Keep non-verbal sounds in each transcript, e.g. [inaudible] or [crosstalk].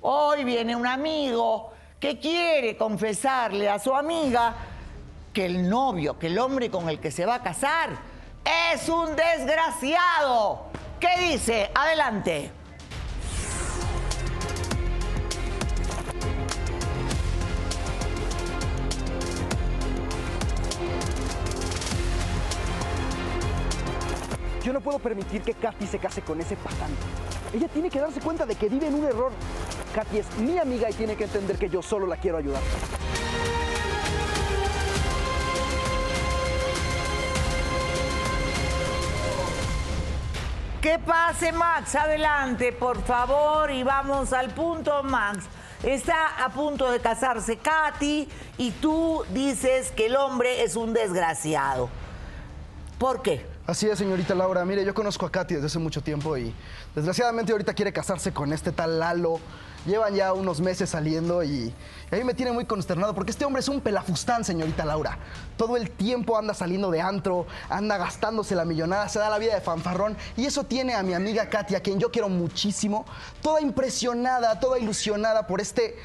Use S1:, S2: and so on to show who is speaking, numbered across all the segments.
S1: Hoy viene un amigo que quiere confesarle a su amiga que el novio, que el hombre con el que se va a casar, es un desgraciado. ¿Qué dice? Adelante.
S2: Yo no puedo permitir que Katy se case con ese patán. Ella tiene que darse cuenta de que vive en un error. Katy es mi amiga y tiene que entender que yo solo la quiero ayudar.
S1: Que pase Max, adelante, por favor, y vamos al punto, Max. Está a punto de casarse Katy y tú dices que el hombre es un desgraciado. ¿Por qué?
S2: Así es, señorita Laura. Mire, yo conozco a Katy desde hace mucho tiempo y desgraciadamente ahorita quiere casarse con este tal Lalo. Llevan ya unos meses saliendo y, y a mí me tiene muy consternado porque este hombre es un pelafustán, señorita Laura. Todo el tiempo anda saliendo de antro, anda gastándose la millonada, se da la vida de fanfarrón y eso tiene a mi amiga Katy, a quien yo quiero muchísimo, toda impresionada, toda ilusionada por este...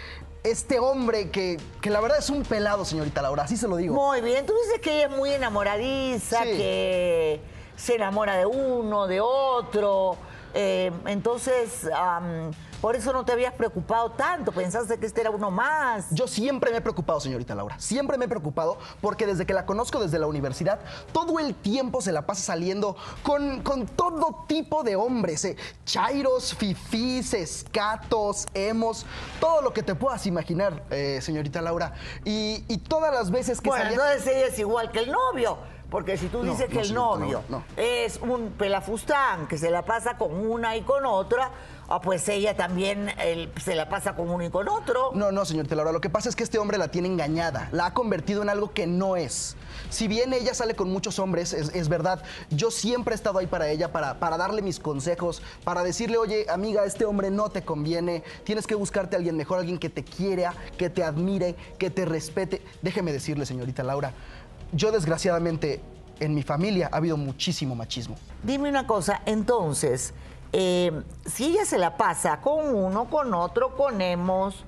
S2: Este hombre que, que la verdad es un pelado, señorita Laura, así se lo digo.
S1: Muy bien, tú dices que ella es muy enamoradiza,
S2: Sí.
S1: que se enamora de uno, de otro. Eh, entonces, am, por eso no te habías preocupado tanto, pensaste que este era uno más.
S2: Yo siempre me he preocupado, señorita Laura. Siempre me he preocupado porque desde que la conozco desde la universidad, todo el tiempo se la pasa saliendo con, con todo tipo de hombres. eh. Chairos, fifís, escatos, emos, todo lo que te puedas imaginar, eh, señorita Laura. Y, y todas las veces que
S1: Bueno,
S2: salía-
S1: entonces ella es igual que el novio. Porque si tú
S2: No,
S1: dices que
S2: no,
S1: el
S2: señorita,
S1: novio
S2: no, no.
S1: es un pelafustán que se la pasa con una y con otra, ah, pues ella también él, se la pasa con uno y con otro.
S2: No, no, señorita Laura, lo que pasa es que este hombre la tiene engañada, la ha convertido en algo que no es. Si bien ella sale con muchos hombres, es, es verdad, yo siempre he estado ahí para ella, para, para darle mis consejos, para decirle, oye, amiga, este hombre no te conviene, tienes que buscarte a alguien mejor, alguien que te quiera, que te admire, que te respete. Déjeme decirle, señorita Laura, yo desgraciadamente en mi familia ha habido muchísimo machismo.
S1: Dime una cosa, entonces, eh, si ella se la pasa con uno, con otro, con hemos,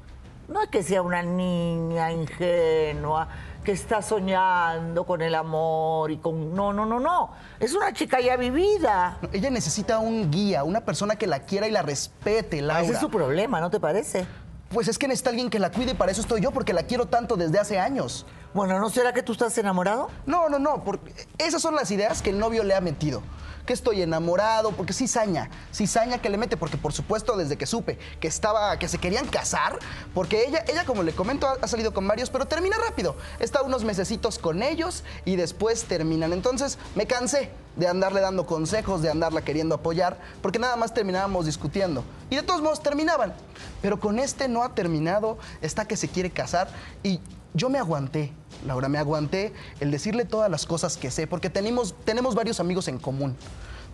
S1: no es que sea una niña ingenua que está soñando con el amor y con... No, no, no, no. Es una chica ya vivida.
S2: No, Ella necesita un guía, una persona que la quiera y la respete, Laura.
S1: Ah, Ese es su problema, ¿no te parece?
S2: Pues es que necesita alguien que la cuide y para eso estoy yo, porque la quiero tanto desde hace años.
S1: Bueno, ¿no será que tú estás enamorado?
S2: No, no, no, porque esas son las ideas que el novio le ha metido. Que estoy enamorado, porque cizaña, cizaña que le mete, porque por supuesto desde que supe que estaba, que se querían casar, porque ella, ella como le comento, ha, ha salido con varios, pero termina rápido. Está unos mesecitos con ellos y después terminan. Entonces me cansé de andarle dando consejos, de andarla queriendo apoyar, porque nada más terminábamos discutiendo. Y de todos modos terminaban. Pero con este no ha terminado, está que se quiere casar y yo me aguanté, Laura, me aguanté el decirle todas las cosas que sé, porque tenemos, tenemos varios amigos en común.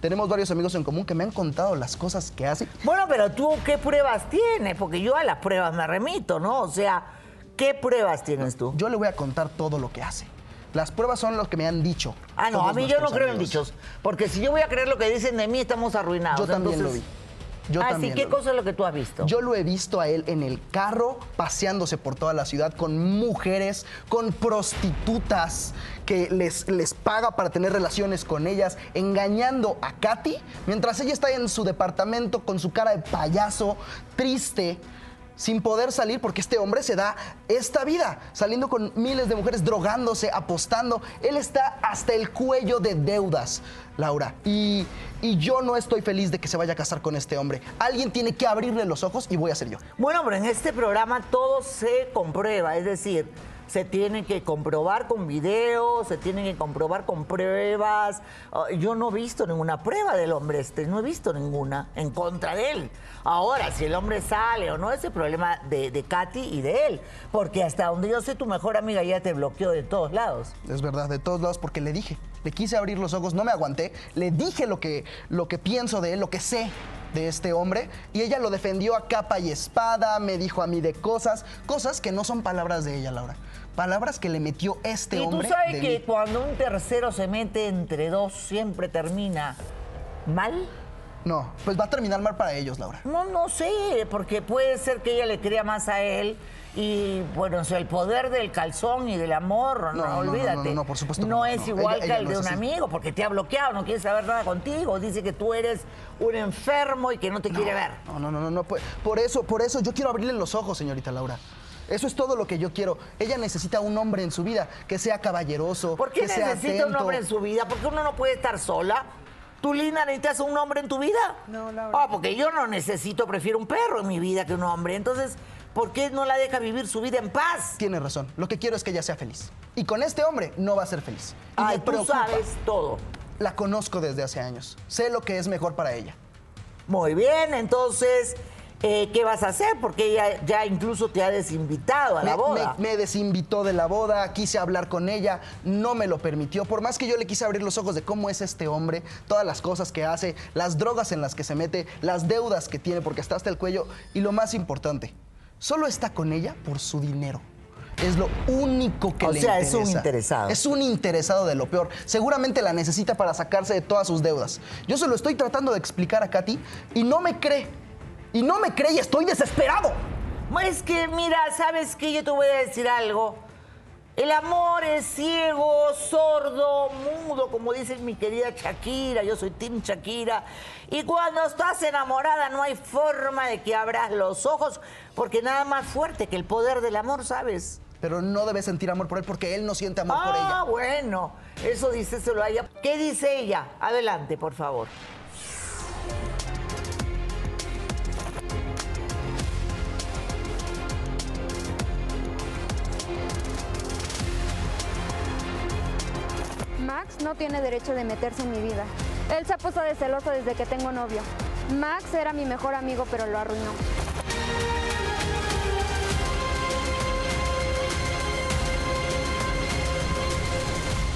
S2: Tenemos varios amigos en común que me han contado las cosas que hace.
S1: Bueno, pero tú, ¿qué pruebas tienes? Porque yo a las pruebas me remito, ¿no? O sea, ¿qué pruebas tienes tú?
S2: Yo le voy a contar todo lo que hace. Las pruebas son lo que me han dicho.
S1: Ah, no, a
S2: todos
S1: mí yo no
S2: nuestros
S1: creo en
S2: amigos.
S1: dichos. Porque si yo voy a creer lo que dicen de mí, estamos arruinados.
S2: Yo también
S1: Entonces-
S2: lo vi. Yo
S1: ah, sí,
S2: también
S1: ¿qué
S2: lo vi.
S1: cosa es lo que tú has visto?
S2: Yo lo he visto a él en el carro, paseándose por toda la ciudad con mujeres, con prostitutas que les, les paga para tener relaciones con ellas, engañando a Katy, mientras ella está en su departamento con su cara de payaso, triste. Sin poder salir porque este hombre se da esta vida, saliendo con miles de mujeres, drogándose, apostando. Él está hasta el cuello de deudas, Laura. Y, y yo no estoy feliz de que se vaya a casar con este hombre. Alguien tiene que abrirle los ojos y voy a ser yo.
S1: Bueno, pero en este programa todo se comprueba, es decir, se tiene que comprobar con videos, se tiene que comprobar con pruebas. Ah, Yo no he visto ninguna prueba del hombre este, no he visto ninguna en contra de él. Ahora, si el hombre sale o no, es el problema de, de Katy y de él, porque hasta donde yo soy tu mejor amiga ya te bloqueó de todos lados.
S2: Es verdad, de todos lados, porque le dije, le quise abrir los ojos, no me aguanté, le dije lo que, lo que pienso de él, lo que sé de este hombre, y ella lo defendió a capa y espada, me dijo a mí de cosas, cosas que no son palabras de ella, Laura, palabras que le metió este
S1: y tú
S2: hombre.
S1: sabes
S2: de
S1: que
S2: mí.
S1: cuando un tercero se mete entre dos siempre termina mal.
S2: No, pues va a terminar mal para ellos, Laura.
S1: No, no sé, porque puede ser que ella le crea más a él y bueno, o sea, el poder del calzón y del amor, no,
S2: No, no, no,
S1: olvídate.
S2: no, no, por supuesto que
S1: No
S2: no,
S1: es
S2: no.
S1: igual
S2: Ella-
S1: que
S2: ella
S1: el
S2: no
S1: de
S2: es
S1: un
S2: así.
S1: amigo, porque te ha bloqueado, no quiere saber nada contigo, dice que tú eres un enfermo y que no te quiere ver.
S2: No, no, no, no, no. Por, por eso, por eso yo quiero abrirle los ojos, señorita Laura. Eso es todo lo que yo quiero. Ella necesita un hombre en su vida que sea caballeroso,
S1: ¿Por qué
S2: que sea
S1: necesita un
S2: atento.
S1: hombre en su vida? ¿Por qué uno no puede estar sola? ¿Tú, Lina, necesitas un hombre en tu vida?
S3: No, Laura.
S1: Ah, porque yo no necesito, prefiero un perro en mi vida que un hombre. Entonces, ¿por qué no la deja vivir su vida en paz?
S2: Tiene razón. Lo que quiero es que ella sea feliz. Y con este hombre no va a ser feliz. Y
S1: Ay,
S2: me
S1: tú
S2: preocupa.
S1: sabes todo.
S2: La conozco desde hace años. Sé lo que es mejor para ella.
S1: Muy bien, entonces, eh, ¿qué vas a hacer? Porque ella ya incluso te ha desinvitado a la
S2: Me-
S1: boda.
S2: Me, me desinvitó de la boda, quise hablar con ella, no me lo permitió. Por más que yo le quise abrir los ojos de cómo es este hombre, todas las cosas que hace, las drogas en las que se mete, las deudas que tiene porque está hasta el cuello. Y lo más importante, solo está con ella por su dinero. Es lo único que
S1: O
S2: le
S1: sea, es
S2: interesa.
S1: un interesado.
S2: Es un interesado de lo peor. Seguramente la necesita para sacarse de todas sus deudas. Yo se lo estoy tratando de explicar a Katy y no me cree. Y no me cree y estoy desesperado.
S1: Pues Es que, mira, ¿sabes qué? Yo te voy a decir algo. El amor es ciego, sordo, mudo, como dice mi querida Shakira. Yo soy Tim Shakira. Y cuando estás enamorada no hay forma de que abras los ojos, porque nada más fuerte que el poder del amor, ¿sabes?
S2: pero no debe sentir amor por él porque él no siente amor por
S1: Ah,
S2: ella.
S1: bueno. Eso dice solo a ella. ¿Qué dice ella? Adelante, por favor.
S4: Max no tiene derecho de meterse en mi vida. Él se ha puesto de celoso desde que tengo novio. Max era mi mejor amigo, pero lo arruinó.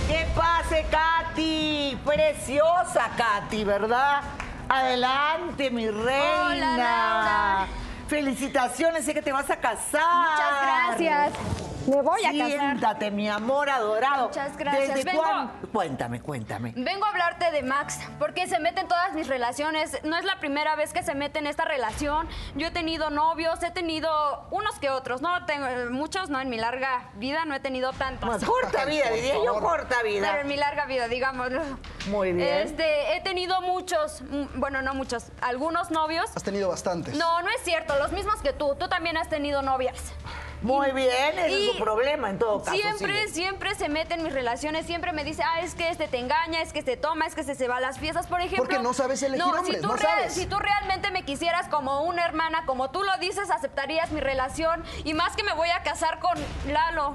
S1: ¿Qué pase, Katy? Preciosa, Katy, ¿verdad? Adelante, mi reina.
S4: Laura.
S1: Felicitaciones, sé que te vas a casar.
S4: Muchas gracias. Me voy a casar.
S1: Siéntate, mi amor adorado.
S4: Muchas gracias.
S1: ¿Desde
S5: Vengo-
S1: cuán- Cuéntame, cuéntame.
S5: Vengo a hablarte de Max, porque se mete en todas mis relaciones. No es la primera vez que se mete en esta relación. Yo he tenido novios, he tenido unos que otros. No tengo eh, muchos, no en mi larga vida no he tenido tantos.
S1: Más corta vida,
S2: por
S1: diría yo,
S2: favor.
S1: corta vida.
S5: Pero en mi larga vida, digámoslo.
S1: Muy bien.
S5: Este, he tenido muchos, mm, bueno, no muchos, algunos novios.
S2: Has tenido bastantes.
S5: No, no es cierto, los mismos que tú. Tú también has tenido novias.
S1: Muy bien, ese es
S5: y
S1: su problema en todo caso.
S5: Siempre,
S1: sigue.
S5: siempre se mete en mis relaciones, siempre me dice, ah, es que este te engaña, es que este toma, es que este se va a las fiestas, por ejemplo.
S2: Porque no sabes elegir
S5: no,
S2: hombres,
S5: si tú
S2: no
S5: real-
S2: sabes.
S5: Si tú realmente me quisieras como una hermana, como tú lo dices, aceptarías mi relación y más que me voy a casar con Lalo.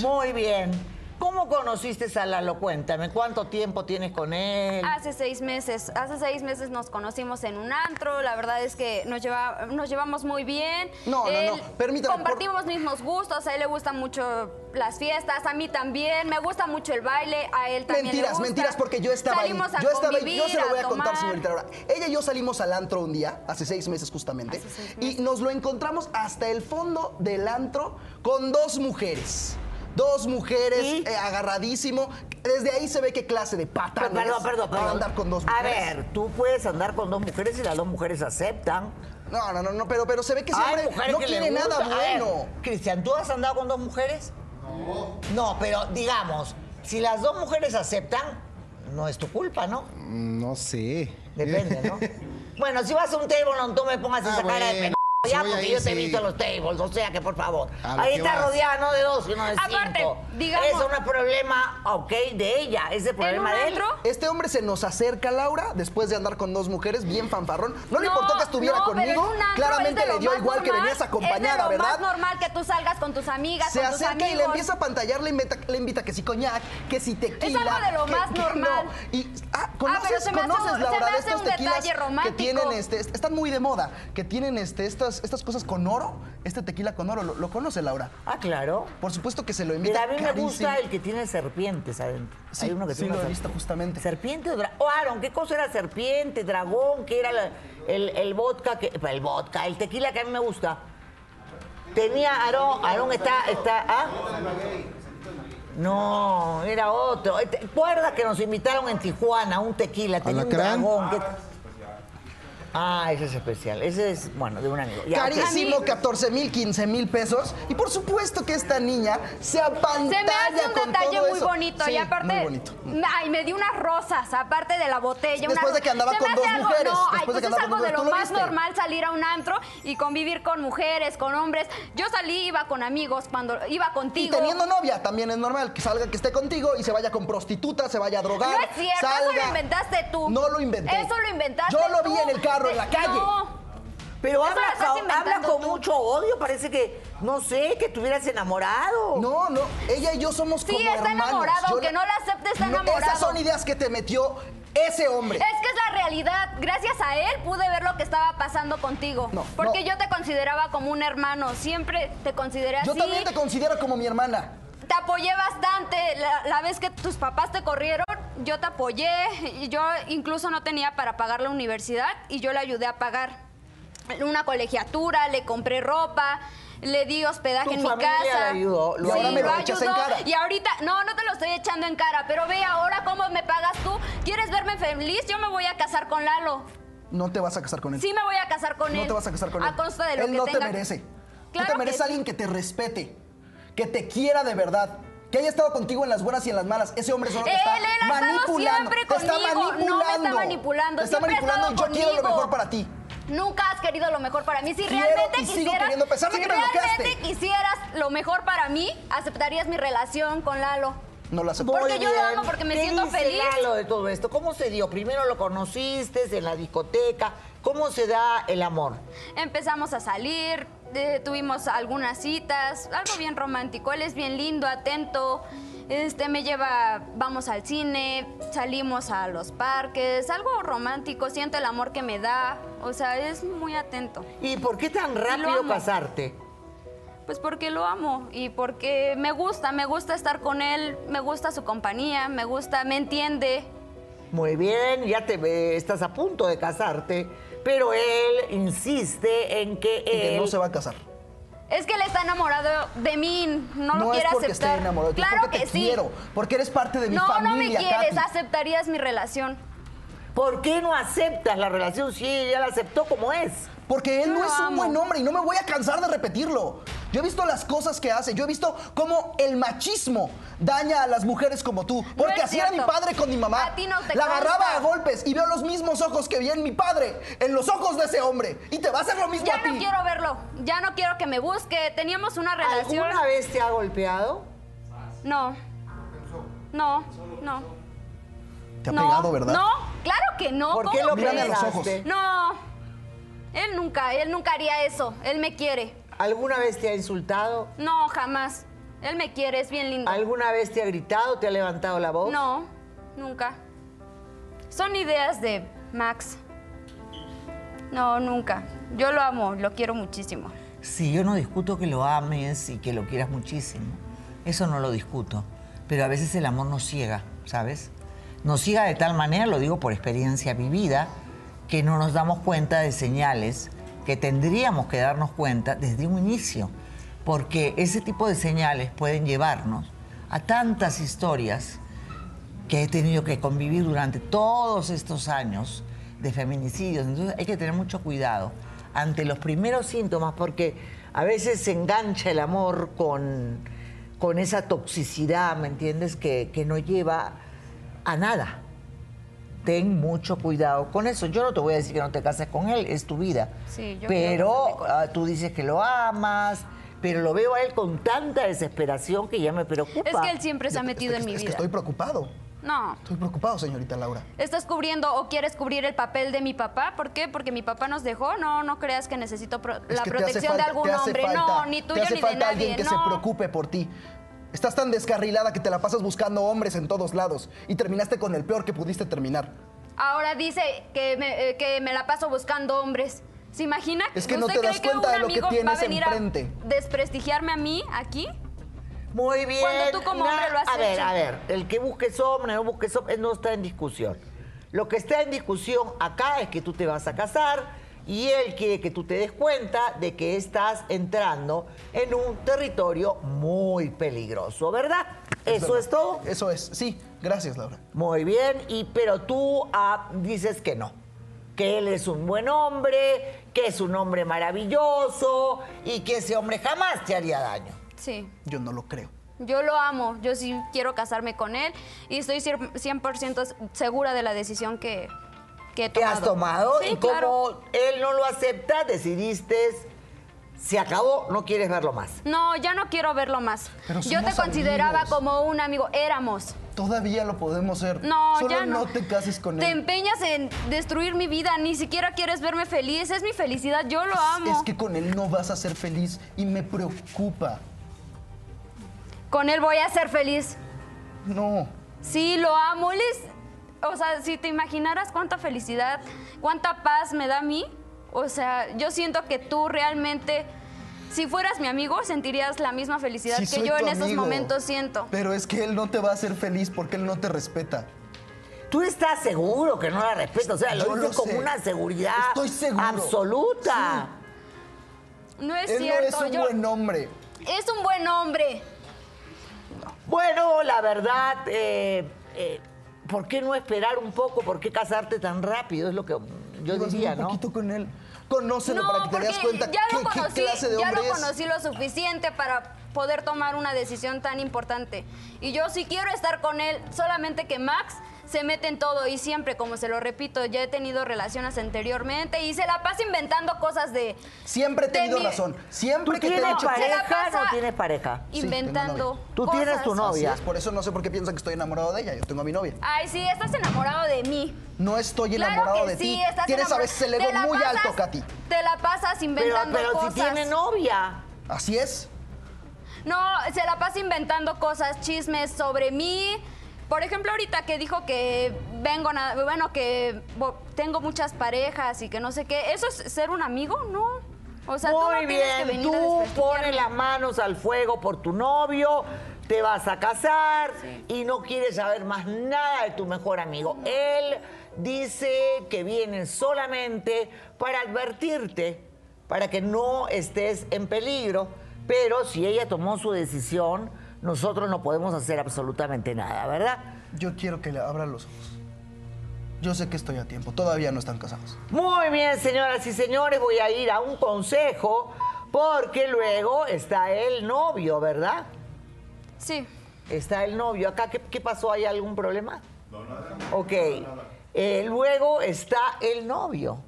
S1: Muy bien. ¿Cómo conociste a Lalo? Cuéntame, ¿cuánto tiempo tienes con él?
S5: Hace seis meses, hace seis meses nos conocimos en un antro, la verdad es que nos, lleva, nos llevamos muy bien.
S2: No, no, no,
S5: Él-
S2: permítame, por-
S5: Compartimos mismos gustos, a él le gustan mucho las fiestas, a mí también, me gusta mucho el baile, a él también le
S2: Mentiras,
S5: gusta.
S2: mentiras, porque yo estaba
S5: Salimos
S2: ahí.
S5: a
S2: Yo estaba ahí. Yo
S5: convivir,
S2: se lo voy a, contar,
S5: tomar.
S2: señorita Laura. Ella y yo salimos al antro un día, hace seis meses justamente,
S5: Hace seis
S2: y nos lo encontramos hasta el fondo del antro con dos mujeres. Dos mujeres
S1: ¿Y?
S2: eh, agarradísimo. Desde ahí se ve qué clase de pata
S1: Pe- Perdón, perdón, perdón.
S2: Para andar con dos
S1: A
S2: mujeres.
S1: ver, tú puedes andar con dos mujeres y las dos mujeres aceptan.
S2: No, no, no, no, pero, pero se ve que ese
S1: Hay
S2: hombre
S1: mujeres
S2: no
S1: que
S2: quiere
S1: les
S2: nada
S1: gusta. A ver,
S2: bueno.
S1: Cristian, ¿tú has andado con dos mujeres? No. No, pero digamos, si las dos mujeres aceptan, no es tu culpa, ¿no?
S6: Mm, No sé.
S1: Depende, ¿no? bueno, si vas a un table, no tú me pongas
S6: Ah,
S1: esa cara de
S6: bueno,
S1: pendejo.
S6: si
S1: Ya,
S6: voy
S1: porque
S6: ahí,
S1: yo te he
S6: sí.
S1: visto en los tables, o sea que por favor.
S6: A lo
S1: Ahí
S6: que
S1: está
S6: vas.
S1: rodeada no de dos, sino de
S5: Aparte,
S1: cinco.
S5: digamos-
S1: Eso no es problema, ok, de ella, ese
S5: ¿En un
S1: problema de él.
S5: antro?
S2: Este hombre se nos acerca, Laura, después de andar con dos mujeres, bien fanfarrón. No, le
S5: No,
S2: importó que estuviera
S5: no, pero en
S2: conmigo.
S5: un antro
S2: Claramente
S5: es de
S2: le
S5: lo
S2: dio
S5: más
S2: igual que
S5: normal,
S2: venías
S5: es de
S2: acompañada,
S5: lo
S2: ¿verdad?
S5: más normal que tú salgas con tus amigas,
S2: se
S5: con tus
S2: acerca y le
S5: amigos.
S2: empieza a pantallar, le invita, le invita que si coñac, que si tequila.
S5: algo de lo
S2: que-
S5: más
S2: que
S5: normal.
S2: no. Y ah, conoces,
S5: pero se me hace
S2: conoces,
S5: un- se
S2: Laura,
S5: me
S2: de
S5: hace
S2: estos
S5: un
S2: tequilas
S5: detalle
S2: que
S5: romántico.
S2: tienen este, est- están muy de moda, que tienen este, estas, estas cosas con oro, este tequila con oro, lo, lo conoce Laura.
S1: Ah, claro.
S2: Por supuesto que se lo invita.
S1: Mira, a mí me
S2: carísimo.
S1: gusta el que tiene serpientes adentro.
S2: Sí,
S1: Hay uno que
S2: sí,
S1: tiene
S2: lo he
S1: una
S2: visto
S1: serp-
S2: justamente.
S1: ¿Serpiente o dragón? Aaron, ¿qué cosa era serpiente, dragón? ¿Qué era la- el, el vodka? Que, pues, el vodka, el tequila que a mí me gusta. Tenía Aarón, Aarón está, está, ¿ah? No, era Este, otro. ¿Te acuerdas que nos invitaron en Tijuana a un tequila? Tenía un
S6: ¿Alacrán?
S1: dragón. que- Ah, ese es especial. Ese es, bueno, de un amigo. Ya, ok.
S2: Carísimo,
S5: Amigo.
S2: 14 mil, 15 mil pesos. Y por supuesto que esta niña se apantalla
S5: Se me hace
S2: con
S5: un detalle
S2: todo
S5: muy
S2: eso.
S5: bonito
S2: Sí,
S5: y aparte.
S2: Muy bonito.
S5: Ay, me di unas rosas, aparte de la botella.
S2: Después
S5: unas
S2: de que andaba
S5: se
S2: con
S5: me
S2: dos
S5: hace algo,
S2: mujeres,
S5: No,
S2: después
S5: ay,
S2: de
S5: pues
S2: que
S5: es
S2: andaba
S5: algo
S2: con
S5: de
S2: dos,
S5: lo
S2: ¿tú lo
S5: más
S2: viste?
S5: normal salir a un antro y convivir con mujeres, con hombres. Yo salí, iba con amigos, cuando iba
S2: Y
S5: contigo.
S2: teniendo novia, también es normal que salga, que esté contigo y se vaya con prostitutas, se vaya a drogar.
S5: No es cierto, eso
S2: salga.
S5: lo inventaste tú.
S2: No lo inventé.
S5: Eso lo inventaste
S2: Yo lo vi
S5: tú.
S2: en el carro, en la
S5: De-
S2: calle.
S5: No.
S1: Pero
S5: Eso
S1: habla,
S5: lo estás
S1: con-
S5: inventando
S1: habla con
S5: tú.
S1: mucho odio, parece que, no sé, que estuvieras enamorado.
S2: No, no, ella y yo somos
S5: Sí,
S2: como
S5: está
S2: hermanos.
S5: enamorado,
S2: Yo
S5: aunque no la acepte, está enamorado.
S2: Esas son ideas que te metió ese hombre.
S5: Es que es la realidad. Gracias a él pude ver lo que estaba pasando contigo.
S2: No,
S5: porque
S2: no.
S5: yo te consideraba como un hermano. Siempre te consideré
S2: Yo
S5: así.
S2: también te considero como mi hermana.
S5: Te apoyé bastante. La, la vez que tus papás te corrieron, yo te apoyé. Y Yo incluso no tenía para pagar la universidad y yo le ayudé a pagar una colegiatura, le compré ropa. Le di hospedaje
S1: Tu
S5: en mi
S1: familia
S5: casa.
S1: le ayudó, lo-
S5: Sí,
S2: ahora me lo
S5: lo
S2: echas en
S5: ayudó.
S2: cara.
S5: Y ahorita, no, no te lo estoy echando en cara, pero ve ahora cómo me pagas tú. ¿Quieres verme feliz? Yo me voy a casar con Lalo.
S2: No te vas a casar con él.
S5: Sí me voy a casar con él.
S2: No te vas a casar con él.
S5: A consta de lo
S2: él
S5: que
S2: no
S5: tenga.
S2: te merece.
S5: Claro
S2: Tú te
S5: que
S2: mereces
S5: sí.
S2: a alguien que te respete, que te quiera de verdad. Que haya estado contigo en las buenas y en las malas. Ese hombre solo te
S5: Él,
S2: está
S5: él ha estado
S2: manipulando.
S5: siempre
S2: te está
S5: conmigo. No me
S2: manipulando.
S5: está manipulando,
S2: Te está
S5: siempre ha estado
S2: manipulando. Yo quiero lo
S5: conmigo.
S2: mejor para ti.
S5: Nunca has querido lo mejor para mí. Si
S2: Quiero
S5: realmente
S2: y sigo
S5: quisieras,
S2: queriendo, a pesar de
S5: si
S2: que me bloqueaste.
S5: realmente quisieras lo mejor para mí, aceptarías mi relación con Lalo.
S2: No lo acepto.
S1: Muy
S5: Porque yo lo
S1: bien.
S5: amo, porque me
S1: ¿Qué
S5: siento
S1: dice
S5: feliz.
S1: Lalo de todo esto? ¿Cómo se dio? Primero lo conociste en la discoteca. ¿Cómo se da el amor?
S5: Empezamos a salir, eh, tuvimos algunas citas, algo bien romántico. Él es bien lindo, atento. Este me lleva, vamos al cine, salimos a los parques, algo romántico, siento el amor que me da, o sea, es muy atento.
S1: ¿Y por qué tan rápido
S5: amo.
S1: casarte?
S5: Pues porque lo amo y porque me gusta, me gusta estar con él, me gusta su compañía, me gusta, me entiende.
S1: Muy bien, ya te eh, estás a punto de casarte, pero él insiste en que
S2: Y que
S1: él
S2: no se va a casar.
S5: Es que él está enamorado de mí, no,
S2: No,
S5: lo
S2: es
S5: quiere
S2: porque
S5: aceptar.
S2: esté enamorado de ti,
S5: claro
S2: porque
S5: que
S2: te
S5: sí.
S2: quiero, porque eres parte de mi
S5: no,
S2: familia.
S5: no me quieres, Ah.
S2: Katy.
S5: aceptarías mi relación.
S1: ¿Por qué no aceptas la relación si ella la aceptó como es?
S2: Porque él
S5: Yo
S2: no
S5: lo
S2: es un
S5: amo.
S2: buen hombre y no me voy a cansar de repetirlo. Yo he visto las cosas que hace, yo he visto cómo el machismo daña a las mujeres como tú. Porque
S5: es
S2: así era mi
S5: cierto.
S2: padre con mi mamá.
S5: A ti no te
S2: La agarraba
S5: consta.
S2: a golpes y veo los mismos ojos que vi en mi padre, en los ojos de ese hombre. Y te va a hacer lo mismo
S5: Ya
S2: a ti.
S5: no quiero verlo, ya no quiero que me busque. Teníamos una relación.
S1: ¿Alguna vez te ha golpeado?
S5: No. No, no.
S2: Te ha
S5: no,
S2: pegado, ¿verdad?
S5: No, claro que no.
S1: ¿Por qué
S5: ¿cómo
S1: lo
S5: crees?
S2: Mírame a los
S1: pensaste?
S2: ojos.
S5: No. Él nunca, él nunca haría eso. Él me quiere.
S1: ¿Alguna vez te ha insultado?
S5: No, jamás. Él me quiere, es bien lindo.
S1: ¿Alguna vez te ha gritado? ¿Te ha levantado la voz?
S5: No, nunca. Son ideas de Max. No, nunca. Yo lo amo, lo quiero muchísimo.
S1: Sí, yo no discuto que lo ames y que lo quieras muchísimo. Eso no lo discuto. Pero a veces el amor nos ciega, ¿sabes? Nos ciega de tal manera, lo digo por experiencia vivida, que no nos damos cuenta de señales que tendríamos que darnos cuenta desde un inicio. Porque ese tipo de señales pueden llevarnos a tantas historias que he tenido que convivir durante todos estos años de feminicidios. Entonces hay que tener mucho cuidado ante los primeros síntomas porque a veces se engancha el amor con, con esa toxicidad, ¿me entiendes? Que, que no lleva a nada. Ten mucho cuidado con eso. Yo no te voy a decir que no te cases con él, es tu vida.
S5: Sí, yo quiero
S1: pero
S5: casarme con
S1: ah, tú dices que lo amas, pero lo veo a él con tanta desesperación que ya me preocupa.
S5: Es que él siempre se ha metido
S2: es,
S5: en
S2: que-
S5: mi
S2: es que
S5: vida.
S2: estoy preocupado.
S5: No.
S2: Estoy preocupado, señorita Laura.
S5: ¿Estás cubriendo o quieres cubrir el papel de mi papá? ¿Por qué? Porque mi papá nos dejó. No, no creas que necesito pro-
S2: Es
S5: la
S2: que te hace
S5: protección de
S2: falta-
S5: algún
S2: te hace
S5: hombre.
S2: falta-
S5: no, ni
S2: Te
S5: tuya
S2: hace
S5: ni de
S2: falta
S5: nadie.
S2: alguien que
S5: no.
S2: se preocupe por ti. Estás tan descarrilada que te la pasas buscando hombres en todos lados y terminaste con el peor que pudiste terminar.
S5: Ahora dice que me, eh, que me la paso buscando hombres. ¿Se imagina?
S2: Es que no
S5: ¿Usted
S2: te das
S5: cree que
S2: cuenta
S5: un
S2: de lo que
S5: amigo
S2: tienes
S5: va a venir a
S2: enfrente?
S5: desprestigiarme a mí aquí?
S1: Muy bien.
S5: Cuando tú como hombre lo has
S1: a ver,
S5: hecho.
S1: a ver, el que busques hombre, no busques hombre, no está en discusión. Lo que está en discusión acá es que tú te vas a casar y él quiere que tú te des cuenta de que estás entrando en un territorio muy peligroso, ¿verdad? Eso
S2: verdad.
S1: es todo.
S2: Eso es. Sí, gracias, Laura.
S1: Muy bien, y pero tú ah, dices que no. que él es un buen hombre, que es un hombre maravilloso y que ese hombre jamás te haría daño.
S5: Sí.
S2: Yo no lo creo.
S5: Yo lo amo, yo sí quiero casarme con él y estoy cier- 100% segura de la decisión que, que he
S1: ¿Qué
S5: tomado.
S1: has tomado?
S5: Sí,
S1: y como
S5: claro.
S1: él no lo acepta, decidiste, se acabó, no quieres verlo más.
S5: No, ya no quiero verlo más.
S2: Pero
S5: Yo te
S2: somos
S5: consideraba
S2: amigos.
S5: como un amigo, éramos.
S2: Todavía lo podemos ser.
S5: No,
S2: Solo
S5: ya no.
S2: te cases con
S5: Te
S2: él.
S5: empeñas en destruir mi vida, ni siquiera quieres verme feliz, es mi felicidad, yo lo amo.
S2: Es que con él no vas a ser feliz y me preocupa.
S5: Con él voy a ser feliz.
S2: No.
S5: Sí, lo amo, él es... O sea, si te imaginaras cuánta felicidad, cuánta paz me da a mí, o sea, yo siento que tú realmente, si fueras mi amigo, sentirías la misma felicidad
S2: Sí,
S5: que
S2: soy
S5: yo
S2: tu
S5: en estos
S2: amigo,
S5: momentos siento.
S2: Pero es que él no te va a hacer feliz porque él no te respeta.
S1: Tú estás seguro que no la respeto, o sea, lo
S2: Yo
S1: dices
S2: lo
S1: con
S2: sé.
S1: una seguridad
S2: Estoy seguro.
S1: absoluta.
S5: No es
S2: él
S5: cierto,
S2: no es un
S5: yo...
S2: buen hombre.
S5: Es un buen hombre.
S1: Bueno, la verdad, eh, eh, ¿por qué no esperar un poco? ¿Por qué casarte tan rápido? Es lo que yo
S2: Llevas
S1: diría,
S2: un
S1: ¿no?
S2: poquito con él. Conócelo para que te
S5: porque
S2: des cuenta
S5: ya lo
S2: qué, qué
S5: conocí,
S2: clase de
S5: ya
S2: hombre
S5: lo
S2: es.
S5: conocí lo suficiente para poder tomar una decisión tan importante. Y yo sí quiero estar con él, solamente que Max se mete en todo y siempre, como se lo repito, ya he tenido relaciones anteriormente y se la pasa inventando cosas de
S2: Siempre he
S5: de
S2: tenido
S5: mi-
S2: razón.
S1: ¿Tú
S2: Siempre que te he
S1: tienes
S2: dicho
S5: Se la
S1: pareja o
S5: pasa-
S1: no tienes pareja?
S2: Sí, tengo
S5: inventando.
S2: novia.
S1: Tú tienes
S5: cosas.
S1: tu novia.
S2: Así es, por eso no sé por qué piensan que estoy enamorado de ella. Yo tengo a mi novia.
S5: Ay, sí, estás enamorado de mí.
S2: No estoy
S5: Claro
S2: enamorado
S5: que
S2: de
S5: sí,
S2: ti.
S5: estás
S2: Tienes a
S5: enamorado.
S2: veces el
S5: Te
S2: ego
S5: la
S2: muy
S5: pasas-
S2: alto, Katy.
S5: Te la pasas
S1: Pero,
S5: inventando
S1: pero
S5: cosas.
S1: si tiene novia.
S2: Así es.
S5: No, se la pasa inventando cosas, chismes sobre mí. Por ejemplo, ahorita que dijo que vengo, na- bueno, que bo- tengo muchas parejas y que no sé qué. ¿Eso es ser un amigo? No. O sea, tú
S1: Muy
S5: no tienes que
S1: bien,
S5: venir a
S1: tú pones
S5: desprestigiarme.
S1: las manos al fuego por tu novio, te vas a casar y no quieres saber más nada de tu mejor amigo. Él dice que viene solamente para advertirte, para que no estés en peligro, pero si ella tomó su decisión, nosotros no podemos hacer absolutamente nada, ¿verdad?
S2: Yo quiero que le abra los ojos. Yo sé que estoy a tiempo. Todavía no están casados.
S1: Muy bien, señoras y señores, voy a ir a un consejo porque luego está el novio, ¿verdad?
S5: Sí.
S1: Está el novio acá. ¿Qué, qué pasó? ¿Hay algún problema? Ok. Eh, luego está el novio.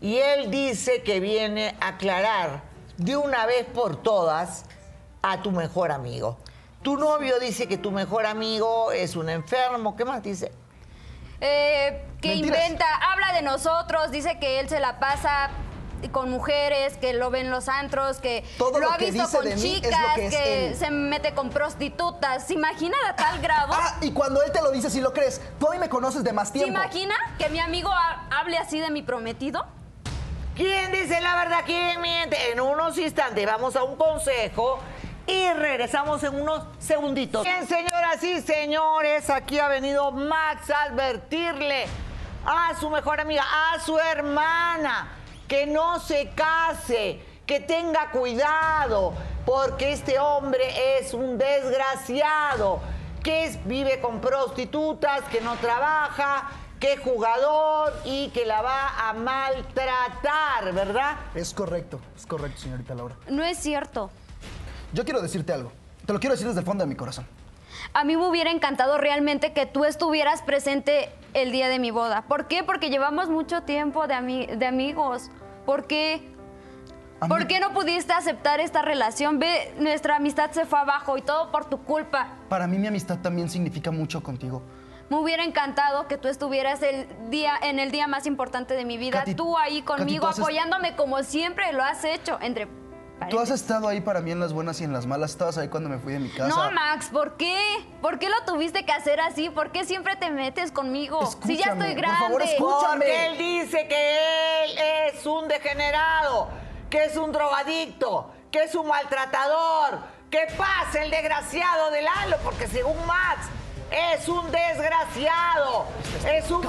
S1: Y él dice que viene a aclarar de una vez por todas a tu mejor amigo. Tu novio dice que tu mejor amigo es un enfermo. ¿Qué más dice?
S5: Eh, que
S2: Mentiras.
S5: inventa, habla de nosotros, dice que él se la pasa con mujeres, que lo ven los antros, que
S2: Todo lo
S5: ha
S2: que
S5: visto
S2: dice
S5: con
S2: de mí es lo
S5: chicas,
S2: que es él.
S5: se mete con prostitutas. ¿Se imagina a tal grado?
S2: Ah, y cuando él te lo dice, si lo crees, tú a mí me conoces de más
S5: ¿Se
S2: tiempo.
S5: imagina que mi amigo ha- hable así de mi prometido?
S1: ¿Quién dice la verdad? ¿Quién miente? En unos instantes vamos a un consejo y regresamos en unos segunditos. Bien, señoras y señores, aquí ha venido Max a advertirle a su mejor amiga, a su hermana, que no se case, que tenga cuidado, porque este hombre es un desgraciado que es- vive con prostitutas, que no trabaja, que es jugador y que la va a maltratar, ¿verdad?
S2: Es correcto, es correcto, señorita Laura.
S5: No es cierto.
S2: Yo quiero decirte algo. Te lo quiero decir desde el fondo de mi corazón.
S5: A mí me hubiera encantado realmente que tú estuvieras presente el día de mi boda. ¿Por qué? Porque llevamos mucho tiempo de, ami- de amigos. ¿Por qué?
S2: A mí-
S5: ¿Por qué no pudiste aceptar esta relación? Ve, nuestra amistad se fue abajo y todo por tu culpa.
S2: Para mí mi amistad también significa mucho contigo.
S5: Me hubiera encantado que tú estuvieras el día, en el día más importante de mi vida,
S2: Katy,
S5: tú ahí
S2: Katy,
S5: conmigo,
S2: tú haces-
S5: apoyándome como siempre lo has hecho, entre
S2: Tú has
S5: paréntesis.
S2: estado ahí para mí en las buenas y en las malas. Estabas ahí cuando me fui de mi casa.
S5: No, Max, ¿por qué? ¿Por qué lo tuviste que hacer así? ¿Por qué siempre te metes conmigo? si ya
S2: Escúchame,
S5: estoy
S2: por favor,
S5: grande.
S2: escúchame.
S1: Porque él dice que él es un degenerado, que es un drogadicto, que es un maltratador. que pasa el desgraciado de Lalo? Porque según Max, es un desgraciado, es un...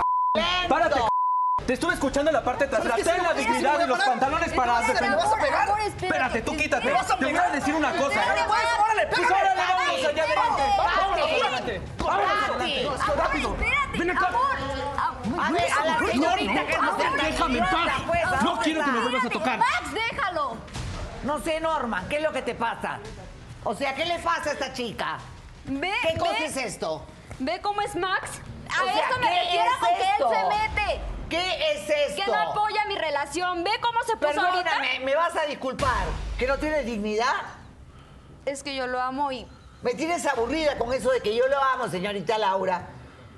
S3: ¡Párate,
S1: lento.
S3: c***! Te estuve escuchando en la parte de atrás.
S2: ¿Sabes qué?
S3: Trae
S2: Pues Si
S3: la dignidad
S2: me voy a- si me
S3: y los
S2: voy a parar,
S3: pantalones
S2: me
S3: parados.
S2: voy a- me
S3: Espérate,
S2: vas a pegar?
S3: Espérate, tú quítate.
S2: me vas a
S3: Te voy
S2: pegar?
S3: a decir una cosa. ¿eh?
S2: Órale, pues, órale,
S3: Pues
S2: pégale.
S3: órale, vámonos allá adelante.
S1: Párate.
S3: Vámonos adelante. Vámonos
S1: Párate.
S3: adelante.
S5: Amor,
S3: Rápido.
S5: espérate,
S3: Ven acá. Pues,
S5: amor. am-
S1: A ver, a la señorita que no sea tan
S6: Déjame en
S1: idiota,
S6: paz.
S1: pues, a
S6: No
S1: ver,
S6: quiero que me
S1: Norma.
S6: vuelvas a tocar.
S5: Max, déjalo.
S1: No sé, Norma, ¿qué es lo que te pasa? O sea, ¿qué le pasa a esta chica?
S5: Ve,
S1: ¿Qué cosa
S5: ve,
S1: es esto?
S5: ve cómo es Max. A
S1: O sea,
S5: eso me
S1: ¿qué
S5: refiero
S1: es
S5: con que él
S1: esto?
S5: se mete.
S1: ¿Qué es esto?
S5: Que no apoya mi relación. Ve cómo se puso ahorita.
S1: Perdóname, me vas a disculpar. ¿Que no tienes dignidad?
S5: Es que yo lo amo y
S1: Me tienes aburrida con eso de que yo lo amo, señorita Laura.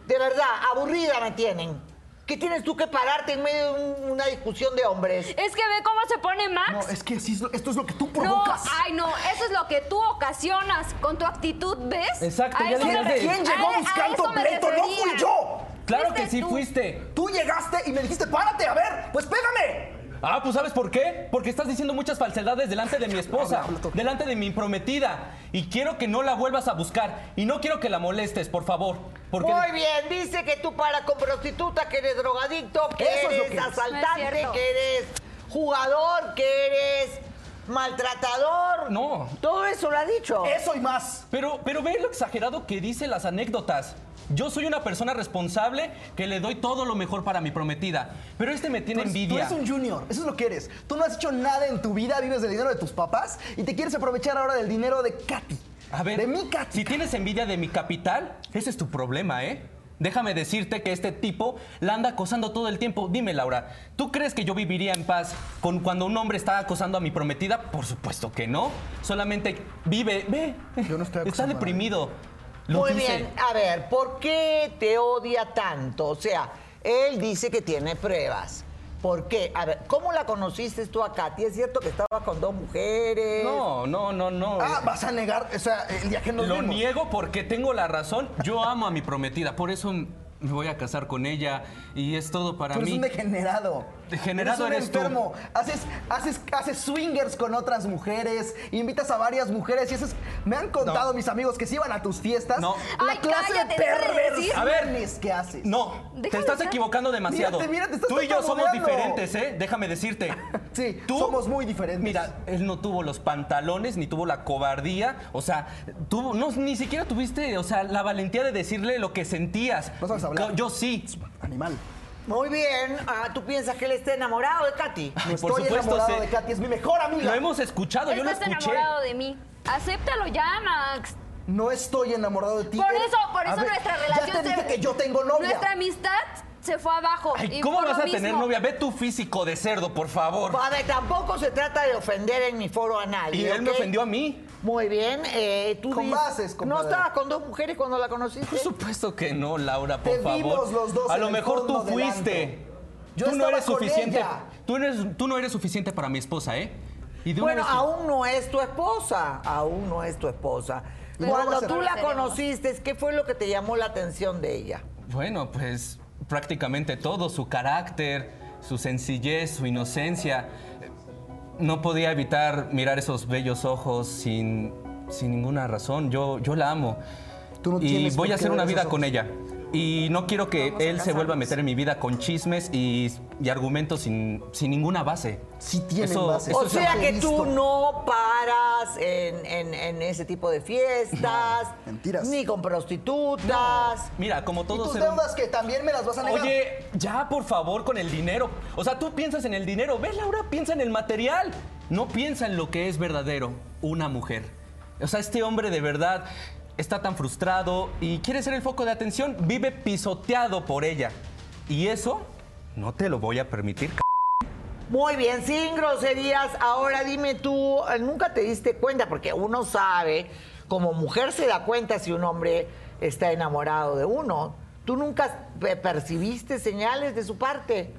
S1: De verdad, aburrida me tienen. ¿Qué tienes tú que pararte en medio de un- una discusión de hombres?
S5: es que ve cómo se pone
S2: No,
S5: Max.
S2: es que así es lo- esto es lo que tú
S5: No,
S2: provocas.
S5: ay no, eso es lo que tú ocasionas con tu actitud, ¿ves?
S3: Exacto,
S5: A
S3: ya le
S5: eso me
S3: dijiste.
S5: refiero.
S2: ¿Quién llegó
S5: A- a
S2: buscando
S5: eso me
S2: pleito? No fui
S5: refería.
S2: yo.
S3: Claro que
S5: Fuiste
S3: sí
S5: tú.
S3: fuiste.
S2: Tú llegaste y me dijiste, párate, a ver, pues pégame.
S3: Ah, pues ¿sabes por qué? Porque estás diciendo muchas falsedades delante de mi esposa, delante de mi prometida. Y quiero que no la vuelvas a buscar. Y no quiero que la molestes, por favor. Porque...
S1: Muy bien, dice que tú paras con prostituta, que eres drogadicto, que
S2: Eso es lo
S1: eres
S2: que es.
S5: No es
S1: asaltante,
S5: cierto.
S1: que eres jugador, que eres maltratador.
S3: No.
S1: Todo eso lo ha dicho.
S2: Eso y más.
S3: Pero, pero ve lo exagerado que dice las anécdotas. Yo soy una persona responsable que le doy todo lo mejor para mi prometida. Pero este me tiene
S2: Tú eres-
S3: envidia.
S2: Tú eres un junior, eso es lo que eres. Tú no has hecho nada en tu vida, vives del dinero de tus papás y te quieres aprovechar ahora del dinero de Katy.
S3: A ver,
S2: De mi Katy.
S3: si tienes envidia de mi capital, ese es tu problema, ¿eh? Déjame decirte que este tipo la anda acosando todo el tiempo. Dime, Laura, ¿tú crees que yo viviría en paz con cuando un hombre está acosando a mi prometida? Por supuesto que no. Solamente vive, ve.
S2: Yo no estoy acosando
S3: Está
S2: a nadie.
S3: deprimido. Lo
S1: Muy
S3: dice.
S1: bien, a ver, ¿por qué te odia tanto? O sea, él dice que tiene pruebas. ¿Por qué? A ver, ¿cómo la conociste tú a Katy? ¿Es cierto que estabas con dos mujeres?
S3: No, no, no, no.
S2: Ah, vas a negar, o sea, el día que nos
S3: Lo
S2: vimos.
S3: niego porque tengo la razón. Yo amo a mi prometida, por eso m- me voy a casar con ella y es todo para
S2: Tú eres
S3: mí.
S2: un degenerado.
S3: Degenerado
S2: un
S3: eres tú.
S2: enfermo. Haces, haces, haces swingers con otras mujeres, invitas a varias mujeres y haces. Me han contado mis amigos que se iban a tus fiestas.
S3: No.
S2: La
S5: Ay,
S2: clase
S5: cállate,
S2: de
S5: deja de
S2: perversiones
S5: decir.
S3: A ver.
S2: que haces.
S3: No, te
S5: Déjame
S3: estás
S5: estar.
S3: equivocando demasiado.
S2: Mírate, mírate, estás
S3: Tú y yo somos
S2: tartamudeando.
S3: diferentes, ¿eh? Déjame decirte.
S2: [laughs] Sí,
S3: Tú-
S2: somos muy diferentes.
S3: Mira, él no tuvo los pantalones, ni tuvo la cobardía, o sea, tuvo, no, ni siquiera tuviste, o sea, la valentía de decirle lo que sentías.
S2: No sabes hablar.
S3: Yo sí.
S2: Animal.
S1: Muy bien, ah, ¿tú piensas que él está enamorado de Katy?
S3: Ay,
S2: No
S3: por
S2: estoy
S3: supuesto,
S2: enamorado
S3: se-
S2: de Katy, es mi mejor
S3: Lo
S2: amiga.
S3: hemos escuchado, yo lo
S5: Estás
S3: escuché.
S5: enamorado de mí. Acéptalo ya, Max.
S2: No estoy enamorado de ti.
S5: Por
S2: eres-
S5: eso, por
S2: A
S5: eso
S2: ver,
S5: nuestra
S2: Ya
S5: relación
S2: te dije
S5: se-
S2: que yo tengo novia.
S5: Nuestra amistad se fue abajo.
S3: Ay,
S5: y
S3: ¿cómo
S5: por
S3: vas
S5: lo
S3: a tener
S5: mismo.
S3: novia? Ve tu físico de cerdo, por favor.
S1: A ver, tampoco se trata de ofender en mi foro a nadie.
S3: Y él me
S1: ¿ok?
S3: ofendió a mí.
S1: Muy bien, eh, tú
S2: Con
S1: dices-
S2: bases,
S1: ¿No
S2: compadre.
S1: estabas con dos mujeres cuando la conociste?
S3: Por supuesto que no, Laura, por
S2: Te
S3: favor.
S2: vimos los dos
S3: a
S2: en
S3: lo
S2: el
S3: mejor tú
S2: fondo del
S3: fuiste.
S2: antro. Yo
S3: tú no
S2: estaba
S3: eres
S2: con
S3: suficiente.
S2: ella.
S3: Tú, no eres, tú no eres suficiente para mi esposa, ¿eh? Y de una
S1: Bueno,
S3: vez-
S1: aún no es tu esposa, aún no es tu esposa.
S2: Pero
S1: Cuando
S2: vamos a- este
S1: tú la
S5: Seremos.
S1: conociste, ¿qué fue lo que te llamó la atención de ella?
S3: Bueno, pues prácticamente todo, su carácter, su sencillez, su inocencia. No podía evitar mirar esos bellos ojos sin, sin ninguna razón. Yo, yo la amo.
S2: Tú no
S3: y
S2: tienes
S3: voy a
S2: por qué
S3: hacer
S2: ver
S3: una
S2: esos
S3: vida
S2: ojos.
S3: con ella. Y no quiero que
S2: Vamos a
S3: él se vuelva a
S2: casarnos.
S3: meter en mi vida con chismes y, y argumentos sin, sin ninguna base.
S2: Sí tienen
S3: Eso-
S2: bases.
S3: eso
S1: O
S3: es
S1: sea
S2: algo
S1: que
S2: listo.
S1: tú no paras en, en- en ese tipo de fiestas,
S2: No, mentiras.
S1: ni con prostitutas.
S3: Mira, como
S2: Y
S3: todo
S2: tus
S3: ser hum-
S2: deudas que también me las vas a negar.
S3: Oye, ya por favor con el dinero. O sea, tú piensas en el dinero. Ve, Laura, piensa en el material. No piensa en lo que es verdadero, una mujer. O sea, este hombre de verdad está tan frustrado y quiere ser el foco de atención. Vive pisoteado por ella. Y eso no te lo voy a permitir. c-
S1: Muy bien, sin groserías. Ahora dime tú, nunca te diste cuenta, porque uno sabe, como mujer se da cuenta si un hombre está enamorado de uno. ¿Tú nunca pe- percibiste señales de su parte?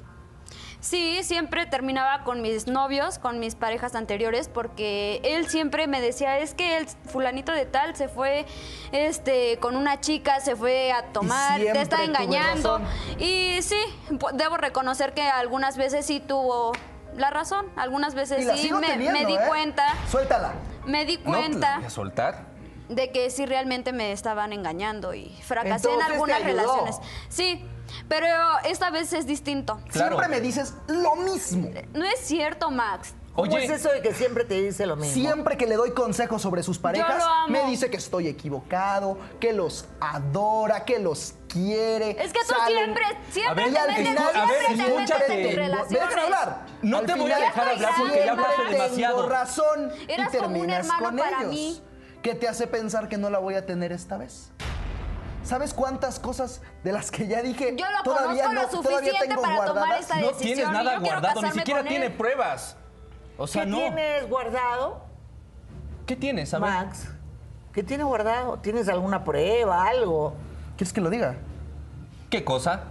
S5: Sí, siempre terminaba con mis novios, con mis parejas anteriores, porque él siempre me decía, es que el fulanito de tal se fue este, con una chica, se fue a tomar, te
S2: siempre
S5: está
S2: tuve
S5: engañando.
S2: razón.
S5: Y sí, pu- debo reconocer que algunas veces sí tuvo la razón, algunas
S2: Y
S5: veces
S2: la
S5: sí
S2: sigo
S5: me,
S2: teniendo,
S5: me di
S2: ¿eh?
S5: cuenta,
S2: Suéltala.
S5: me di
S3: No te la
S5: cuenta
S3: voy a soltar.
S5: de que sí realmente me estaban engañando y fracasé
S1: Entonces,
S5: en
S1: ¿te
S5: algunas
S1: ayudó?
S5: relaciones. Sí, pero esta vez es distinto.
S3: Claro.
S2: Siempre me dices lo mismo.
S5: No es cierto, Max.
S1: ¿Cómo
S3: Oye.
S1: es eso de que siempre te dice lo mismo?
S2: Siempre que le doy consejos sobre sus parejas,
S5: lo amo.
S2: me dice que estoy equivocado, que los adora, que los quiere.
S5: Es que tú siempre, siempre
S3: A ver,
S5: te
S2: al
S3: escu-
S5: metes,
S2: final-
S5: siempre
S3: a ver,
S5: te metes
S3: escúchate.
S5: en tus
S3: Ve-
S5: relaciones.
S2: Me dejan hablar.
S3: No te voy a dejar
S5: hablar porque ya
S2: siempre
S5: hablaste
S3: demasiado.
S2: Tengo razón y
S5: Eras como un
S2: terminas
S5: hermano
S2: con
S5: para
S2: ellos.
S5: mí.
S2: ¿Qué te hace pensar que no la voy a tener esta vez? ¿Sabes cuántas cosas de las que ya dije
S5: Yo lo
S2: todavía
S5: conozco
S2: no,
S5: lo
S2: todavía
S5: suficiente
S2: tengo
S5: para tomar
S2: guardadas?
S5: esta
S3: No
S5: decisión.
S3: tienes
S5: y
S3: nada
S5: yo quiero
S3: guardado, ni
S5: casarme
S3: siquiera
S5: con él.
S3: tiene pruebas. O sea,
S1: ¿Qué
S3: no.
S1: tienes guardado,
S3: ¿Qué tienes? A ver.
S1: Max? ¿Qué tienes guardado? ¿Tienes alguna prueba, algo?
S2: ¿Quieres que lo diga?
S3: ¿Qué cosa?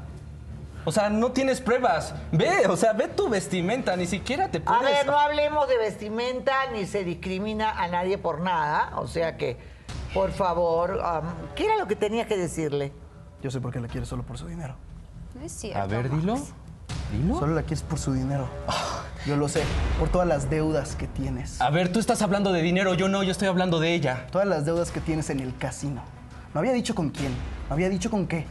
S3: O sea, no tienes pruebas. Ve, o sea, ve tu vestimenta, ni siquiera te
S1: A
S3: pones.
S1: ver, no hablemos de vestimenta ni se discrimina a nadie por nada. O sea que, por favor, am, ¿qué era lo que tenías que decirle?
S2: Yo sé por qué la quieres solo por su dinero.
S5: No es cierto.
S3: A ver,
S5: Max.
S3: dilo. Dilo. Ah.
S2: Solo la quieres por su dinero. Yo lo sé, por todas las deudas que tienes.
S3: A ver, tú estás hablando de dinero, yo no, yo estoy hablando de ella.
S2: Todas las deudas que tienes en el casino. No había dicho con quién, no había dicho con qué,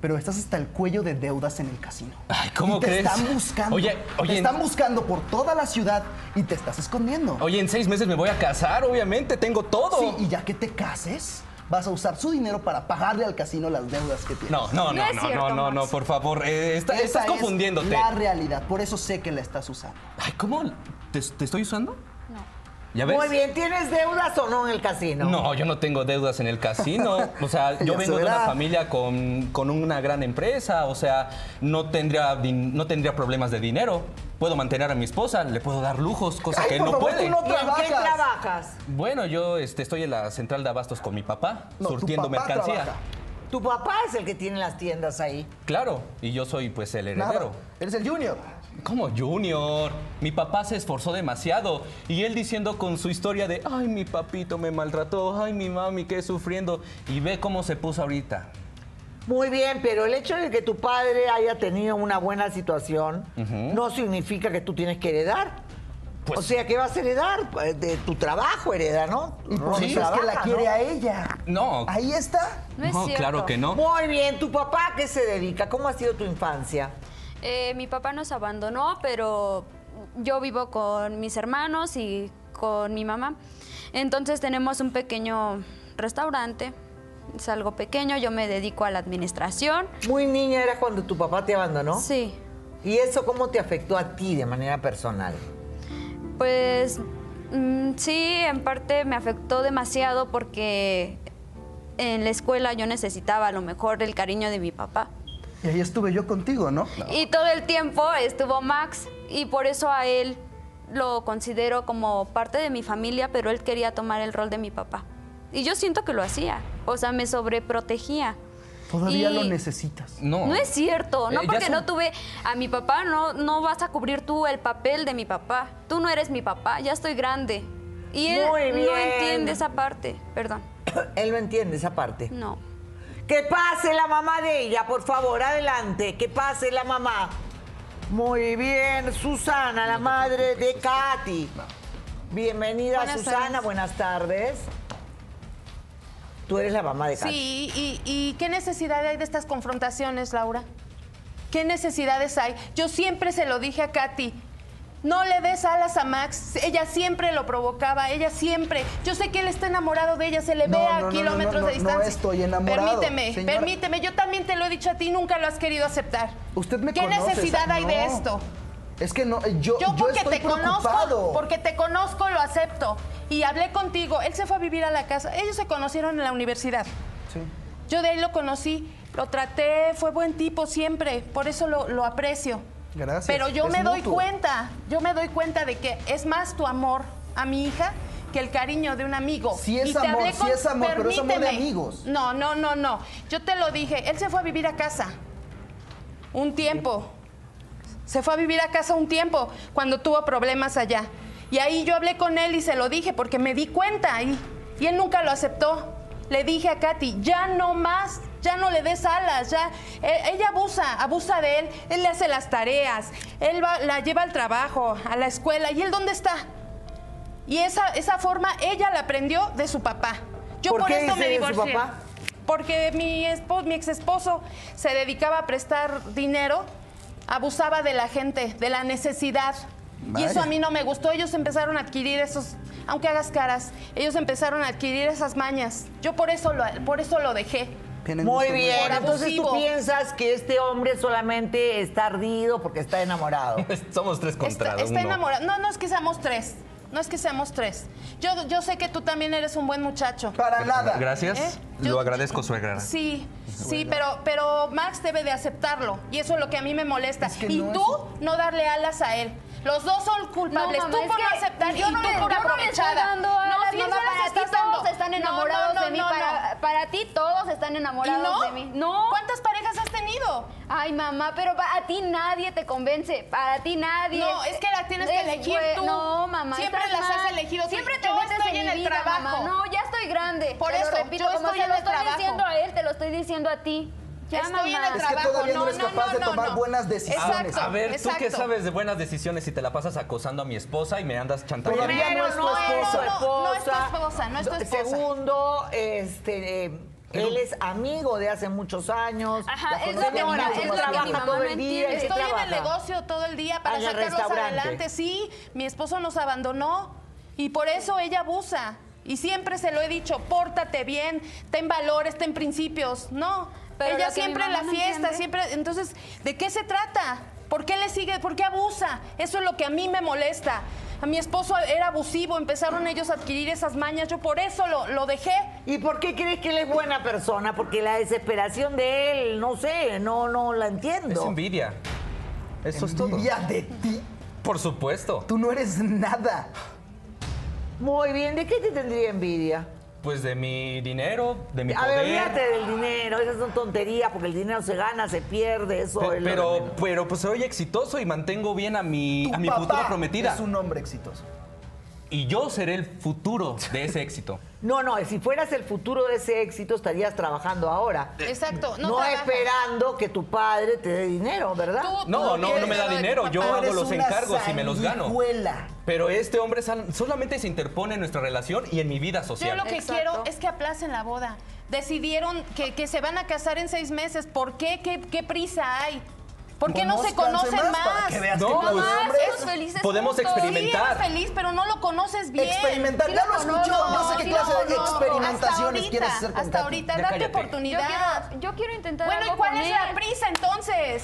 S2: pero estás hasta el cuello de deudas en el casino.
S3: Ay, ¿cómo
S2: Y te
S3: crees?
S2: están buscando.
S3: Oye, oye,
S2: Te están buscando por toda la ciudad y te estás escondiendo.
S3: Oye, en seis meses me voy a casar, obviamente, tengo todo.
S2: Sí, y ya que te cases, vas a usar su dinero para pagarle al casino las deudas que tienes.
S3: No, no,
S5: No
S3: no,
S5: es
S3: no,
S5: cierto,
S3: no, no, no,
S5: Max.
S3: por favor, eh, está-
S2: Esa
S3: estás
S2: es
S3: confundiéndote.
S2: La realidad, por eso sé que la estás usando.
S3: Ay, ¿cómo? ¿Te, te estoy usando? No. ¿Ya ves?
S1: Muy bien, ¿tienes deudas o no en el casino?
S3: No, yo no tengo deudas en el casino. O
S2: [laughs]
S3: sea, yo
S2: Ya
S3: vengo
S2: se
S3: de
S2: verá.
S3: una familia con, con una gran empresa. O sea, no tendría, din- no tendría problemas de dinero. Puedo mantener a mi esposa, le puedo dar lujos, cosa
S2: Ay,
S3: que
S2: por
S3: no
S2: favor,
S3: puede.
S2: tú no
S1: ¿Y en qué
S2: trabajas.
S1: trabajas?
S3: Bueno, yo este, estoy en la central de abastos con mi papá,
S2: No, tu
S3: surtiendo
S2: papá
S3: mercancía.
S2: trabaja.
S1: Tu papá es el que tiene las tiendas ahí.
S3: Claro, y yo soy pues el
S2: Nada.
S3: heredero.
S2: Eres el junior.
S3: ¿Cómo Junior? Mi papá se esforzó demasiado y él diciendo con su historia de, ay, mi papito me maltrató, ay, mi mami, qué sufriendo. Y ve cómo se puso ahorita.
S1: Muy bien, pero el hecho de que tu padre haya tenido una buena situación no significa que tú tienes que heredar.
S3: Pues-
S1: o sea, ¿qué vas a heredar? Pues, De tu trabajo hereda, ¿no?
S2: Y por
S1: Ronnie
S2: eso es que la
S1: trabaja,
S2: quiere
S1: ¿no?
S2: a ella.
S3: No.
S2: Ahí está.
S5: No es cierto.
S3: claro que no.
S1: Muy bien, ¿tu papá a qué se dedica? ¿Cómo ha sido tu infancia?
S5: Eh, mi papá nos abandonó, pero yo vivo con mis hermanos y con mi mamá. Entonces tenemos un pequeño restaurante. Es algo pequeño, yo me dedico a la administración.
S1: Muy niña eras cuando tu papá te abandonó.
S5: Sí.
S1: ¿Y eso cómo te afectó a ti de manera personal? [coughs]
S5: Pues mm, sí, en parte me afectó demasiado porque en la escuela yo necesitaba a lo mejor el cariño de mi papá.
S2: Y ahí estuve yo contigo, ¿no?
S5: Y todo el tiempo estuvo Max y por eso a él lo considero como parte de mi familia, pero él quería tomar el rol de mi papá. Y yo siento que lo hacía, o sea, me sobreprotegía.
S2: Todavía
S5: Y-
S2: lo necesitas.
S3: No.
S5: No es cierto, no
S3: Eh, ya
S5: porque
S3: son-
S5: no tuve a mi papá, no, no vas a cubrir tú el papel de mi papá. Tú no eres mi papá, ya estoy grande. Y él
S1: Muy
S5: no
S1: bien.
S5: entiende esa parte, perdón,
S1: Él no entiende esa parte.
S5: no.
S1: Que pase la mamá de ella, por favor, adelante, que pase la mamá. Muy bien, Susana, la madre de Katy. Bienvenida,
S6: Buenas
S1: Susana,
S6: tardes.
S1: buenas tardes. Tú eres la mamá de Katy.
S6: Sí, y, y qué necesidad hay de estas confrontaciones, Laura? ¿Qué necesidades hay? Yo siempre se lo dije a Katy. No le des alas a Max. Ella siempre lo provocaba, ella siempre. Yo sé que él está enamorado de ella, se le
S2: No,
S6: ve
S2: no,
S6: a
S2: no, no,
S6: kilómetros
S2: no, no,
S6: de distancia.
S2: no estoy enamorado,
S6: Permíteme,
S2: señora.
S6: permíteme. Yo también te lo he dicho a ti, nunca lo has querido aceptar.
S2: Usted me
S6: ¿Qué
S2: conoce,
S6: necesidad
S2: Sa-
S6: hay de
S2: no.
S6: esto?
S2: Es que no, eh, yo,
S6: Yo
S2: yo,
S6: porque
S2: estoy
S6: te
S2: preocupado.
S6: conozco, porque te conozco lo acepto. Y hablé contigo, él se fue a vivir a la casa. Ellos se conocieron en la universidad.
S2: Sí.
S6: Yo de ahí lo conocí, lo traté, fue buen tipo siempre, por eso lo, lo aprecio.
S2: Gracias,
S6: Pero yo
S2: es
S6: me doy
S2: mutuo.
S6: cuenta, yo me doy cuenta de que es más tu amor a mi hija que el cariño de un amigo.
S2: Sí es
S6: Y te
S2: amor,
S6: hablé
S2: sí es amor, pero es amor de
S6: Permíteme.
S2: amigos.
S6: No, no, no, no. Yo te lo dije, él se fue a vivir a casa. Un tiempo. Se fue a vivir a casa un tiempo cuando tuvo problemas allá. Y ahí yo hablé con él y se lo dije porque me di cuenta ahí. Y él nunca lo aceptó. Le dije a Katy, ya no más, ya no le des alas, ya. E- ella abusa, abusa de él, él le hace las tareas, él va- la lleva al trabajo, a la escuela. ¿Y él dónde está? Y esa, esa forma ella la aprendió de su papá. Yo
S1: ¿Por
S6: por,
S1: qué
S6: esto
S1: dice
S6: me
S1: de su
S6: divorcié.
S1: papá?
S6: Porque mi, esposo, mi ex esposo se dedicaba a prestar dinero, abusaba de la gente, de la necesidad. Y eso
S2: Vaya.
S6: a mí no me gustó. Ellos empezaron a adquirir esos, aunque hagas caras, ellos empezaron a adquirir esas mañas. Yo por eso lo, por eso lo dejé.
S2: Tienen
S1: Muy
S2: gusto
S1: bien,
S6: Por
S1: entonces tú
S6: abusivo.
S1: piensas que este hombre solamente está ardido porque está enamorado.
S3: Somos tres contra
S6: Está, está
S3: uno.
S6: enamorado. No, no es que seamos tres. No es que seamos tres. Yo, yo sé que tú también eres un buen muchacho.
S2: Para nada.
S3: Gracias.
S6: ¿Eh?
S3: Lo
S6: Yo-
S3: agradezco, suegra.
S6: Sí, sí, pero, pero Max debe de aceptarlo. Y eso es lo que a mí me molesta.
S2: Es que
S6: y
S2: no,
S6: tú
S2: eso-
S6: no darle alas a él. Los dos son culpables.
S5: No, mamá,
S6: tú
S5: es
S6: por no
S5: que
S6: aceptar
S5: yo
S6: y
S5: no
S6: tú
S5: le- yo
S6: por
S5: no le
S6: aprovechada.
S5: estoy dando alas, mamá,
S6: sí, se las
S5: para ti
S6: estás dando.
S5: todos están
S6: No, no,
S5: enamorados
S6: no,
S5: de mí.
S6: no,
S5: para,
S6: no.
S5: para ti todos están enamorados
S6: ¿Y no?
S5: de mí. No.
S6: ¿Cuántas parejas has tenido?
S5: Ay, mamá, pero pa- a ti nadie te convence. Para ti nadie.
S6: No, es que las tienes que elegir
S5: güey,
S6: tú.
S5: No, mamá.
S6: Siempre
S5: estás
S6: las has
S5: mal.
S6: elegido tú.
S5: Siempre te
S6: Yo
S5: metes
S6: estoy en
S5: mi
S6: el
S5: vida,
S6: trabajo.
S5: mamá. No, ya estoy grande.
S6: Por
S5: Te lo
S6: eso,
S5: repito,
S6: yo
S5: como
S6: estoy
S5: se
S6: en
S5: lo
S6: el
S5: estoy
S6: trabajo.
S5: diciendo a él, te lo estoy diciendo a ti. Ya,
S6: Estoy en
S5: mamá.
S2: Es
S6: el
S2: que
S6: trabajo.
S2: todavía no
S6: no,
S2: eres
S6: no,
S2: capaz
S6: no,
S2: de
S6: no,
S2: tomar
S6: no.
S2: buenas decisiones.
S6: Exacto,
S3: a ver,
S6: exacto.
S3: ¿tú qué sabes de buenas decisiones si te la pasas acosando a mi esposa y me andas chantajeando?
S2: Todavía no es tu
S1: Primero,
S2: esposa.
S6: No, no es tu esposa, no es tu
S1: Do-
S6: esposa.
S1: Segundo, este, eh, él es amigo de hace muchos años.
S5: Ajá,
S1: la
S5: es lo
S1: conoce
S5: que-
S1: mucho,
S5: es lo que
S1: trabaja
S5: mi mamá
S1: todo
S5: no
S1: el día,
S5: entiende.
S1: ¿en qué
S6: Estoy en el
S1: trabaja?
S6: negocio todo el día para
S1: En el
S6: sacarlos
S1: restaurante.
S6: adelante. Sí, mi esposo nos abandonó y por eso ella abusa. Y siempre se lo he dicho, pórtate bien, ten valores, ten principios. No,
S5: Pero
S6: ella
S5: lo que
S6: siempre
S5: mi
S6: en
S5: mamá
S6: la
S5: no
S6: fiesta,
S5: entiende.
S6: siempre... Entonces, ¿de qué se trata? ¿Por qué le sigue? ¿Por qué abusa? Eso es lo que a mí me molesta. A mi esposo era abusivo, empezaron ellos a adquirir esas mañas, yo por eso lo, lo dejé.
S1: ¿Y por qué crees que él es buena persona? Porque la desesperación de él, no sé, no, no la
S3: Es
S1: entiendo.
S3: envidia. Eso
S2: Envidia
S3: es
S2: de ti.
S3: todo. Por supuesto.
S2: Tú no eres nada.
S1: Muy bien, ¿de qué te tendría envidia?
S3: Pues de mi dinero, de mi
S1: A ver,
S3: poder.
S1: olvídate del dinero, esas son tonterías, porque el dinero se gana, se pierde, eso
S3: Pe-
S1: es lo de
S3: pero,
S1: menos.
S3: pero pues soy exitoso y mantengo bien a mi,
S2: Tu
S3: a mi
S2: papá
S3: futura prometida.
S2: Es un hombre exitoso.
S3: Y yo seré el futuro de ese éxito.
S1: No, no, si fueras el futuro de ese éxito, estarías trabajando ahora.
S6: Exacto, no,
S1: No,
S6: trabaja.
S1: esperando que tu padre te dé dinero, ¿verdad?
S6: Tú-
S3: No, no, no me da
S6: Tú
S3: dinero. Yo
S6: eres
S3: hago
S2: Eres
S3: los
S2: una
S3: encargos y me los gano.
S2: sanguijuela.
S3: Pero este hombre sal- solamente se interpone en nuestra relación y en mi vida
S6: Yo
S3: social.
S6: lo que
S5: Exacto.
S6: quiero es que aplacen la boda. Decidieron que, que se van a casar en seis meses. ¿Por qué? ¿Qué, qué prisa hay? ¿Por qué no se
S2: Conózcanse
S6: conocen más?
S2: Para que veas
S3: No,
S2: que
S3: pues,
S2: los
S5: Mamá,
S2: hombres-
S5: somos felices
S3: podemos
S5: juntos.
S6: Sí,
S3: experimentar.
S6: eres feliz, pero no lo conoces bien.
S2: Experimentar,
S6: Sí
S2: ya lo escuchó,
S6: conozco,
S2: yo sé qué
S6: sí
S2: clase de
S6: lo conozco.
S2: experimentaciones
S6: Hasta
S2: quieres
S6: ahorita,
S2: hacer con
S6: Hasta
S2: Katy.
S6: ahorita,
S3: Ya
S6: date
S3: cállate.
S5: Yo
S6: oportunidad.
S5: quiero, yo quiero intentar
S6: Bueno,
S5: algo
S6: ¿y cuál
S5: con
S6: es
S5: él.
S6: la prisa entonces?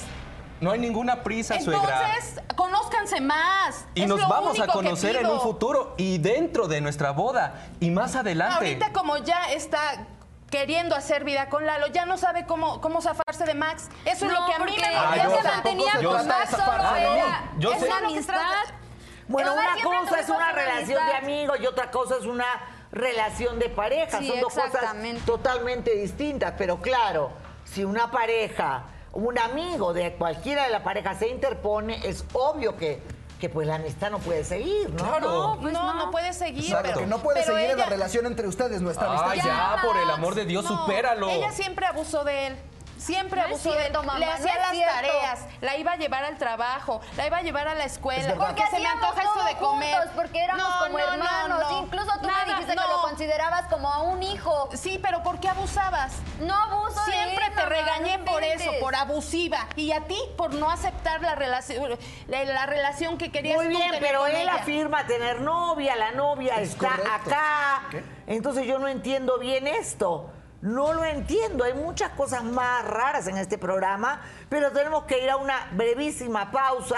S3: No hay ninguna prisa, suegra.
S6: Entonces, conózcanse más.
S3: Y
S6: Es
S3: nos
S6: lo
S3: vamos a
S6: único que
S3: conocer en
S6: pido.
S3: un futuro y dentro de nuestra boda y más adelante.
S6: Ahorita como ya está queriendo hacer vida con Lalo, ya no sabe cómo, cómo zafarse de Max. Eso es
S5: No,
S6: lo que a mí
S5: porque
S6: me
S5: ella
S3: Ah,
S6: molesta.
S3: yo-
S5: Eh, se mantenía
S2: tampoco se
S5: con
S2: trata
S5: Max
S2: de
S5: solo
S2: zafar,
S3: Ah, no,
S5: era
S3: yo
S5: es
S3: sé.
S5: una
S3: No,
S6: que se trata-
S5: amistad.
S1: Bueno,
S5: Pero
S1: una
S5: siempre
S1: cosa es
S5: tuvimos
S1: una relación de
S5: amistad.
S1: amigos y otra cosa es una relación de pareja.
S5: Sí,
S1: Son dos cosas
S5: exactamente.
S1: totalmente distintas. Pero claro, si una pareja, un amigo de cualquiera de la pareja se interpone, es obvio que, que pues la amistad no puede seguir, ¿no?
S3: Claro.
S5: No, pues
S6: no,
S5: no.
S6: no puede seguir.
S2: Exacto,
S6: pero-
S2: no puede
S6: pero
S2: seguir en la
S6: ella-
S2: relación entre ustedes, nuestra amistad.
S3: Ay,
S5: Ya,
S3: ya,
S5: Max.
S3: Ah, por el amor de Dios,
S6: No,
S3: supéralo.
S6: Ella siempre abusó de él. Siempre
S5: No es
S6: abusó
S5: cierto,
S6: de él.
S5: mamá,
S6: Le
S5: no
S6: hacía
S5: es
S6: las
S5: cierto.
S6: tareas, la iba a llevar al trabajo, la iba a llevar a la escuela.
S2: verdad.
S6: Porque se me
S5: hacíamos
S6: antoja esto
S5: todo
S6: de comer.
S5: juntos, porque éramos
S6: No,
S5: como
S6: no, no,
S5: hermanos.
S6: no.
S5: Incluso tú
S6: Nada,
S5: me dijiste
S6: no.
S5: que lo considerabas como a un hijo.
S6: Sí, pero ¿por qué abusabas?
S5: No abuso de
S6: Siempre
S5: él,
S6: te
S5: mamá,
S6: regañé
S5: no
S6: por eso,
S5: inventes.
S6: por abusiva. Y a ti por no aceptar la relación, la, la relación que querías
S1: Muy
S6: tú
S1: bien,
S6: tener
S1: pero
S6: con
S1: él
S6: ella.
S1: afirma tener novia, la novia
S2: Es
S1: está
S2: correcto.
S1: acá.
S2: ¿Qué?
S1: Entonces yo no entiendo bien esto. No lo entiendo. Hay muchas cosas más raras en este programa, pero tenemos que ir a una brevísima pausa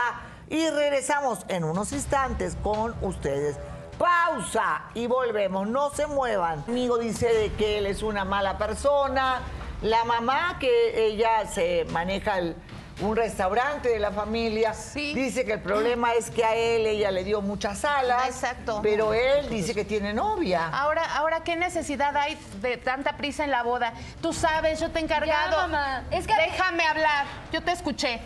S1: y regresamos en unos instantes con ustedes. Pausa y volvemos. No se muevan. Mi amigo dice de que él es una mala persona. La mamá que ella se maneja el- un restaurante de la familia
S6: Sí.
S1: dice que el problema es que a él ella le dio muchas alas.
S6: Ah, exacto.
S1: Pero él dice que tiene novia.
S6: Ahora, ahora, ¿qué necesidad hay de tanta prisa en la boda? Tú sabes, yo te he encargado.
S5: Ya, mamá. Es que-
S6: Déjame hablar. Yo te escuché.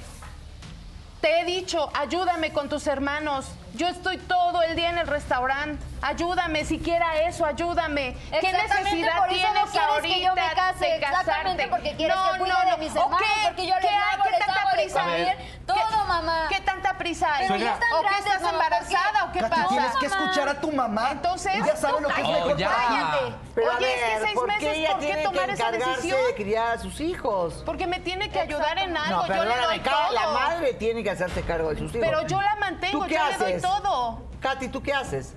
S6: Te he dicho, ayúdame con tus hermanos. Yo estoy todo el día en el restaurante. Ayúdame, siquiera eso, ayúdame. ¿Qué
S5: Exactamente,
S6: necesidad
S5: por eso
S6: tienes
S5: no quieres
S6: ahorita
S5: que yo me case,
S6: de
S5: exactamente,
S6: casarte?
S5: porque quieres que cuide de mis
S6: ¿O
S5: hermanos,
S6: qué?
S5: porque yo les
S6: ¿Qué hay?
S5: lavo,
S6: ¿Qué
S5: les
S6: tanta
S5: hago de
S6: prisa?
S5: comer,
S6: ¿Qué-
S5: todo, mamá.
S6: ¿Qué tanta prisa hay?
S5: Pero ya están
S6: ¿O que
S5: grandes,
S6: estás
S5: mamá,
S6: embarazada o qué
S2: Katy,
S6: pasa?
S2: tienes que
S5: mamá.
S2: escuchar a tu mamá.
S6: Entonces,
S2: ella sabe lo que es
S3: Oh,
S2: mejor
S3: ya.
S2: para ella.
S6: Cállate.
S1: Pero a
S6: Oye, es que
S1: ver,
S6: seis
S1: ¿por qué
S6: meses,
S1: ella
S6: ¿por qué
S1: tiene
S6: tomar
S1: que
S6: esa
S1: encargarse
S6: decisión?
S1: de criar a sus hijos?
S6: Porque me tiene que ayudar en algo.
S1: no,
S6: yo le doy
S1: perdóname, cada-
S6: todo.
S1: la madre tiene que hacerse cargo de sus hijos.
S6: Pero yo la mantengo,
S1: ¿Tú qué
S6: yo le
S1: haces?
S6: doy todo.
S1: Katy, ¿tú qué haces?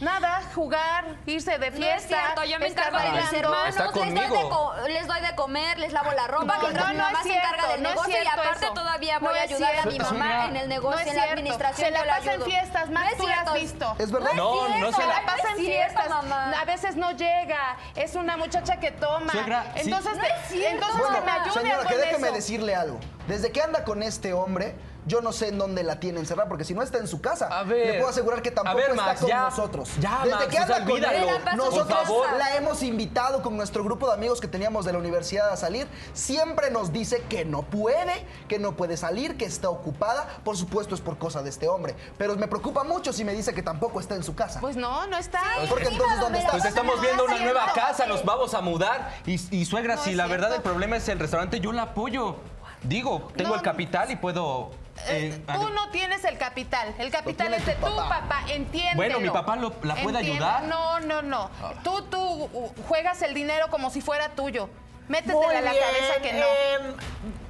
S6: Nada, jugar, irse de
S5: No es
S6: fiesta.
S5: cierto, yo me
S6: estar
S5: encargo de mis
S6: bailando.
S5: hermanos,
S3: Está
S5: les doy, de
S3: conmigo.
S5: co- les doy de comer, les lavo la ropa,
S6: No,
S5: mientras
S6: no,
S5: mi
S6: no
S5: mamá
S6: es
S5: se encarga
S6: cierto,
S5: del
S6: no es
S5: negocio y
S6: cierto
S5: aparte
S6: eso.
S5: todavía
S6: No
S5: voy a
S6: es
S5: ayudar a mi
S6: cierto.
S5: mamá
S3: Señora.
S5: en el
S6: No
S5: negocio,
S6: es
S5: en la
S6: cierto.
S5: administración.
S6: Se la
S5: yo le
S6: pasa en
S5: ayudo.
S6: fiestas, Max,
S5: No es
S6: tú la has
S5: cierto.
S6: visto.
S2: Es verdad.
S5: No,
S3: No,
S5: es
S3: no
S5: cierto,
S3: se la-
S6: la
S5: no
S6: pasa en
S5: es cierto,
S6: fiestas.
S5: mamá.
S6: A veces no llega, es una muchacha que toma.
S3: Suegra, sí.
S6: entonces,
S5: No es cierto,
S6: entonces
S5: Bueno,
S6: que me ayude
S2: señora,
S6: con
S2: que déjeme
S6: eso.
S2: decirle algo. Desde que anda con este hombre, yo no sé en dónde la tiene encerrada, porque si no está en su casa,
S3: A ver.
S2: le puedo asegurar que tampoco
S3: A ver,
S2: está
S3: Max,
S2: con
S3: ya.
S2: nosotros.
S3: Ya,
S2: Desde
S3: Max,
S2: que anda
S3: o sea,
S2: con él,
S5: olvídalo. Por
S2: nosotros
S5: favor.
S2: la hemos invitado con nuestro grupo de amigos que teníamos de la universidad a salir. Siempre nos dice que no puede, que no puede salir, que está ocupada. Por supuesto, es por cosa de este hombre. Pero me preocupa mucho si me dice que tampoco está en su casa.
S6: Pues no, no está.
S2: porque
S5: sí,
S2: entonces,
S5: mamá,
S2: ¿dónde
S5: me
S2: está?
S3: Pues
S5: la Pásame
S3: estamos
S5: la
S3: viendo una
S5: casa,
S3: nueva
S5: ya no.
S3: casa, nos vamos a mudar. Y, y suegra,
S6: No
S3: si
S6: es
S3: la verdad el
S6: cierto.
S3: problema es el restaurante, yo la apoyo. Digo, tengo
S6: No,
S3: el
S6: no.
S3: capital y puedo...
S6: Eh,
S3: eh,
S6: tú no tienes el capital. El capital
S2: tiene
S6: es de
S2: tu
S6: tu
S2: papá.
S6: papá. Entiéndelo.
S3: Bueno, mi papá lo- la puede ayudar.
S6: No, no, no. Tú, tú uh, juegas el dinero como si fuera tuyo. Métetela
S1: Muy
S6: a la
S1: bien,
S6: cabeza que no.
S5: eh,
S1: em,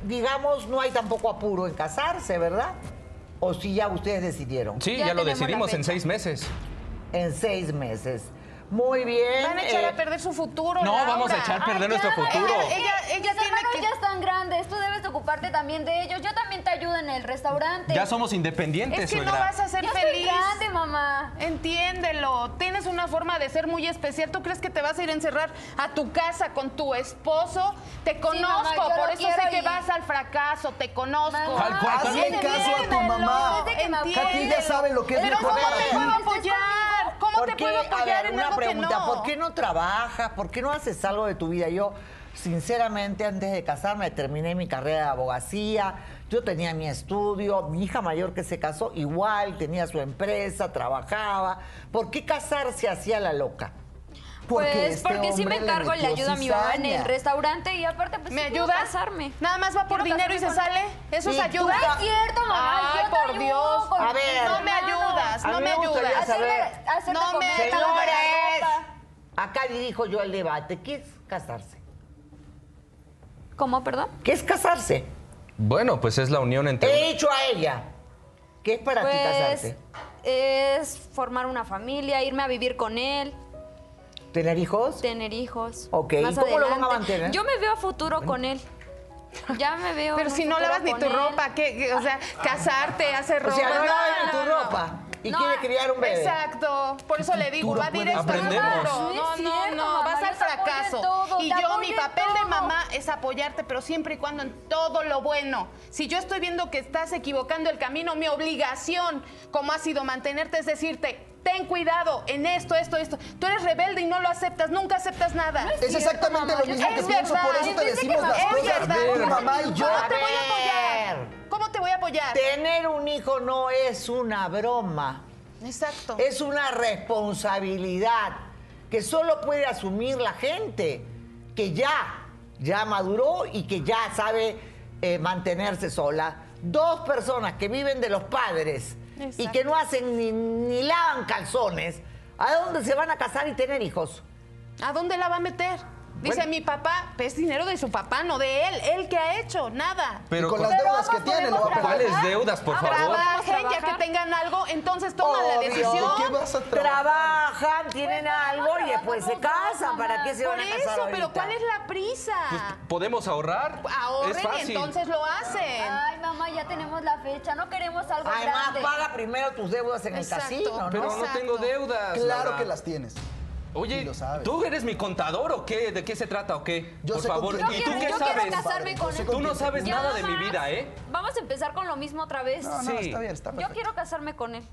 S1: digamos, no hay tampoco apuro en casarse, ¿verdad? O si ya ustedes decidieron.
S3: Sí,
S5: Ya
S3: ya, lo
S5: tenemos la
S3: decidimos en
S5: fecha.
S3: seis meses.
S1: En seis meses. Muy bien.
S6: Van a echar
S1: eh,
S6: a perder su futuro.
S3: No,
S6: Laura.
S3: vamos a echar a perder
S5: Ay,
S3: nuestro
S5: ya,
S3: futuro.
S5: ya, ya,
S6: Ella- ella
S5: Mis
S6: tiene
S5: hermanos
S6: que-
S5: ya están grandes, tú debes de ocuparte también de ellos. Yo también te ayudo en el restaurante.
S3: Ya somos independientes,
S6: Es que no
S3: suegra.
S6: vas a ser
S5: Ya estoy
S6: feliz.
S5: grande, mamá.
S6: Entiéndelo, tienes una forma de ser muy especial. ¿Tú crees que te vas a ir a encerrar a tu casa con tu esposo? Te conozco,
S5: mamá, yo
S6: por
S5: lo
S6: eso sé
S5: quiero
S6: que
S5: ir.
S6: vas al fracaso, te conozco.
S5: Mamá,
S3: Al cuarto.
S2: Hazle
S5: entiéndelo,
S2: caso a tu mamá.
S5: desde que me
S6: Entiéndelo.
S5: acuerdo.
S2: Katy ya sabe lo que es
S6: Pero
S2: mejor
S6: ¿cómo
S2: para
S6: te
S2: ti.
S6: puedo
S5: Estés
S6: apoyar? ¿Cómo
S1: ¿por
S6: te
S1: qué?
S6: puedo
S1: A
S6: apoyar
S1: ver,
S6: en
S1: una
S6: algo que
S1: pregunta,
S6: no?
S1: ¿por qué no trabajas? ¿Por qué no haces algo de tu vida? Yo, sinceramente, antes de casarme, terminé mi carrera de abogacía, yo tenía mi estudio, mi hija mayor que se casó igual, tenía su empresa, trabajaba. ¿Por qué casarse hacía la loca?
S5: Pues
S2: este
S5: porque sí me
S2: hombre
S5: encargo y le
S2: metió
S5: ayudo a mi mamá en
S2: cizaña.
S5: el restaurante y aparte pues
S6: ¿Me
S5: sí quiero
S6: ayudas?
S5: casarme.
S6: Nada más va por
S5: Quiero
S6: dinero y se
S5: casarme con-
S6: sale. ¿Eso
S1: Y tú
S6: es
S5: No
S6: ayuda?
S1: ca-
S5: es cierto, mamá.
S6: Ay,
S5: yo te
S6: por
S5: ayudo
S6: Dios.
S5: con
S1: A
S5: mis
S1: ver.
S6: No me
S5: hermanos.
S6: ayudas,
S1: A
S6: no
S1: mí
S6: me
S1: me gustaría
S6: ayudas.
S1: saber-
S5: Hacerle, hacerle
S6: No
S5: comer,
S6: me-
S5: lavar la
S1: Señores,
S5: ropa.
S1: acá dirijo yo el debate. ¿Qué es casarse?
S5: ¿Cómo, perdón?
S1: ¿Qué es casarse?
S3: Bueno, pues es la unión entre...
S1: He dicho a ella. ¿Qué es para ti
S5: Pues
S1: casarse?
S5: es formar una familia, irme a vivir con él,
S1: ¿Tener hijos?
S5: tener hijos.
S1: Ok, ¿y
S5: más
S1: cómo lo van a
S5: adelante.
S1: mantener?
S5: Yo me veo a futuro con él. Ya me veo.
S6: Pero
S5: en un
S6: si no
S5: futuro
S6: lavas ni
S5: con
S6: tu
S5: él.
S6: ropa, ¿qué? qué- O sea, casarte, hacer
S1: O
S2: Pues
S3: Pues
S6: ropa.
S1: sea, no
S6: no,
S1: lavan tu
S6: no, no.
S1: ropa y
S5: No,
S1: quiere criar un bebé.
S6: Exacto, por eso le digo,
S2: futuro
S6: va
S2: puedes
S6: directo al
S3: tener?
S5: No
S6: futuro. No,
S5: es
S6: no,
S5: cierto,
S6: no,
S5: mamá,
S6: vas
S5: yo
S6: al
S5: te apoyo en
S6: fracaso.
S5: todo, te
S6: y yo,
S5: apoyo
S6: mi
S5: en
S6: papel de
S5: todo.
S6: mamá es apoyarte, pero siempre y cuando en todo lo bueno. Si yo estoy viendo que estás equivocando el camino, mi obligación, como ha sido mantenerte, es decirte, ten cuidado en esto, esto, esto. Tú eres rebelde y no lo aceptas, nunca aceptas nada.
S2: Es exactamente lo mismo que
S6: Es
S2: pienso,
S6: verdad.
S2: por eso te
S6: Desde
S2: decimos las
S6: Es
S2: cosas.
S6: verdad.
S2: Tu mamá y yo.
S6: ¿Cómo te voy
S1: A
S6: a
S1: ver.
S6: apoyar? ¿Cómo te voy a apoyar?
S1: Tener un hijo no es una broma,
S6: Exacto.
S1: es una responsabilidad que solo puede asumir la gente que ya, ya maduró y que ya sabe eh, mantenerse sola. Dos personas que viven de los padres y que no hacen ni, ni lavan calzones, ¿a dónde se van a casar y tener hijos?
S6: ¿A dónde la va a meter? Dice
S1: Bueno.
S6: mi papá, pero es dinero de su papá, no de él. ¿Él que ha hecho? Nada.
S2: Y
S3: Pero
S2: con
S3: con-
S2: las deudas que tiene, lo va a perder.
S3: ¿cuáles deudas, por favor?
S6: Trabajen, ya
S5: trabajar?
S6: que tengan algo, entonces toman la
S1: Obvio.
S6: decisión.
S2: ¿De qué vas a trabajar?
S1: Trabajan, tienen
S5: Pues, mamá,
S1: algo y después se
S5: trabajamos,
S1: casan.
S5: mamá.
S1: ¿Para qué se
S6: Por
S1: van a casar
S6: eso, pero
S1: ahorita?
S6: ¿cuál es la
S3: Pues,
S6: prisa?
S3: ¿Podemos ahorrar? es
S6: Ahorren
S3: fácil.
S6: y entonces lo hacen.
S5: Ay, mamá, ya tenemos la fecha. No queremos algo
S1: Además,
S5: grande.
S1: paga primero tus deudas en
S6: Exacto.
S1: el casino, ¿no?
S3: Pero no
S6: Exacto.
S3: tengo deudas.
S2: Claro
S3: Laura.
S2: que las tienes.
S3: Oye,
S2: Y lo sabes.
S3: ¿tú eres mi contador o qué? ¿De qué se trata o qué?
S2: Yo
S3: por
S2: sé con
S3: favor,
S2: quién
S3: ¿y
S2: te
S3: tú
S5: Yo
S3: qué
S5: quiero- yo quiero
S3: sabes?
S5: casarme con
S2: Yo sé
S5: él.
S2: con
S3: Tú no
S2: quién te
S3: sabes
S5: Ya,
S3: nada de mi
S5: mamá,
S3: vida, ¿eh?
S5: Vamos a empezar con lo mismo otra vez.
S2: No, no,
S3: Sí.
S2: está bien, está
S5: Yo
S2: perfecto.
S5: quiero casarme con él.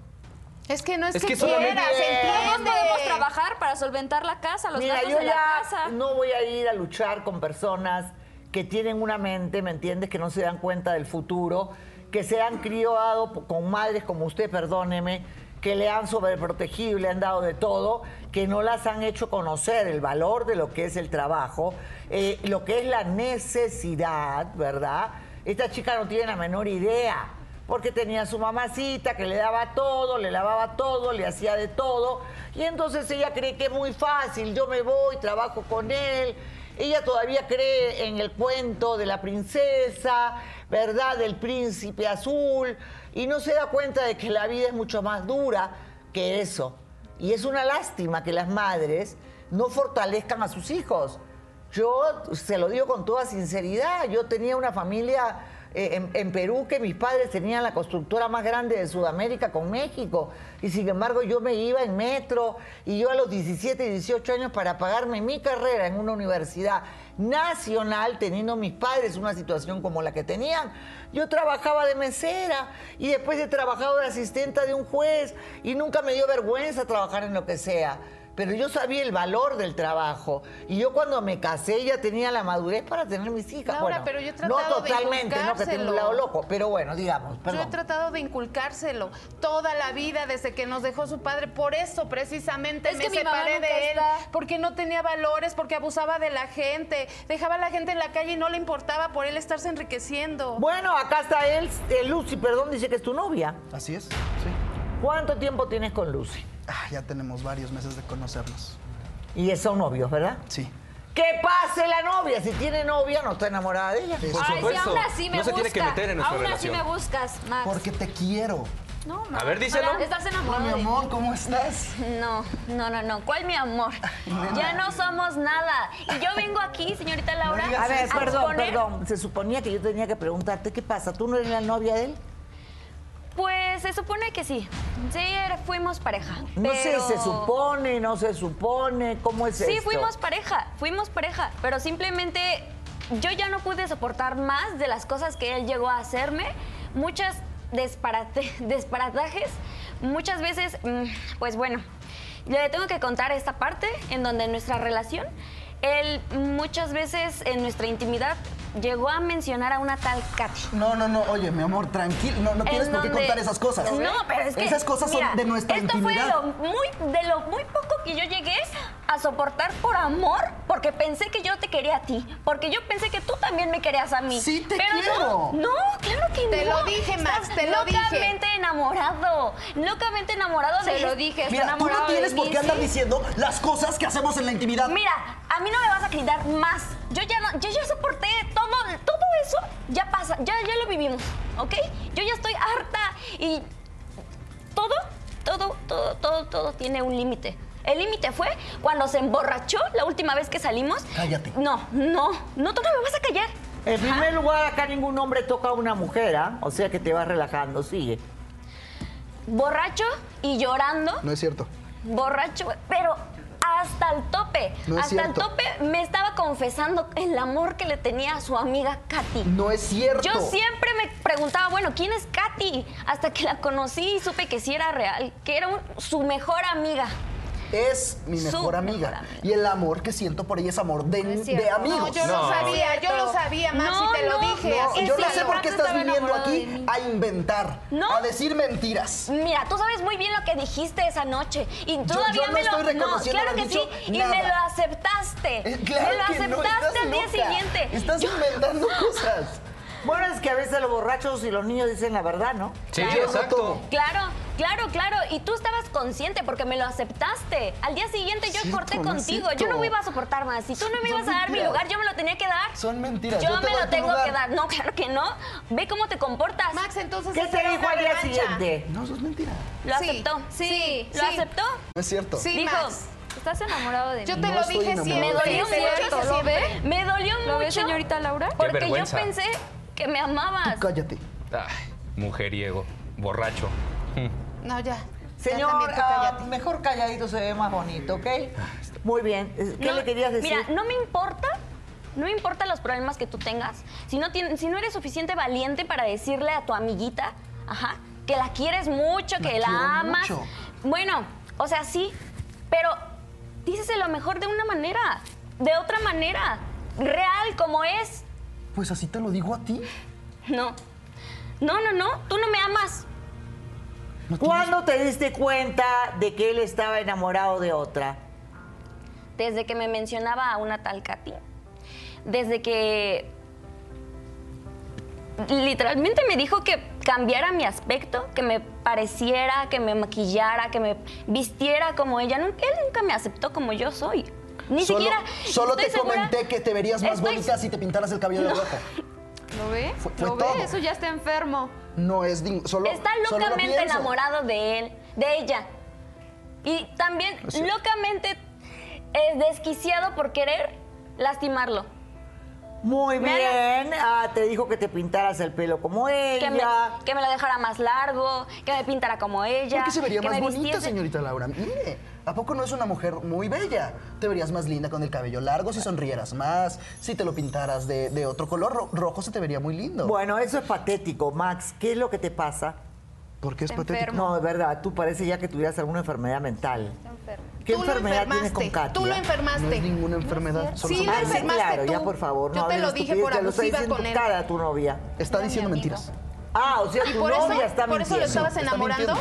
S6: Es que no es,
S3: Es
S6: que,
S3: que solamente-
S6: quieras,
S5: Todos
S6: entiende.
S5: podemos trabajar para solventar la casa, los
S1: Mira,
S5: gastos
S1: yo
S5: de la
S1: ya
S5: casa.
S1: no voy a ir a luchar con personas que tienen una mente, ¿me entiendes? Que no se dan cuenta del futuro, que se han criado p- con madres como usted, perdóneme, que le han sobreprotegido, y le han dado de todo, que no las han hecho conocer el valor de lo que es el trabajo, eh, lo que es la necesidad, ¿verdad? Esta chica no tiene la menor idea porque tenía su mamacita que le daba todo, le lavaba todo, le hacía de todo. Y entonces ella cree que es muy fácil, yo me voy, trabajo con él. Ella todavía cree en el cuento de la princesa, ¿verdad? Del príncipe azul. Y no se da cuenta de que la vida es mucho más dura que eso. Y es una lástima que las madres no fortalezcan a sus hijos. Yo se lo digo con toda sinceridad, yo tenía una familia eh, en, en Perú que mis padres tenían la constructora más grande de Sudamérica con México y sin embargo yo me iba en metro y yo a los 17 y 18 años para pagarme mi carrera en una universidad nacional teniendo mis padres una situación como la que tenían. Yo trabajaba de mesera y después he trabajado de asistenta de un juez y nunca me dio vergüenza trabajar en lo que sea pero yo sabía el valor del trabajo. Y yo cuando me casé ya tenía la madurez para tener mis hijas.
S6: Laura,
S1: bueno,
S6: pero yo he
S1: no
S6: tratado de
S1: totalmente, no que tengo un
S6: inculcárselo.
S1: lado loco, pero bueno, digamos,
S6: Yo he
S1: perdón.
S6: tratado de inculcárselo toda la vida desde que nos dejó su padre. Por eso, precisamente,
S7: Es
S6: me
S7: que mi mamá
S6: separé
S7: nunca
S6: de él.
S7: está.
S6: Porque no tenía valores, porque abusaba de la gente. Dejaba a la gente en la calle y no le importaba por él estarse enriqueciendo.
S1: Bueno, acá está él, eh, Lucy, perdón, dice que es tu novia.
S2: Así es, sí.
S1: ¿Cuánto tiempo tienes con Lucy?
S2: Ah, ya tenemos varios meses de conocernos.
S1: Y son novios, ¿verdad?
S2: Sí.
S1: Que pase la novia, si tiene novia no está enamorada de ella.
S2: Sí.
S7: Ay, sí,
S3: supuesto.
S7: aún así me
S3: No se tiene que
S7: busca.
S3: meter en nuestra
S7: Aún
S3: relación.
S7: así me buscas, Max.
S2: Porque te quiero.
S7: No, Max.
S3: A ver, díselo.
S7: Hola, Estás
S2: Hola,
S7: enamorado
S2: mi
S7: de mí.
S2: amor, ¿cómo estás?
S7: No, no, no, no. ¿Cuál mi amor? Ya no somos nada. Y yo vengo aquí, señorita Laura.
S2: No digas
S1: A ver,
S2: eso.
S1: perdón,
S7: exponer-
S1: perdón. Se suponía que yo tenía que preguntarte qué pasa. ¿Tú no eres la novia de él?
S7: Pues se supone que sí. Sí, era- fuimos pareja.
S1: No sé,
S7: pero-
S1: se supone, no se supone, ¿cómo es eso?
S7: Sí, fuimos pareja, fuimos pareja, pero simplemente yo ya no pude soportar más de las cosas que él llegó a hacerme, muchas desparate, [laughs] desparatajes, muchas veces, mm, pues bueno, le tengo que contar esta parte en donde nuestra relación, él muchas veces en nuestra intimidad llegó a mencionar a una tal Katy.
S2: No, no, no, oye, mi amor, tranquilo. No, no
S7: En
S2: tienes por qué
S7: donde-
S2: contar esas cosas.
S7: No, pero es que.
S2: Esas cosas
S7: mira,
S2: son de nuestra
S7: esto
S2: intimidad.
S7: fue de lo, muy, de lo muy poco que yo llegué a soportar por amor, porque pensé que yo te quería a ti. Porque yo pensé que tú también me querías a mí.
S2: Sí, te
S7: pero
S2: quiero.
S7: No, no, claro que no.
S6: Te lo dije, Max,
S7: Estás
S6: te lo dije.
S7: Locamente enamorado. Locamente enamorado de. este
S6: Se lo dije, está
S2: Mira, tú no
S6: enamorado de
S2: tienes por
S6: mí,
S2: qué andar
S6: ¿sí?
S2: diciendo las cosas que hacemos en la intimidad.
S7: Mira, a mí no me vas a gritar más. Yo ya, no- yo ya soporté todo, todo eso. Ya pasa, ya, ya lo vivimos, ¿ok? Yo ya estoy harta y todo, todo, todo, todo, todo tiene un límite. El límite fue cuando se emborrachó la última vez que salimos.
S2: Cállate.
S7: No, no, no, tú no me vas a callar.
S1: En primer lugar, acá ningún hombre toca a una mujer, ¿ah? O sea que te vas relajando, sigue.
S7: Borracho y llorando.
S2: No es cierto.
S7: borracho, pero hasta el tope.
S2: No es
S7: hasta el
S2: cierto.
S7: tope me estaba confesando el amor que le tenía a su amiga Katy.
S2: No es cierto.
S7: Yo siempre me preguntaba, bueno, ¿quién es Katy? Hasta que la conocí y supe que sí era real, que era un- su mejor amiga.
S2: Es mi
S7: Su
S2: mejor amiga.
S7: mejor amiga.
S2: Y el amor que siento por ella es amor de,
S7: es
S2: de
S7: cierto.
S2: amigos.
S6: No, yo
S3: No.
S6: lo sabía, yo lo sabía, Max,
S7: No,
S6: y te lo
S7: no,
S6: dije.
S7: no,
S6: así
S2: Yo no
S6: es.
S2: sé por qué estás
S7: estaba
S2: viniendo
S7: enamorado
S2: aquí
S7: de mí.
S2: a inventar,
S7: No.
S2: a decir mentiras.
S7: Mira, tú sabes muy bien lo que dijiste esa noche y todavía
S2: yo no
S7: me lo
S2: estoy reconociendo
S7: claro
S2: haber
S7: que sí
S2: dicho
S7: y
S2: nada.
S7: me lo aceptaste.
S2: Eh, claro
S7: me lo
S2: que no,
S7: aceptaste
S2: estás
S7: al día
S2: loca.
S7: siguiente.
S2: Estás
S7: Yo- [laughs]
S2: inventando cosas.
S1: Bueno, es que a veces los borrachos y los niños dicen la verdad, ¿no?
S3: Sí,
S7: Claro.
S3: exacto.
S7: Claro, claro, claro. Y tú estabas consciente porque me lo aceptaste. Al día siguiente yo
S2: Cierto,
S7: corté
S2: no es
S7: contigo. yo
S2: cierto.
S7: no me iba a soportar más. Si tú no
S2: Son
S7: me ibas a dar mi
S2: mentiras.
S7: lugar, yo me lo tenía que dar.
S2: Son mentiras.
S7: Yo,
S2: Yo te
S7: me
S2: doy
S7: lo
S2: tu
S7: tengo
S2: lugar.
S7: que dar. No, claro que no. Ve cómo te comportas.
S6: Max, entonces.
S1: ¿Qué
S6: esa
S1: te
S6: era
S1: dijo
S6: una
S1: al día
S6: revancha.
S1: siguiente?
S2: No, eso es mentira.
S7: lo
S6: sí,
S7: aceptó. Sí,
S6: sí,
S7: lo
S6: sí.
S7: aceptó.
S2: No es cierto.
S6: Sí,
S7: Dijo,
S6: Max.
S7: estás enamorado de
S6: Yo
S7: mí.
S6: te
S2: No
S6: lo
S2: estoy
S6: dije
S2: enamorado.
S7: Me
S6: siempre.
S7: dolió
S6: te lo dije
S7: mucho.
S6: siempre.
S7: Me dolió mucho.
S5: ¿Lo ve, señorita Laura? Qué
S7: Porque yo
S3: vergüenza.
S7: pensé que me amabas.
S2: Tú cállate.
S3: Ay, mujeriego, borracho.
S6: No, ya. Ya
S1: Señor,
S6: también tú
S1: ah,
S6: cállate.
S1: mejor calladito se ve más bonito, ¿ok? Muy bien. eh, ¿Qué
S7: No,
S1: le querías decir?
S7: Mira, no me importa. No me importa los problemas que tú tengas. Si no, tien- si no eres suficiente valiente para decirle a tu amiguita, ajá, que la quieres mucho, que
S2: quiero
S7: la amas.
S2: mucho.
S7: Bueno, o sea, sí, pero díceselo mejor de una manera, de otra manera, real como es.
S2: Pues así te lo digo a ti.
S7: No. No, no, no, tú no me amas.
S1: ¿Cuándo te diste cuenta de que él estaba enamorado de otra?
S7: Desde que me mencionaba a una tal Katy. Desde que
S5: literalmente me dijo que cambiara mi aspecto, que me pareciera, que me maquillara, que me vistiera como ella. Nun- él nunca me aceptó como yo soy. Ni
S2: solo,
S5: siquiera.
S2: Solo
S5: estoy
S2: te comenté
S5: segura-
S2: que te verías más
S5: estoy-
S2: bonita si te pintaras el cabello de rojo.
S8: ¿Lo ve?
S2: Fue- fue
S8: ¿Lo ve?
S2: todo.
S8: Eso ya está enfermo.
S2: No es ning- solo
S5: Está
S2: solo lo
S5: locamente
S2: pienso.
S5: enamorado de él, de ella. Y también locamente eh, desquiciado por querer lastimarlo.
S1: Muy
S5: Me
S1: bien. Ah, te dijo que te pintaras el pelo como
S5: Que me,
S1: ella.
S5: que me lo dejara más largo, que me pintara como ella.
S2: ¿Por qué se vería
S5: que
S2: más
S5: me
S2: bonita,
S5: vistiese-
S2: señorita Laura? Mire, ¿a poco no es una mujer muy bella? Te verías más linda con el cabello largo si sonrieras más, si te lo pintaras de, de otro color ro- rojo se te vería muy lindo.
S1: Bueno, eso es patético, Max. ¿Qué es lo que te pasa?
S2: ¿Por qué es
S8: Te
S2: patético?
S8: enfermo.
S1: No, de verdad, tú parece ya que tuvieras alguna enfermedad mental. ¿Qué
S6: Tú lo
S1: enfermedad tienes
S6: enfermaste,
S1: con Katia?
S6: Tú lo
S2: No es
S6: enfermaste.
S2: ninguna enfermedad. solo
S6: Sí,
S2: son
S6: lo
S1: Ay,
S2: palabras.
S1: sí,
S6: enfermaste
S1: claro, ya
S6: tú.
S1: por favor, no
S6: Yo te
S1: hables
S6: lo dije
S1: estupidez,
S6: por
S1: te lo estoy
S6: abusiva
S1: diciendo
S6: con él.
S1: cara a tu novia.
S2: Está diciendo mentiras.
S1: Ah, o sea,
S6: Y
S1: tu
S6: por eso,
S1: novia está
S6: por eso lo
S1: mintiendo.
S6: estabas enamorando,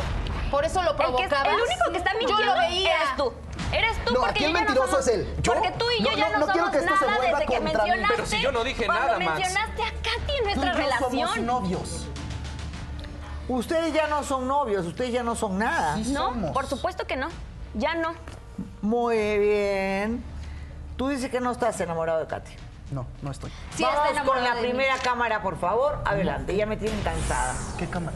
S6: por eso lo
S5: El, que-
S6: provocabas.
S5: el único que está mintiendo
S6: Yo lo veía.
S5: eres tú. Eres tú
S2: No,
S5: porque
S2: aquí
S5: yo
S2: el
S5: ya
S2: mentiroso
S5: no somos-
S2: es él. ¿Yo?
S5: Porque tú y yo
S2: No,
S5: ya
S2: no,
S5: no,
S2: no quiero
S5: somos
S2: que esto se
S5: nada
S2: vuelva
S5: desde que
S2: contra mí.
S5: mencionaste.
S3: Pero si yo no dije
S5: cuando
S3: nada, Max.
S5: mencionaste a Katy en
S2: Tú y
S5: nuestra
S2: yo somos
S5: relación.
S2: novios.
S1: Ustedes ya no son novios, ustedes ya no son nada.
S2: Sí
S5: No,
S2: somos.
S5: por supuesto que no. Ya no.
S1: Muy bien. Tú dices que no estás enamorado de Katy.
S2: No, no estoy.
S5: Sí está
S1: Vamos
S5: enamorado
S1: con la
S5: de mí.
S1: primera cámara, por favor. Adelante, ya me tienen cansada.
S2: ¿Qué cámara?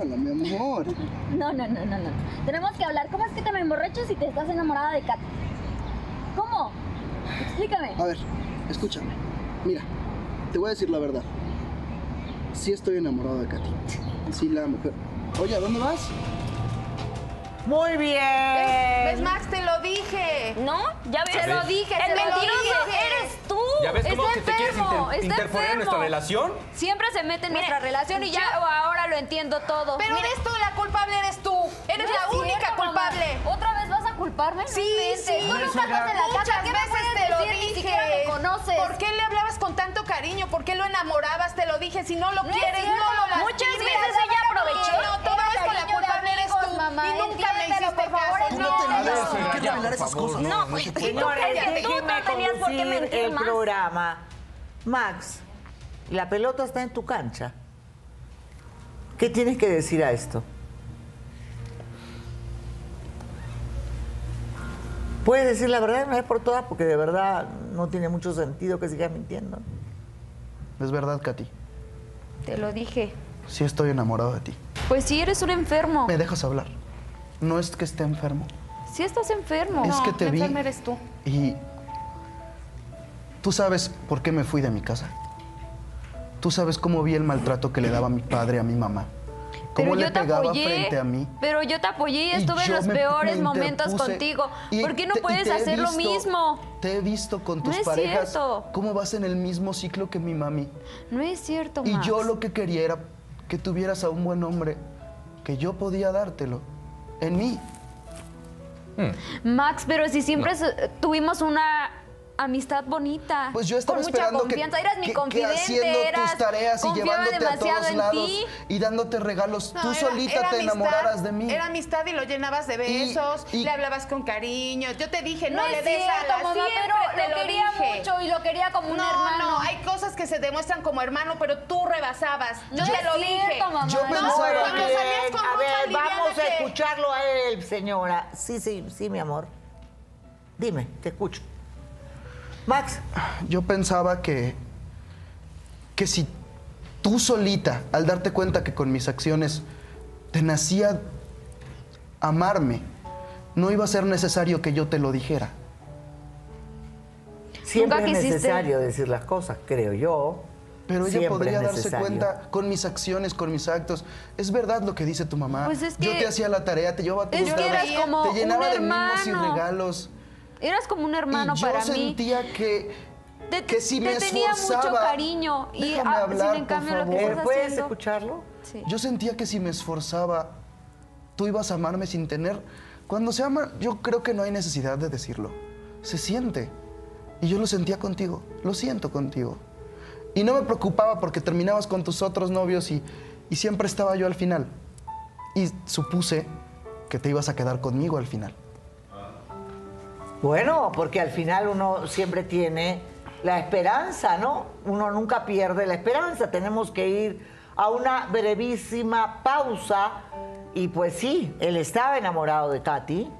S2: Hola, mi amor.
S9: No, no, no, no, no. Tenemos que hablar. ¿Cómo es que te me emborrachas si te estás enamorada de Kat? ¿Cómo? Explícame.
S2: A ver, escúchame. Mira, te voy a decir la verdad. Sí estoy enamorado de Katy. Sí la amo, pero... Oye, ¿a dónde vas?
S1: Muy bien.
S6: ¿Ves, Max? Te lo dije.
S5: No, ya ves.
S3: Se lo
S6: dije,
S5: El
S6: se lo
S5: mentiroso
S6: dije.
S5: eres tú.
S3: ¿Ya ves cómo
S5: Está
S3: que te quieres
S5: enfermo,
S3: inter-
S5: está
S3: interponer en nuestra
S5: enfermo.
S3: relación?
S5: Siempre se mete en Mire, nuestra relación y ya ahora lo entiendo todo.
S6: Pero
S5: Mire,
S6: de esto la culpable eres tú. Eres
S9: No
S6: la
S9: es cierto,
S6: única
S9: mamá.
S6: culpable.
S9: ¿Otra vez vas a culparme? No
S6: Sí,
S9: inventes.
S6: sí.
S9: Tú
S6: No,
S9: nunca
S2: eso
S9: estás en
S2: ya-
S9: la
S6: Muchas
S9: cacha. ¿Qué me
S6: veces
S9: puedes
S6: te lo
S9: decir?
S6: dije.
S9: Ni siquiera me conoces.
S6: ¿Por qué le hablabas con tanto cariño? ¿Por qué lo enamorabas? Te lo dije. Si no lo
S9: No es
S6: quieres, no
S9: cierto.
S6: lo lastimes.
S9: Muchas veces ella aprovechó.
S6: No,
S9: Era
S6: toda vez con la
S9: cariño de
S6: culpable eres
S9: amigos,
S6: tú.
S9: mamá.
S6: y nunca me
S9: Entiéndemelo,
S6: hiciste
S9: por favor,
S6: caso.
S9: No
S2: tenías
S9: no.
S2: por qué revelar esas cosas.
S5: No, pues, tú
S1: Señores,
S5: cállate, tú
S1: déjenme
S5: no tenías por qué
S1: conducir
S5: mentir
S1: el
S5: más.
S1: programa. Max, la pelota está en tu cancha. ¿Qué tienes que decir a esto? Puedes decir la verdad de una vez por todas, porque de verdad no tiene mucho sentido que sigas mintiendo.
S2: Es verdad, Katy.
S5: Te lo dije.
S2: Sí estoy enamorado de ti.
S5: Pues sí, eres un enfermo.
S2: ¿Me dejas hablar? No es que esté enfermo.
S5: Sí estás enfermo.
S2: es
S6: No,
S2: que te
S6: la
S2: vi
S6: enferma eres tú.
S2: y tú sabes por qué me fui de mi casa. Tú sabes cómo vi el maltrato que le daba mi padre a mi mamá. Cómo
S5: Pero
S2: le
S5: yo te
S2: pegaba
S5: apoyé.
S2: frente a mí.
S5: Pero yo te apoyé y estuve en
S2: yo
S5: los
S2: me-
S5: peores
S2: me
S5: momentos
S2: interpuse.
S5: contigo.
S2: Y
S5: ¿Por qué no
S2: te- y
S5: puedes
S2: te he
S5: hacer lo
S2: visto-
S5: mismo?
S2: Te he visto con tus
S5: es
S2: parejas.
S5: cierto.
S2: ¿Cómo vas en el mismo ciclo que mi mami?
S5: No es cierto,
S2: Y
S5: Max.
S2: yo lo que quería era que tuvieras a un buen hombre, que yo podía dártelo. En mí.
S5: Max, pero si siempre su- tuvimos una amistad bonita.
S2: Pues yo estaba
S5: con mucha
S2: esperando que-
S5: confianza. eras mi
S2: que- que
S5: confidente,
S2: haciendo
S5: eras
S2: tus tareas y
S5: confiaba
S2: llevándote a
S5: demasiado
S2: todos
S5: en
S2: lados
S5: ti.
S2: y dándote regalos,
S6: No,
S2: tú
S6: era-
S2: solita
S6: era
S2: te
S6: amistad,
S2: enamoraras de mí.
S6: Era amistad y lo llenabas de besos,
S2: y-
S6: le hablabas con cariño. Yo te dije, no,
S9: No
S6: le
S9: es
S6: des
S9: cierto,
S6: alas,
S9: mamá,
S6: siempre
S9: pero
S6: te
S9: lo quería
S6: dije.
S9: mucho y lo quería como un
S6: no,
S9: hermano.
S6: no, hay cosas que se demuestran como hermano, pero tú rebasabas. Yo
S9: No
S6: te
S9: es
S6: lo
S9: cierto,
S6: dije.
S9: mamá.
S2: Yo
S9: No,
S2: pensaba
S1: Muy
S2: que-
S6: cuando salías
S1: bien.
S6: con
S1: A
S6: mucha
S1: ver,
S6: liviana
S1: vamos a
S6: que-
S1: escucharlo a él, señora. Sí, sí, sí, mi amor. Dime, te escucho. Max,
S2: Yo pensaba que que si tú solita, al darte cuenta que con mis acciones te nacía amarme, no iba a ser necesario que yo te lo dijera.
S1: Siempre
S5: Nunca
S1: es
S5: quisiste.
S1: necesario decir las cosas, creo yo.
S2: Pero ella
S1: Siempre
S2: podría
S1: es
S2: darse
S1: necesario.
S2: cuenta con mis acciones, con mis actos. Es verdad lo que dice tu mamá.
S5: Pues es
S2: Yo
S5: que-
S2: te hacía la tarea, te llevaba a todos
S5: Es que
S2: lados,
S5: eras como
S2: te
S5: un
S2: llenaba de mimos y
S5: hermano.
S2: regalos.
S5: Eras como un hermano
S2: y yo
S5: para mí.
S2: sentía que
S5: Te,
S2: que si
S5: te
S2: me
S5: tenía
S2: esforzaba-
S5: mucho cariño y
S2: Déjame
S5: ah,
S2: hablar,
S5: sin
S2: por
S5: en cambio lo que
S2: favor.
S1: Eh,
S5: estás
S1: ¿Puedes
S5: haciendo.
S1: escucharlo?
S5: Sí.
S2: yo sentía que si me esforzaba tú ibas a amarme sin tener cuando se ama yo creo que no hay necesidad de decirlo. Se siente. Y yo lo sentía contigo, lo siento contigo. Y no me preocupaba porque terminabas con tus otros novios y, y siempre estaba yo al final. Y supuse que te ibas a quedar conmigo al final.
S1: Bueno, porque al final uno siempre tiene la esperanza, ¿no? Uno nunca pierde la esperanza. Tenemos que ir a una brevísima pausa. Y pues sí, él estaba enamorado de Katy,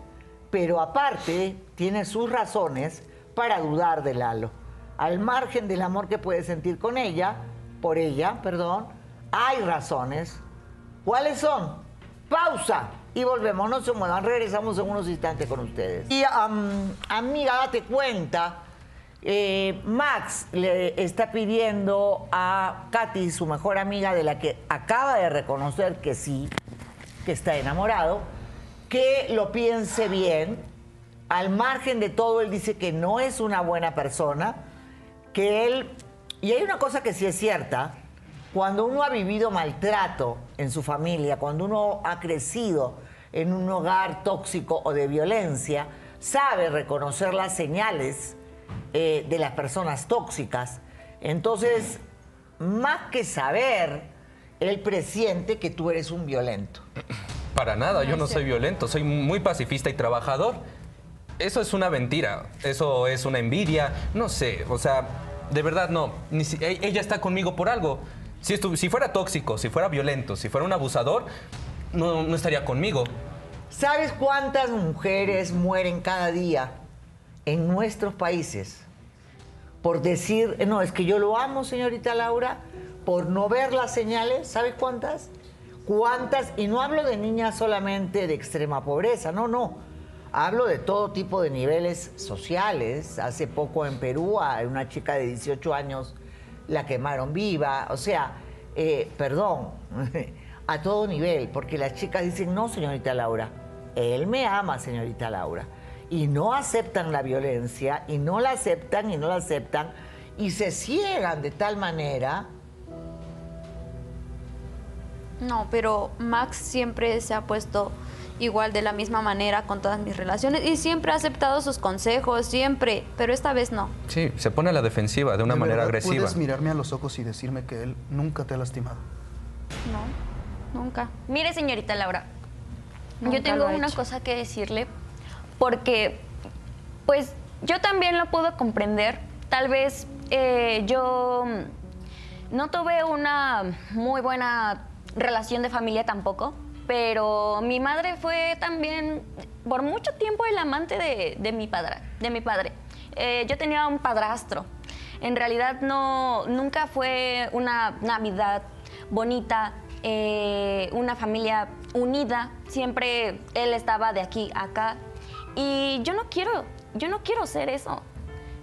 S1: pero aparte tiene sus razones para dudar de Lalo. Al margen del amor que puede sentir con ella, por ella, perdón, hay razones. ¿Cuáles son? Pausa y volvemos, no se muevan, regresamos en unos instantes con ustedes. Y am, amiga, date cuenta, eh, Max le está pidiendo a Katy, su mejor amiga, de la que acaba de reconocer que sí, que está enamorado, que lo piense bien. Al margen de todo, él dice que no es una buena persona, que él... Y hay una cosa que sí es cierta, cuando uno ha vivido maltrato en su familia, cuando uno ha crecido en un hogar tóxico o de violencia, sabe reconocer las señales eh, de las personas tóxicas. Entonces, más que saber, él presiente que tú eres un violento.
S3: Para nada, yo no soy violento, soy muy pacifista y trabajador. Eso es una mentira, eso es una envidia, no sé, o sea, de verdad no. Ni si- e- ella está conmigo por algo. Si, estu- si fuera tóxico, si fuera violento, si fuera un abusador, no, no estaría conmigo.
S1: ¿Sabes cuántas mujeres mueren cada día en nuestros países? Por decir, eh, no, es que yo lo amo, señorita Laura, por no ver las señales, ¿sabes cuántas? ¿Cuántas? Y no hablo de niñas solamente de extrema pobreza, no, no. Hablo de todo tipo de niveles sociales. Hace poco en Perú a una chica de 18 años la quemaron viva. O sea, eh, perdón, [laughs] a todo nivel, porque las chicas dicen, no, señorita Laura, él me ama, señorita Laura. Y no aceptan la violencia, y no la aceptan, y no la aceptan, y se ciegan de tal manera
S8: No, pero Max siempre se ha puesto igual de la misma manera con todas mis relaciones y siempre ha aceptado sus consejos, siempre, pero esta vez no.
S3: Sí, se pone a la defensiva de una
S2: ¿De
S3: manera
S2: verdad
S3: agresiva.
S2: Puedes mirarme a los ojos y decirme que él nunca te ha lastimado.
S8: No, nunca.
S7: Mire, señorita Laura,
S4: Nunca
S7: yo tengo
S4: lo ha
S7: una
S4: hecho.
S7: cosa que decirle porque, pues, yo también lo puedo comprender. Tal vez eh, yo mm, no tuve una muy buena relación de familia tampoco, pero mi madre fue también por mucho tiempo el amante de, de mi, padra- de mi padre. Eh, yo tenía un padrastro. En realidad no, nunca fue una Navidad bonita, eh, una familia unida. Siempre él estaba de aquí a acá. Y yo no quiero, yo no quiero ser eso.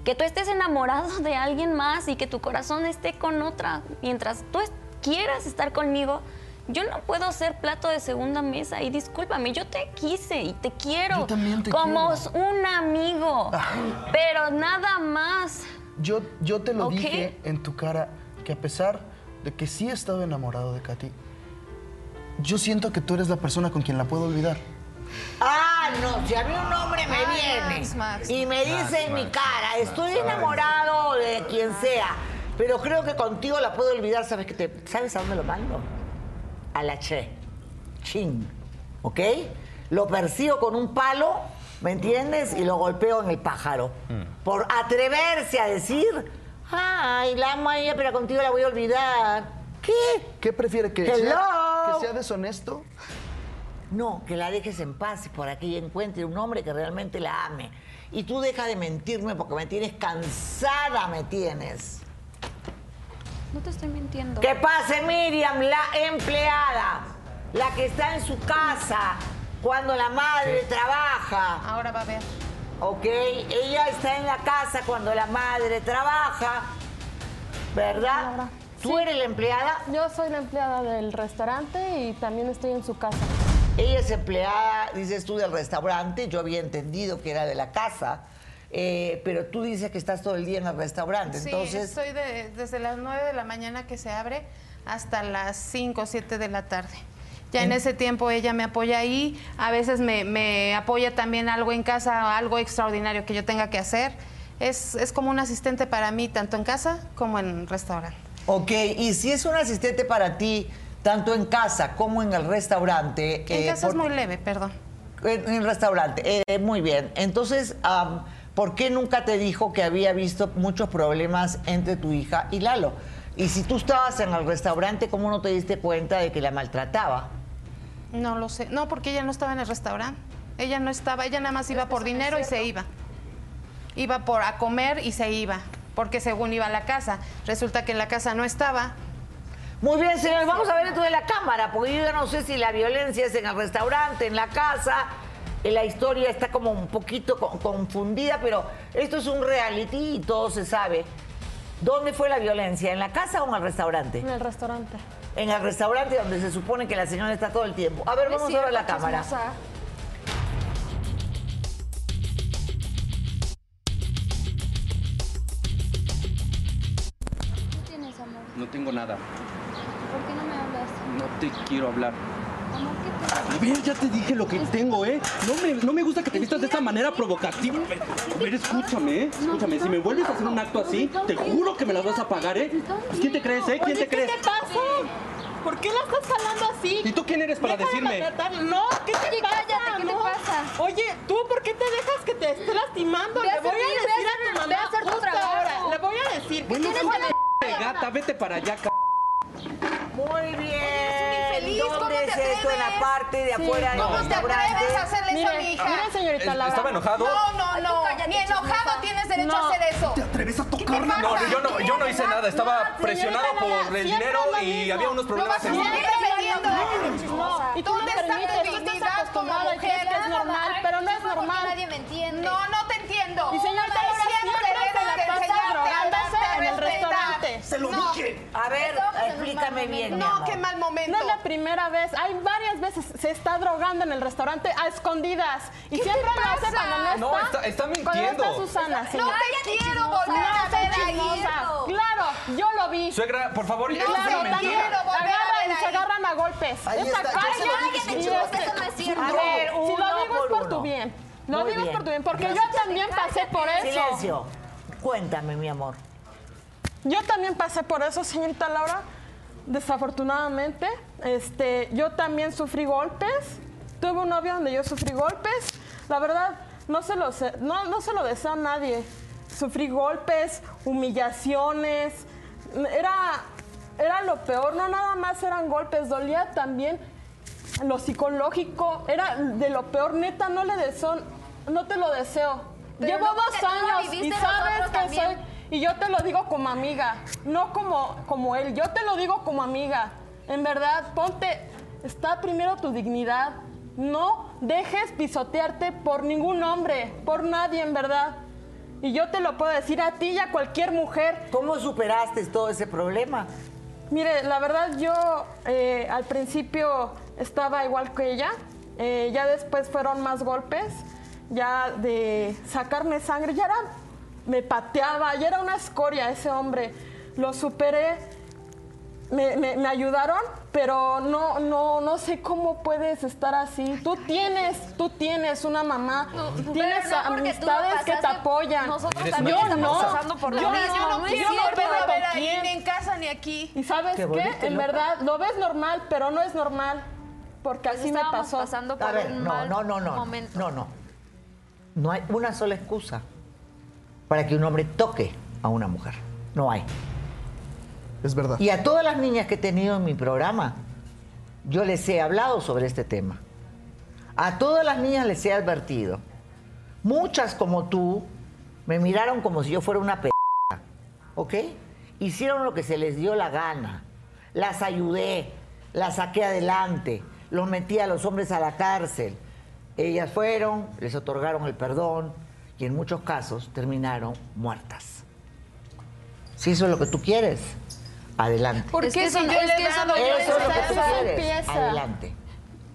S7: Que tú estés enamorado de alguien más y que tu corazón esté con otra. Mientras tú es- quieras estar conmigo, yo no puedo ser plato de segunda mesa. Y discúlpame, yo te quise y te quiero.
S2: Yo también te
S7: como
S2: quiero.
S7: s- un amigo. Pero nada más.
S2: Yo, yo te lo
S7: Ok.
S2: dije en tu cara que a pesar de que sí estaba enamorado de Katy, yo siento que tú eres la persona con quien la puedo olvidar.
S1: Ah, no, si a mí un hombre me
S6: Ay,
S1: viene
S6: Max, Max,
S1: y me dice
S3: Max,
S1: en mi
S3: Max,
S1: cara,
S3: Max,
S1: estoy
S3: ay.
S1: enamorado de quien sea, pero creo que contigo la puedo olvidar, ¿sabes que te, ¿Sabes a dónde lo mando? A la che. Chin. ¿Ok? Lo persigo con un palo, ¿me entiendes? Y lo golpeo en el pájaro.
S3: Mm.
S1: Por atreverse a decir, ay, la amo a ella, pero contigo la voy a olvidar. ¿Qué?
S2: ¿Qué prefiere que, sea,
S1: Hello.
S2: que sea deshonesto?
S1: No, que la dejes en paz y por aquí encuentre un hombre que realmente la ame. Y tú deja de mentirme porque me tienes cansada, me tienes.
S8: No te estoy mintiendo.
S1: Que pase Miriam, la empleada, la que está en su casa cuando la madre trabaja.
S6: Ahora va a ver.
S1: ¿ok? Ella está en la casa cuando la madre trabaja, ¿verdad? Tú eres la empleada,
S10: Yo soy la empleada del restaurante y también estoy en su casa.
S1: Ella es empleada, dices tú, del restaurante. Yo había entendido que era de la casa. eh, pero tú dices que estás todo el día en el restaurante.
S6: Sí,
S1: entonces,
S6: estoy de- desde las 9 de la mañana que se abre hasta las 5 o 7 de la tarde. Ya en ese tiempo ella me apoya ahí, a veces me, me apoya también algo en casa, algo extraordinario que yo tenga que hacer. Es, es como un asistente para mí, tanto en casa como en restaurante.
S1: ok. Y si es un asistente para ti, tanto en casa como en el restaurante.
S6: En
S1: eh,
S6: casa es
S1: por-
S6: muy leve, perdón.
S1: En en restaurante. Eh, muy bien. Entonces, am, ¿por qué nunca te dijo que había visto muchos problemas entre tu hija y Lalo? Y si tú estabas en el restaurante, ¿cómo no te diste cuenta de que la maltrataba?
S6: No lo sé. No, porque ella no estaba en el restaurante. Ella no estaba, ella nada más iba por dinero y se iba. Iba por a comer y se iba, porque según iba a la casa, resulta que en la casa no estaba.
S1: Muy bien, señores, vamos a ver esto de la cámara, porque yo ya no sé si la violencia es en el restaurante, en la casa. eh, La historia está como un poquito co- confundida, pero esto es un reality y todo se sabe. ¿Dónde fue la violencia? ¿En la casa o en el restaurante?
S10: En el restaurante.
S1: En el restaurante donde se supone que la señora está todo el tiempo. A ver,
S10: Es
S1: vamos a ver la
S10: cierto,
S1: cámara.
S10: chismosa.
S9: ¿Qué tienes, amor?
S3: No tengo nada.
S9: ¿Por qué no me hablas?
S3: No te quiero hablar.
S9: Amor, ¿qué te
S3: A ver, ya te dije lo que tengo, ¿eh? No me, no me gusta que te vistas de esta manera provocativa. A ver, escúchame, ¿eh? Escúchame, si me vuelves a hacer un acto así, te juro que me las vas a pagar, ¿eh? Pues, ¿Quién te crees, eh? ¿Quién
S11: Oye,
S3: te crees?
S11: ¿Qué te pasa? ¿Por qué la estás jalando así?
S3: ¿Y tú quién eres para
S11: Deja de
S3: decirme?
S11: maltratarla. No, ¿qué te
S5: Oye,
S11: pasa?
S5: cállate, ¿qué te
S11: No.
S5: pasa?
S11: Oye, ¿tú por qué te dejas que te esté lastimando?
S5: Ve a
S11: Le voy
S5: hacer- ve
S11: a
S5: a
S11: decir
S5: hacer-
S11: a tu
S5: ve a
S11: mamá
S5: hacer tu
S11: justo
S5: trabajo.
S11: ahora. Le voy a decir.
S3: Bueno,
S11: ¿Qué tienes
S3: hijo
S11: que
S3: de gata, vete para allá, c-
S1: Muy bien.
S6: infeliz, ¿cómo
S1: ¿Dónde
S6: te
S1: es esto? En la
S6: atreves?
S1: parte de
S6: Sí,
S1: afuera del
S6: ¿cómo te
S1: restaurante.
S6: atreves a hacerle eso a mi hija?
S10: Mire, señorita
S3: ¿Es-
S10: Laura.
S3: estaba enojado?
S6: No, no,
S5: Ay, tú
S6: no.
S5: cállate,
S6: Ni enojado
S5: chismosa.
S6: tienes derecho
S10: No.
S6: a hacer eso.
S2: atreves a
S6: tocarme?
S3: No,
S6: pasa?
S3: yo no, yo no hice nada, estaba
S10: señorita
S3: presionado
S10: Laura,
S3: por el
S10: siempre
S3: dinero
S10: es lo
S3: y
S10: mismo.
S3: había unos
S6: Lo
S3: problemas
S6: vas a
S3: en
S6: seguir defendiendo.
S10: No, y tú
S6: ¿Dónde
S10: me
S6: está mi
S10: permites, tú estás
S6: dignidad
S10: acostumbrada
S6: como
S10: y crees que
S6: mujer?
S10: es normal, pero no es normal.
S5: Nadie me entiende.
S6: No, no te entiendo.
S10: Y señor
S6: Tú
S10: Laura,
S6: siempre
S10: siempre se la
S6: debes de
S10: pasa
S6: enseñarte a
S10: drogándose
S6: darte a
S10: en el
S6: respetar.
S10: restaurante.
S2: Se lo
S6: No.
S2: dije.
S1: A ver, explícame bien. mi
S6: No,
S1: amor.
S6: qué mal momento.
S10: No es la primera vez, hay varias veces se está drogando en el restaurante a escondidas y
S6: ¿Qué
S10: siempre
S6: te
S10: lo hace
S6: pasa?
S10: cuando no
S3: No,
S10: está.
S3: está- está
S10: Cuando no está
S3: mintiendo.
S10: Susana, sí.
S6: No te quiero volver a
S10: No, soy
S6: ver ahí.
S10: chismosa. Claro, yo lo vi.
S3: Suegra, por favor,
S6: No,
S3: esto es una
S10: Claro,
S6: se
S3: mentira.
S10: también
S6: quiero volver a ver
S10: agarran, se
S6: ahí.
S10: agarran a golpes.
S2: Ahí
S10: Esa
S2: está, yo
S10: cara
S2: se lo dije,
S10: y
S2: chismosa,
S10: este-
S5: eso no es cierto.
S10: A ver,
S1: No,
S10: si
S1: uno
S10: lo digo es
S1: por
S10: por tu
S1: uno.
S10: bien. Lo
S1: Muy
S10: digo es
S1: bien.
S10: por tu bien, porque
S1: No,
S10: yo también pasé por eso.
S1: Silencio. Cuéntame, mi amor.
S10: Yo también pasé por eso, señorita Laura. Desafortunadamente, este, yo también sufrí golpes. Tuve un novio donde yo sufrí golpes. La verdad, no se lo, se- no, no se lo deseo a nadie. Sufrí golpes, humillaciones. Era, era lo peor. No nada más eran golpes, dolía también lo psicológico. Era de lo peor. Neta, no le deseo, no te lo deseo.
S5: Pero
S10: Llevo
S5: no,
S10: dos
S5: porque tú lo
S10: años y
S5: viviste
S10: sabes
S5: nosotros
S10: que
S5: también.
S10: soy y yo te lo digo como amiga, no como, como él. Yo te lo digo como amiga. En verdad, ponte, está primero tu dignidad. No dejes pisotearte por ningún hombre, por nadie, en verdad. Y yo te lo puedo decir a ti y a cualquier mujer.
S1: ¿Cómo superaste todo ese problema?
S10: Mire, la verdad yo eh, al principio estaba igual que ella, Eh, ya después fueron más golpes, ya de sacarme sangre, ya era, me pateaba, ya era una escoria ese hombre, lo superé, me, me- me ayudaron, pero no, no, no sé cómo puedes estar así. Tú tienes, tú tienes una mamá, tienes
S5: pero no porque tú lo
S10: amistades que te
S5: pasaste,
S10: apoyan.
S5: nosotros
S3: Eres
S10: yo
S3: también estamos
S10: no,
S5: pasando por lo
S10: yo
S5: mismo,
S10: no,
S5: no es
S10: yo no
S5: cierto.
S10: puedo
S6: a ver
S10: con
S6: ahí,
S10: quién.
S6: ni en casa ni aquí.
S10: ¿Y sabes
S1: Te volviste
S10: qué? En
S1: loca.
S10: verdad, lo ves normal, pero no es normal. Porque
S8: Pues
S10: así me
S8: estábamos
S10: pasó.
S8: pasando por
S1: A ver,
S8: un
S1: no,
S8: mal
S1: no, no, no.
S8: momento.
S1: No, no. No hay una sola excusa para que un hombre toque a una mujer. No hay.
S2: Es verdad.
S1: Y a todas las niñas que he tenido en mi programa, yo les he hablado sobre este tema. A todas las niñas les he advertido. Muchas como tú me miraron como si yo fuera una p. ¿Ok? Hicieron lo que se les dio la gana. Las ayudé, las saqué adelante, los metí a los hombres a la cárcel. Ellas fueron, les otorgaron el perdón y en muchos casos terminaron muertas. Si eso es lo que tú quieres, adelante.
S6: ¿Por
S8: Es
S6: qué
S8: que eso
S6: si
S8: no-
S6: yo
S8: es
S6: le he
S8: que eso
S6: dado,
S8: no-
S6: yo le he
S1: Eso es lo que tú
S6: dado?
S1: quieres.
S10: empieza.
S1: Adelante.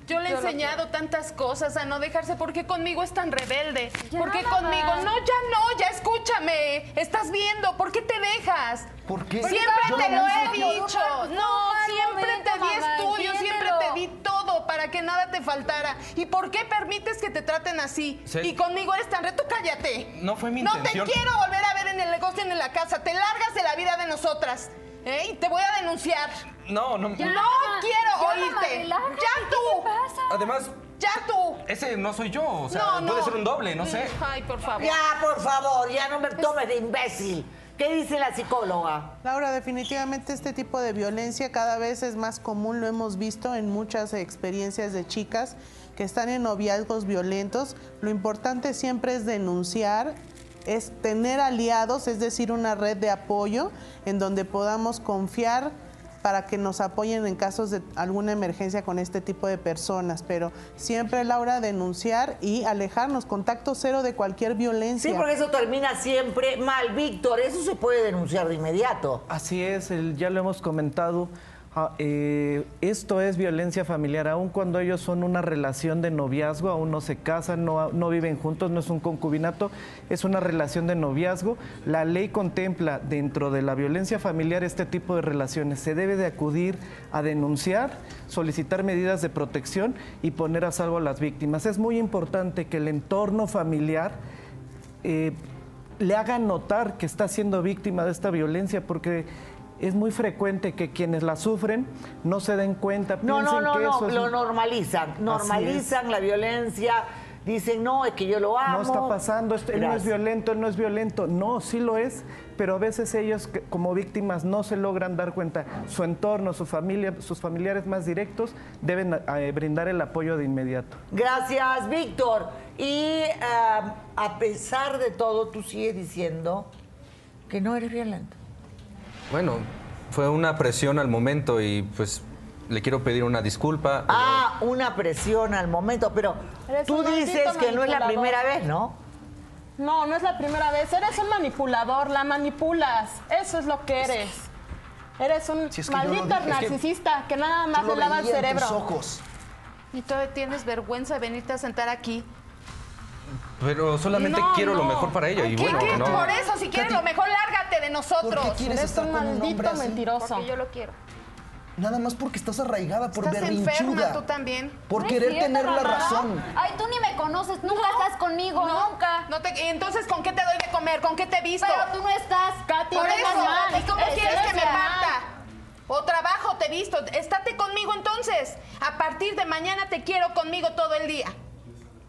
S6: Yo le he enseñado tantas cosas a no dejarse. ¿Por qué conmigo es tan rebelde? ¿Por qué conmigo? No, ya no, ya escúchame. Estás viendo. ¿por qué te dejas?
S2: ¿Por qué?
S6: Siempre
S2: Yo
S6: te
S2: no
S6: lo he
S2: hice.
S6: dicho. No, siempre te di estudio, siempre te di todo para que nada te faltara. ¿Y por qué permites que te traten así?
S3: Se-
S6: Y conmigo eres tan reto, cállate.
S3: No fue mi intención.
S6: No te quiero volver a ver en el negocio ni en la casa. Te largas de la vida de nosotras. ¿eh? Y te voy a denunciar.
S3: No, no.
S6: No, quiero
S5: Ya,
S6: oírte.
S5: Manuela,
S6: ya [laughs] tú.
S3: Además,
S6: Ya tú.
S3: ese no soy yo, o sea,
S6: No, no.
S3: puede ser un doble, Eh, no sé.
S6: Ay, por favor.
S1: Ya, por favor, ya no me tomes de imbécil. ¿Qué dice la psicóloga?
S12: Laura, definitivamente este tipo de violencia cada vez es más común, lo hemos visto en muchas experiencias de chicas que están en noviazgos violentos. Lo importante siempre es denunciar, es tener aliados, es decir, una red de apoyo en donde podamos confiar para que nos apoyen en casos de alguna emergencia con este tipo de personas. Pero siempre, Laura, denunciar y alejarnos, contacto cero de cualquier violencia.
S1: Sí, porque eso termina siempre mal, Víctor. Eso se puede denunciar de inmediato.
S13: Así es, el- ya lo hemos comentado. ah, eh, esto es violencia familiar, aun cuando ellos son una relación de noviazgo, aún no se casan, no, no viven juntos, no es un concubinato, es una relación de noviazgo. La ley contempla dentro de la violencia familiar este tipo de relaciones. Se debe de acudir a denunciar, solicitar medidas de protección y poner a salvo a las víctimas. Es muy importante que el entorno familiar eh, le hagan notar que está siendo víctima de esta violencia porque es muy frecuente que quienes la sufren no se den cuenta.
S1: No, no,
S13: piensen
S1: no,
S13: que
S1: no,
S13: eso es-
S1: lo normalizan. Normalizan la violencia. Dicen, no, es que yo lo amo.
S13: No está pasando, esto- él no es
S1: Gracias.
S13: violento, él no es violento. No, sí lo es, pero a veces ellos que- como víctimas no se logran dar cuenta. Su entorno, su familia, sus familiares más directos deben eh, brindar el apoyo de inmediato.
S1: Gracias, Víctor. Y ah, a pesar de todo, tú sigues diciendo que no eres violento.
S3: Bueno, fue una presión al momento y pues le quiero pedir una disculpa.
S1: Ah, una presión al momento, pero
S11: Eres
S1: tú
S11: un maldito
S1: dices que no es la
S11: manipulador.
S1: primera vez, ¿no?
S11: No, no es la primera vez. Eres un manipulador, la manipulas. Eso es lo que eres. Eres un
S6: es que yo lo
S11: maldito
S6: dije. Es que
S11: narcisista que, nada más
S6: lo
S11: le lava el
S6: veía en tus
S11: cerebro.
S6: ojos. Y todavía tienes vergüenza de venirte a sentar aquí.
S3: Pero solamente
S6: No,
S3: quiero lo
S6: no.
S3: mejor para ella y
S6: ¿Qué,
S3: bueno,
S6: qué?
S3: no.
S6: Por eso, si quieres lo mejor, lárgate de nosotros.
S2: ¿Por qué quieres
S6: Eres
S2: estar
S6: un
S2: con un
S6: maldito
S2: hombre así?
S6: mentiroso.
S2: Porque
S6: yo lo quiero.
S2: Nada más porque estás arraigada por
S6: Estás
S2: berrinchuda.
S6: enferma tú también.
S2: Por querer tener la razón.
S6: Ay, tú ni me conoces, nunca estás conmigo, nunca. No te, entonces, ¿con qué te doy de comer? ¿Con qué te visto?
S9: Pero tú no estás, Katy,
S6: Por
S9: no estás
S6: eso,
S9: mal.
S6: ¿y cómo
S9: Eres
S6: quieres que me
S9: mal.
S6: parta? O trabajo, te visto. Estate conmigo entonces. A partir de mañana te quiero conmigo todo el día.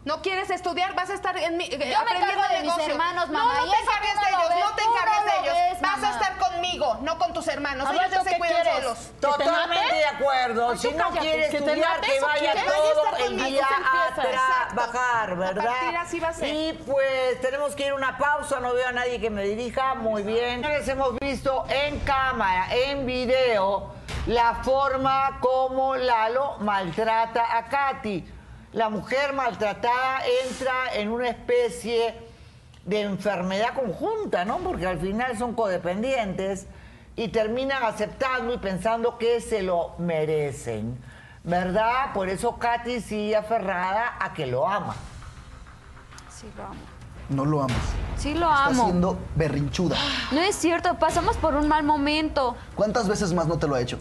S6: ¿No quieres estudiar? Vas a estar en mi, Yo
S9: me encargo de mis hermanos, mamá,
S6: No,
S9: y
S6: no te
S9: eso tú
S6: encargues
S9: no
S6: de
S9: lo
S6: ellos,
S9: ves,
S6: no te
S9: tú
S6: encargues
S9: no
S6: de
S9: lo
S6: ellos.
S9: ves,
S6: Vas
S9: mamá.
S6: a estar conmigo, no con tus hermanos.
S9: Alberto,
S6: Ellos ya se
S9: ¿qué
S6: cuidan
S9: quieres?
S6: solos.
S1: Totalmente de acuerdo.
S6: Ay,
S1: Si
S6: tú
S1: no
S6: cállate.
S1: quiere
S6: ¿Que te
S1: estudiar,
S6: mates
S1: que
S6: o
S1: vaya
S6: quieres? Vaya a
S1: todo
S6: estar
S1: el
S6: conmigo,
S1: día
S6: se
S1: a
S6: empieza. Exacto.
S1: trabajar, ¿verdad?
S6: partir así va a ser.
S1: Y pues tenemos que ir a una pausa. No veo a nadie que me dirija. Muy bien. Señores, hemos visto en cámara, en video, la forma como Lalo maltrata a Katy. La mujer maltratada entra en una especie de enfermedad conjunta, ¿no? Porque al final son codependientes y terminan aceptando y pensando que se lo merecen, ¿verdad? Por eso Katy sigue aferrada a que lo ama.
S8: Sí, lo amo.
S2: No lo amas.
S8: Sí, lo
S2: Estás
S8: amo.
S2: siendo berrinchuda.
S8: No es cierto, pasamos por un mal momento.
S2: ¿Cuántas veces más no te lo ha hecho?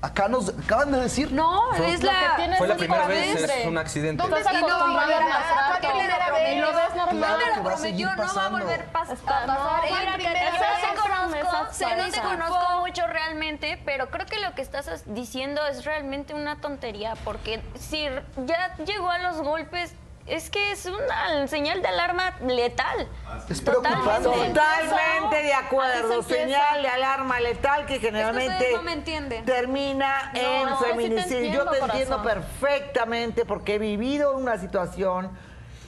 S2: Acá nos acaban de decir.
S8: No,
S2: Fue-
S8: es la...
S3: Fue la primera vez, es un accidente.
S2: ¿Dónde
S8: Estás
S2: está la
S8: acostumbrada
S2: primera
S8: a
S2: vez?
S8: maltrato.
S2: ¿Cuál primera vez?
S8: Y lo ves
S2: Claro
S8: normal.
S2: que va a
S8: Lo prometió,
S2: seguir
S8: no va a
S2: pasando.
S8: volver a pas- a
S7: Hasta-
S8: pasar.
S7: no,
S8: Era
S7: ¿cuál
S8: que-
S7: primera
S8: yo
S7: vez?
S8: no te conozco, o sea, no te
S7: Sexualiza.
S8: conozco mucho realmente, pero creo que lo que estás as- diciendo es realmente una tontería, porque si r- ya llegó a los golpes, es que es una señal de alarma letal.
S3: Ah,
S2: Es
S1: Totalmente, Totalmente de acuerdo.
S8: Así se empieza.
S1: Señal de alarma letal que generalmente
S8: ustedes no me entienden.
S1: termina
S8: No,
S1: en
S8: no, sí te
S1: feminicidio. Yo
S8: entiendo,
S1: te
S8: corazón.
S1: entiendo perfectamente porque he vivido una situación,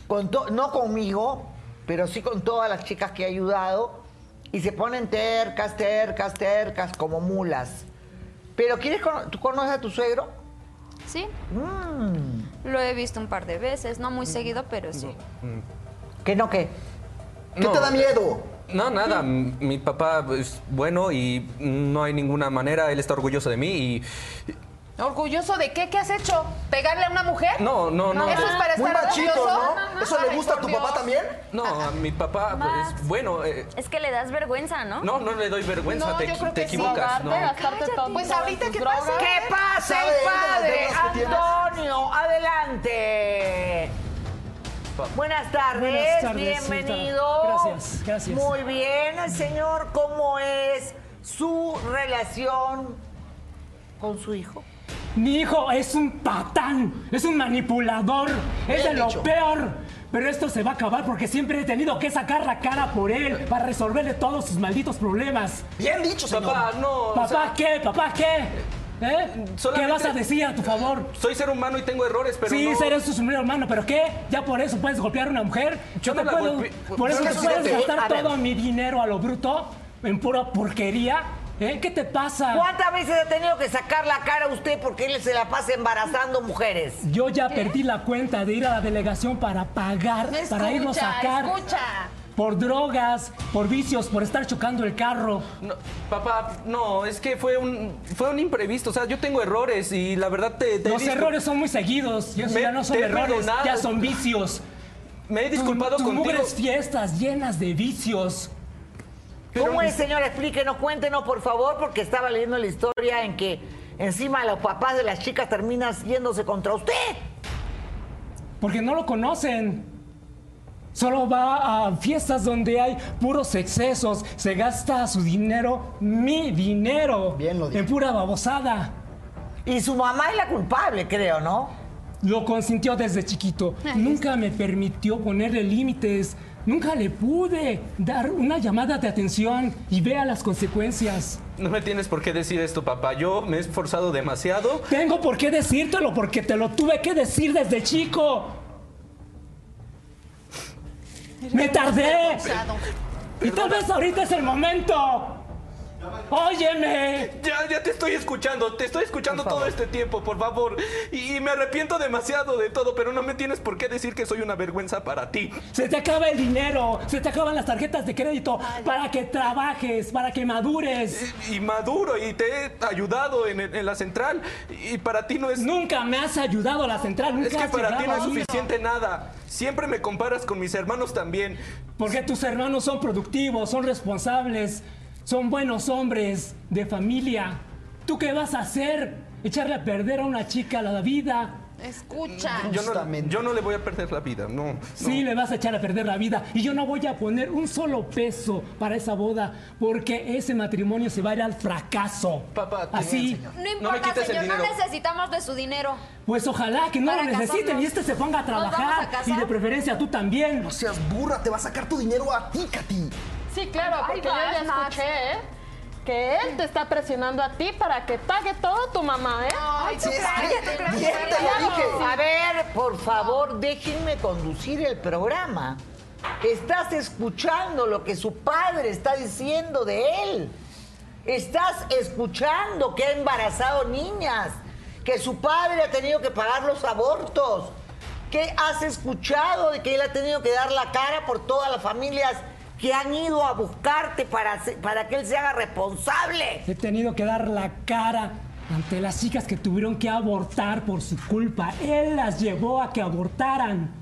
S1: con to- no conmigo, pero sí con todas las chicas que he ayudado, y se ponen tercas, tercas, tercas, como mulas. Pero ¿quieres cono- ¿tú conoces a tu suegro?
S8: Sí,
S1: Mm,
S8: lo he visto un par de veces, no muy seguido, pero sí.
S1: ¿Qué no qué?
S2: ¿Qué te da miedo?
S3: No, nada. m-
S2: Mm.
S3: Mi papá es bueno y no hay ninguna manera. Él está orgulloso de mí y.
S6: ¿Orgulloso de qué? ¿Qué has hecho? ¿Pegarle a una mujer?
S3: No, no, no.
S6: Eso es para estar
S2: Muy machito,
S6: orgulloso.
S2: ¿no? ¿Eso le
S6: Ay,
S2: gusta a
S6: por
S2: tu
S6: Dios.
S2: papá también?
S3: No, mi papá pues, es bueno. eh,
S8: Es que le das vergüenza, ¿no?
S3: no, no le doy vergüenza,
S8: No,
S3: te,
S8: yo
S3: equi-
S8: creo
S3: te
S8: que sí.
S3: equivocas. No.
S8: Drogar,
S6: Pues ahorita que pase.
S1: ¿Qué pasa,
S6: Sabe él de las
S1: padre?
S6: deudas que tienes.
S1: Antonio, adelante. Buenas tardes,
S14: Buenas tardes, señorita.
S1: bienvenido.
S14: Gracias, gracias.
S1: Muy bien, señor, ¿cómo es su relación con su hijo?
S14: Mi hijo es un patán, es un manipulador, es de lo peor. Pero esto se va a acabar porque siempre he tenido que sacar la cara por él para resolverle todos sus malditos problemas.
S2: Bien dicho,
S3: señor. Papá, no, o
S14: ¿Papá
S3: sea-
S14: qué? ¿Papá qué? ¿Eh? ¿Qué
S3: solamente-
S14: vas a decir a tu favor?
S3: Soy ser humano y tengo errores, pero
S14: sí,
S3: no...
S14: eres su primer hermano, pero ¿qué? ¿Ya por eso puedes golpear a una mujer?
S3: Yo
S14: ¿No
S3: no
S14: te
S3: la
S14: puedo-
S3: golpeé.
S14: ¿Por eso
S3: Yo
S14: te
S3: no
S14: puedes
S3: sé.
S14: gastar
S3: A ver.
S14: todo mi dinero a lo bruto en pura porquería? ¿Eh? ¿Qué te pasa?
S1: ¿Cuántas veces ha tenido que sacar la cara a usted porque él se la pasa embarazando mujeres?
S14: Yo ya perdí la cuenta de ir a la delegación para pagar, para irnos a sacar.
S6: Escucha.
S14: Por drogas, por vicios, por estar chocando el carro.
S3: No, papá, no, es que fue un, fue un imprevisto. O sea, yo tengo errores y la verdad te. te he
S14: Los
S3: discul-
S14: errores son muy seguidos. Y eso
S3: Me-
S14: ya no son
S3: te he
S14: errores,
S3: perdonado.
S14: ya son vicios.
S3: Me he disculpado
S14: Tus
S3: contigo.
S14: mugres fiestas llenas de vicios.
S1: ¿Cómo es, señora? Explíquenos, cuéntenos, por favor, porque estaba leyendo la historia en que encima los papás de las chicas terminan yéndose contra usted.
S14: Porque no lo conocen. Solo va a fiestas donde hay puros excesos. Se gasta su dinero, mi dinero, en pura babosada.
S1: Y su mamá es la culpable, creo, ¿no?
S14: Lo consintió desde chiquito. Nunca me permitió ponerle límites. Nunca le pude dar una llamada de atención y vea las consecuencias.
S3: No me tienes por qué decir esto, papá. Yo me he esforzado demasiado.
S14: Tengo por qué decírtelo porque te lo tuve que decir desde chico. Me tardé. Y tal vez ahorita es el momento. Óyeme.
S3: Ya, ya te estoy escuchando, te estoy escuchando todo este tiempo, por favor. Y, y me arrepiento demasiado de todo, pero no me tienes por qué decir que soy una vergüenza para ti.
S14: Se te acaba el dinero, se te acaban las tarjetas de crédito para que trabajes, para que madures.
S3: Y maduro, y te he ayudado en, el- en la central. Y para ti no es.
S14: Nunca me has ayudado a la central, nunca
S3: Es que
S14: has
S3: para ti no
S14: llegado
S3: es
S14: a uno.
S3: suficiente nada. Siempre me comparas con mis hermanos también.
S14: Porque tus hermanos son productivos, son responsables, son buenos hombres de familia. ¿Tú qué vas a hacer? Echarle a perder a una chica la vida.
S6: Escucha.
S3: Yo no, yo no le voy a perder la vida, no.
S14: Sí, le vas a echar a perder la vida. Y yo no voy a poner un solo peso para esa boda, porque ese matrimonio se va a ir al fracaso.
S3: Papá,
S14: así.
S5: No importa,
S14: quites el
S5: señor, no
S14: dinero.
S5: necesitamos de su dinero.
S14: Pues ojalá que no
S5: Para
S14: lo necesiten
S5: casarnos.
S14: y este se ponga a
S5: ¿Nos vamos a
S14: trabajar. y
S5: casar?
S14: de preferencia tú también. No
S2: seas burra, te va a sacar tu dinero a ti, Katy.
S11: Sí, claro,
S6: Ahí
S11: porque yo
S6: vas,
S11: ya
S6: Max.
S11: escuché, ¿eh? Que él te está presionando a ti para que pague todo tu mamá, ¿eh?
S1: Ay, ¿tú crees? Bien te lo dije. A ver, por favor, déjenme conducir el programa. Estás escuchando lo que su padre está diciendo de él. Estás escuchando que ha embarazado niñas, que su padre ha tenido que pagar los abortos, que has escuchado de que él ha tenido que dar la cara por todas las familias que han ido a buscarte para, hacer- para que él se haga responsable.
S14: He tenido que dar la cara ante las chicas que tuvieron que abortar por su culpa. Él las llevó a que abortaran.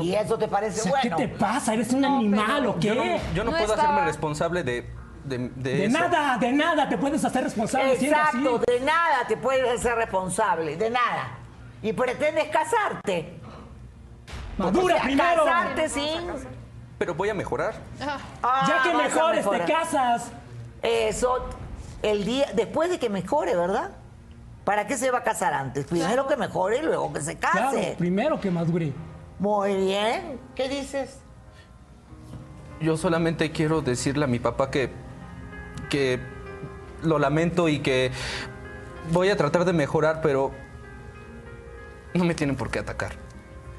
S1: ¿Y eso te
S14: O
S1: parece
S14: sea,
S1: bueno?
S14: ¿Qué te pasa? ¿Eres un animal o qué?
S3: Yo no, yo no puedo hacerme responsable de, de, de
S14: De
S3: eso.
S14: nada, de nada te puedes hacer responsable siendo así.
S1: Exacto, de nada te puedes hacer responsable, de nada. Y pretendes casarte.
S14: Madura
S1: O sea,
S14: primero.
S1: Casarte sin.
S3: Pero voy a mejorar.
S1: Ah,
S14: Ya que
S1: vas a
S14: mejores, te
S1: mejorar.
S14: casas.
S1: Eso, el día, después de que mejore, ¿verdad? ¿Para qué se va a casar antes? Primero que mejore y luego que se
S14: Claro,
S1: case.
S14: primero que madure.
S1: Muy bien. ¿Qué dices?
S3: Yo solamente quiero decirle a mi papá que, que lo lamento y que voy a tratar de mejorar, pero no me tienen por qué atacar.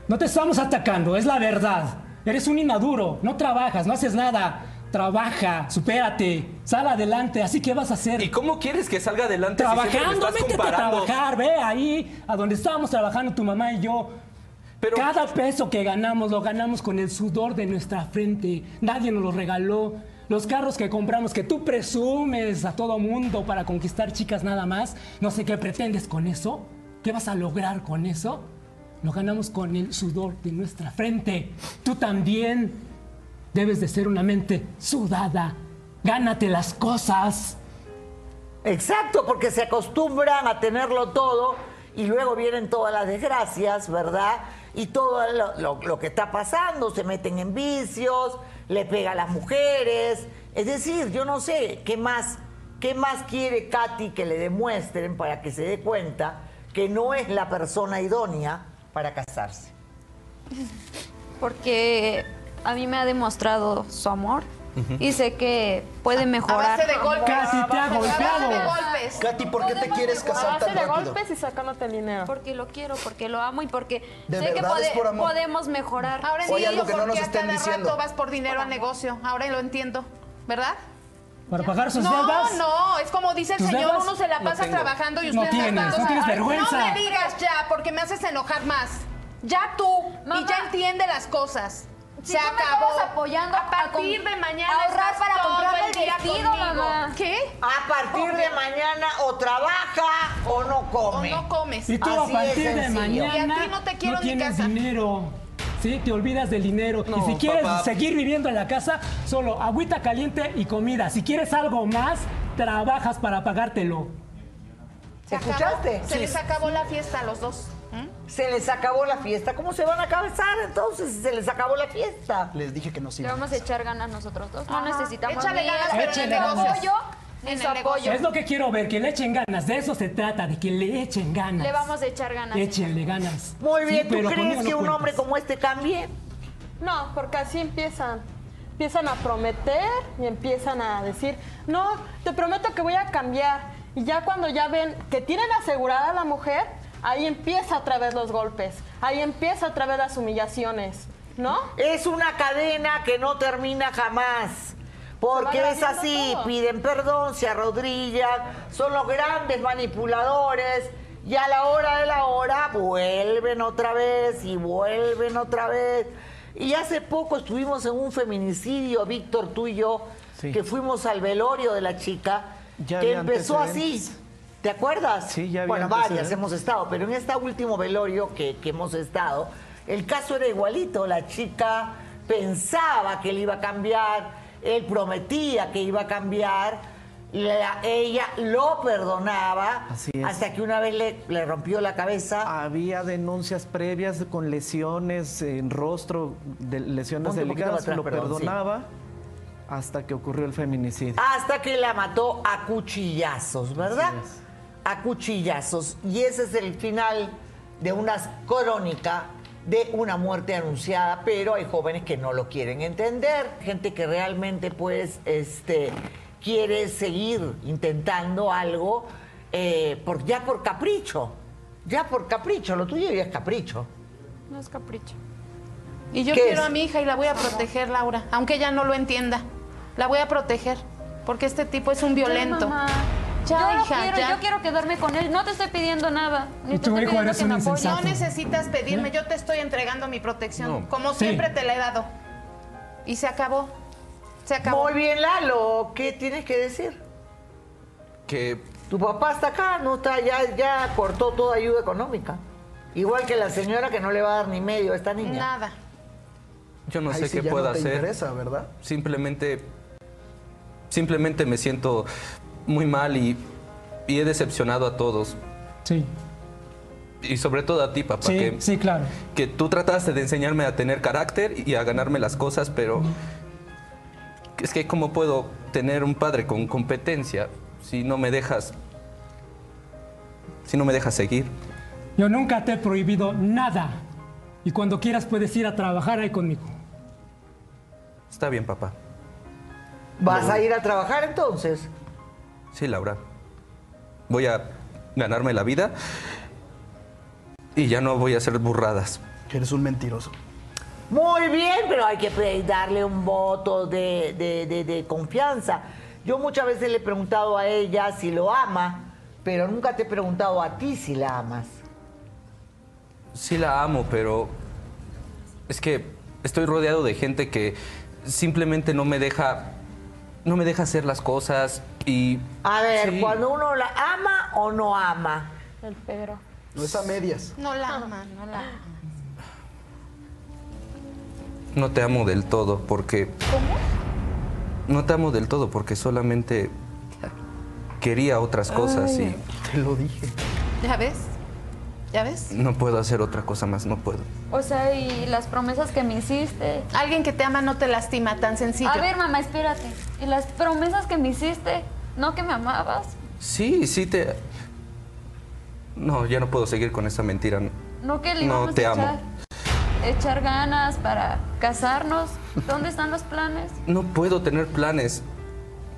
S14: No te estamos atacando, es la verdad. Eres un inmaduro, no trabajas, no haces nada. Trabaja, supérate, sal adelante, así que vas a hacer.
S3: ¿Y cómo quieres que salga adelante si siempre me
S14: Trabajando,
S3: estás
S14: métete a
S3: comparando?
S14: trabajar, ve ahí a donde estábamos trabajando tu mamá y yo. Cada peso que ganamos lo ganamos con el sudor de nuestra frente. Nadie nos lo regaló. Los carros que compramos, que tú presumes a todo mundo para conquistar chicas nada más, no sé qué pretendes con eso. ¿Qué vas a lograr con eso? Lo ganamos con el sudor de nuestra frente. Tú también debes de ser una mente sudada. Gánate las cosas.
S1: Exacto, porque se acostumbran a tenerlo todo y luego vienen todas las desgracias, ¿verdad? Y todo lo, lo- lo que está pasando, se meten en vicios, le pega a las mujeres. Es decir, yo no sé qué más ¿Qué más quiere Katy que le demuestren para que se dé cuenta que no es la persona idónea para casarse?
S5: Porque a mí me ha demostrado su amor y sé que puede mejorar.
S6: base de golpes. Casi te ha golpeado.
S2: Katy, ¿por qué te quieres casar tan rápido?
S5: y sacándote el dinero. Porque lo quiero, porque lo amo y porque
S2: ¿De
S5: sé que
S2: verdad es
S5: pode-
S2: por amor?
S5: podemos mejorar.
S6: Ahora
S2: Oye,
S6: entiendo
S2: algo que no
S6: por
S2: nos
S6: qué a
S2: estén
S6: cada
S2: diciendo.
S6: rato vas por dinero al negocio. Ahora lo entiendo, ¿verdad?
S14: Para pagar sus
S6: no,
S14: deudas.
S6: no, es como dice el
S14: ¿Tus
S6: señor,
S14: deudas?
S6: uno se la
S14: No
S6: pasa
S14: tengo.
S6: trabajando y
S14: No
S6: ustedes
S14: tienes,
S6: gastando-
S14: no tienes
S6: Ay,
S14: vergüenza.
S6: No me digas ya, porque me haces enojar más. Ya tú, y ya entiende las cosas.
S5: Si
S6: se
S5: tú me
S6: acabó.
S5: estabas apoyando
S6: a partir de mañana
S5: a ahorrar
S6: estás
S5: para
S6: todo
S5: comprarme el
S6: día
S5: vestido,
S6: conmigo.
S5: mamá.
S6: ¿Qué?
S1: A partir de mañana o trabaja o no come.
S6: O no comes.
S14: Y tú
S1: Así
S14: a
S1: es
S14: partir de
S1: sencillo.
S14: mañana
S6: Y a ti no te quiero
S14: no
S6: en mi
S14: tienes
S6: casa.
S14: dinero. Sí, te olvidas del dinero. y si quieres
S3: papá.
S14: seguir viviendo en la casa, solo agüita caliente y comida. Si quieres algo más, trabajas para pagártelo.
S6: Se acabó.
S1: ¿Escuchaste?
S6: Se
S1: Sí.
S6: les acabó la fiesta a los dos. ¿Mm?
S1: Se les acabó la fiesta. ¿Cómo se van a casar entonces si se les acabó la fiesta?
S2: Les dije que no
S5: Le vamos a echar ganas nosotros dos. No
S6: Ajá.
S5: necesitamos
S6: Échale
S5: ni
S6: ganas,
S14: pero en el negocio.
S5: apoyo ni
S6: En
S5: su
S6: el
S5: apoyo.
S14: Es lo que quiero ver, que le echen ganas. De eso se trata, de que le echen ganas.
S5: Le vamos a echar ganas.
S14: Échenle ganas.
S1: Muy
S14: Sí,
S1: bien, ¿tú
S14: pero
S1: crees
S14: conmigo
S1: que
S14: no
S1: un
S14: cuentas.
S1: hombre como este cambie?
S11: No, porque así empiezan. Empiezan a prometer y empiezan a decir, no, te prometo que voy a cambiar. Y ya cuando ya ven que tienen asegurada a la mujer, ahí empieza otra vez los golpes, ahí empieza otra vez las humillaciones, ¿no?
S1: Es una cadena que no termina jamás.
S11: Se
S1: Porque
S11: va
S1: es así,
S11: todo.
S1: piden perdón, se arrodillan, son los grandes manipuladores y a la hora de la hora vuelven otra vez y vuelven otra vez. Y hace poco estuvimos en un feminicidio, Víctor, tú y yo,
S13: Sí.
S1: que fuimos al velorio de la chica,
S13: Ya
S1: que
S13: había
S1: empezó así.
S13: antecedentes.
S1: ¿Te acuerdas?
S13: Sí, ya había ¿eh?
S1: Bueno, varias
S13: antecedentes.
S1: hemos estado, pero en este último velorio que, que hemos estado, el caso era igualito. La chica pensaba que él iba a cambiar, él prometía que iba a cambiar, la- ella lo perdonaba,
S13: Así es.
S1: hasta que una vez le, le rompió la cabeza.
S13: Había denuncias previas con lesiones en rostro, de- lesiones
S1: Ponte un poquito
S13: delicadas,
S1: para atrás,
S13: lo
S1: perdón, sí.
S13: perdonaba hasta que ocurrió el feminicidio.
S1: Hasta que la mató a cuchillazos, ¿verdad? A cuchillazos. Y ese es el final de una crónica de una muerte anunciada, pero hay jóvenes que no lo quieren entender, gente que realmente pues este, quiere seguir intentando algo eh, por, ya por capricho, ya por capricho, lo tuyo ya es capricho.
S5: No es capricho.
S6: Y yo
S1: ¿Qué
S6: quiero
S1: es?
S6: a mi hija y la voy a proteger, Laura, aunque ella no lo entienda. La voy a proteger, porque este tipo es un violento.
S5: Ya, mamá.
S6: Ya,
S5: yo lo
S6: hija,
S5: quiero,
S6: ya.
S5: yo quiero quedarme con él. No te estoy pidiendo nada. Ni
S14: Y
S5: te
S14: tu
S5: estoy
S14: hijo
S5: pidiendo
S14: eres
S5: que
S14: un
S5: me apoyes.
S14: insensato.
S6: No necesitas pedirme, yo te estoy entregando mi protección,
S14: No.
S6: como
S14: Sí.
S6: siempre te la he dado. Y se acabó. Se acabó.
S1: Muy bien, Lalo, ¿qué tienes que decir?
S3: Que
S1: Tu papá está acá, no está, ya, ya cortó toda ayuda económica. Igual que la señora que no le va a dar ni medio a esta niña.
S6: Nada.
S3: yo no
S2: Ahí
S3: sé
S2: sí
S3: qué
S2: ya
S3: pueda
S2: no te
S3: hacer.
S2: interesa, ¿verdad?
S3: Simplemente. Simplemente me siento muy mal y, y he decepcionado a todos.
S14: Sí,
S3: Y sobre todo a ti, papá.
S14: sí,
S3: que,
S14: sí, claro.
S3: que tú trataste de enseñarme a tener carácter y a ganarme las cosas, pero es que cómo puedo tener un padre con competencia si no me dejas si no me dejas seguir.
S14: Yo nunca te he prohibido nada. Y cuando quieras puedes ir a trabajar ahí conmigo.
S3: Está bien, papá.
S1: ¿Vas a ir a trabajar entonces?
S3: Sí, Laura. Voy a ganarme la vida y ya no voy a hacer burradas.
S2: Eres un mentiroso.
S1: Muy bien, pero hay que pe- darle un voto de, de- de- de confianza. Yo muchas veces le he preguntado a ella si lo ama, pero nunca te he preguntado a ti si la amas.
S3: Sí la amo, pero es que estoy rodeado de gente que simplemente no me deja no me deja hacer las cosas y
S1: A ver,
S3: Sí.
S1: cuando uno la ama o no ama.
S11: El Pedro.
S2: No es a medias.
S6: No la ama, no la ama.
S3: No te amo del todo porque. No te amo del todo porque solamente quería otras cosas
S6: Ay.
S2: Te lo dije.
S6: ¿Ya ves? ¿Ya ves?
S3: y no puedo hacer otra cosa más, no puedo.
S5: O sea, y las promesas que me hiciste.
S6: Alguien que te ama no te lastima, tan sencillo.
S5: A ver, mamá, espérate. Y las promesas que me hiciste. No que me amabas.
S3: Sí, sí te. No, ya no puedo seguir con esa mentira.
S5: No que le
S3: No,
S5: íbamos
S3: te
S5: a
S3: amo.
S5: echar, echar ganas para casarnos. ¿Dónde están los planes?
S3: No puedo tener planes.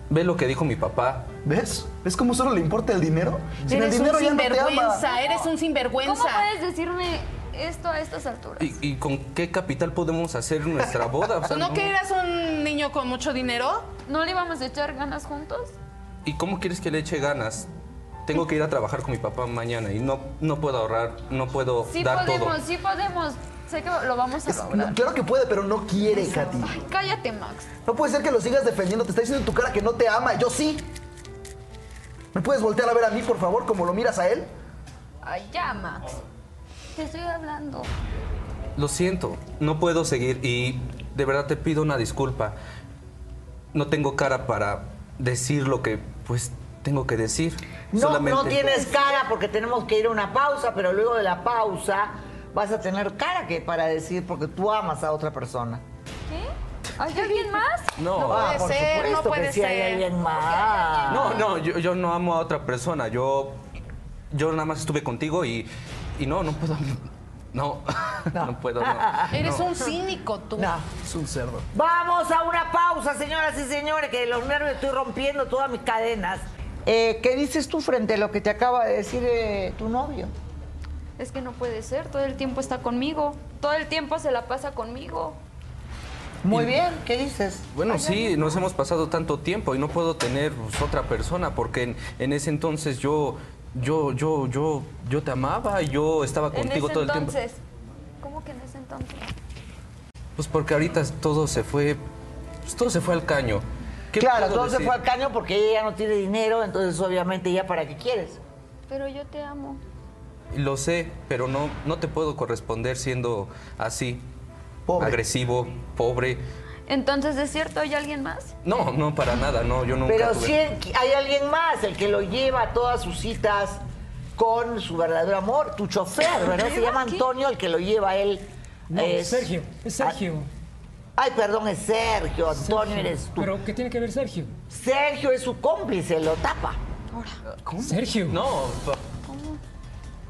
S3: Ve lo que dijo mi papá.
S2: ¿Ves? ¿Ves cómo solo le importa el dinero? Sin el
S6: Eres un
S2: dinero ya no te ama.
S6: sinvergüenza, eres un
S5: ¿Cómo
S6: sinvergüenza.
S5: puedes decirme esto a estas alturas?
S3: ¿Y, y con qué capital podemos hacer nuestra boda? O sea,
S6: ¿No
S3: no-
S6: que eras un niño con mucho dinero?
S5: ¿No le íbamos a echar ganas juntos?
S3: ¿Y cómo quieres que le eche ganas? Tengo que ir a trabajar con mi papá mañana y no, no puedo ahorrar, no puedo
S5: Sí
S3: dar
S5: podemos,
S3: todo.
S5: sí podemos. Sé que lo vamos a lograr.
S2: No, claro que puede, pero no quiere, Katy.
S5: Cállate, Max.
S2: No puede ser que lo sigas defendiendo. Te está diciendo en tu cara que no te ama. Yo sí. ¿Me puedes voltear a ver a mí, por favor, como lo miras a él?
S5: Ay, ya, Max. Te estoy hablando.
S3: Lo siento, no puedo seguir y de verdad te pido una disculpa. No tengo cara para decir lo que pues tengo que decir.
S1: No,
S3: Solamente-
S1: no tienes cara porque tenemos que ir a una pausa, pero luego de la pausa vas a tener cara que para decir porque tú amas a otra persona.
S5: ¿Hay alguien más?
S3: No.
S1: Ah, por supuesto que sí hay alguien más.
S3: No, no, yo, yo no amo a otra persona. Yo, yo nada más estuve contigo y, y no, no puedo. No, [laughs] no, puedo. No.
S6: Eres
S3: No.
S6: un cínico tú.
S2: Es un cerdo.
S1: Vamos a una pausa, señoras y señores, que de los nervios estoy rompiendo todas mis cadenas. Eh, ¿Qué dices tú frente a lo que te acaba de decir eh, tu novio?
S5: Es que no puede ser, todo el tiempo está conmigo, todo el tiempo se la pasa conmigo.
S1: [laughs] Muy bien, ¿qué dices?
S3: Bueno, sí, nos hemos pasado tanto tiempo y no puedo tener pues, otra persona porque en, en ese entonces yo, yo, yo, yo, yo te amaba y yo estaba
S5: en
S3: contigo
S5: ese
S3: todo el tiempo.
S5: entonces. ¿Cómo que en ese entonces?
S3: Pues porque ahorita todo se fue, pues, todo se fue al caño. ¿Qué
S1: Claro,
S3: puedo
S1: todo se
S3: decir?
S1: fue al caño porque ella ya no tiene dinero, entonces obviamente ya para qué quieres.
S5: Pero yo te amo.
S3: Lo sé, pero no, no te puedo corresponder siendo así, agresivo, pobre.
S5: Entonces, ¿es cierto? ¿Hay alguien más?
S3: No, no, para nada, no, yo nunca
S1: Pero
S3: tuve-
S1: si el- hay alguien más, el que lo lleva a todas sus citas con su verdadero amor, tu chofer, ¿verdad? Se llama Antonio, el que lo lleva a él.
S14: No,
S1: es-
S14: Sergio, es Sergio.
S1: Ay, perdón, es Sergio,
S14: Sergio.
S1: Antonio eres tú.
S14: ¿Pero qué tiene que ver Sergio?
S1: Sergio es su cómplice, lo tapa.
S14: Sergio.
S3: No, pa-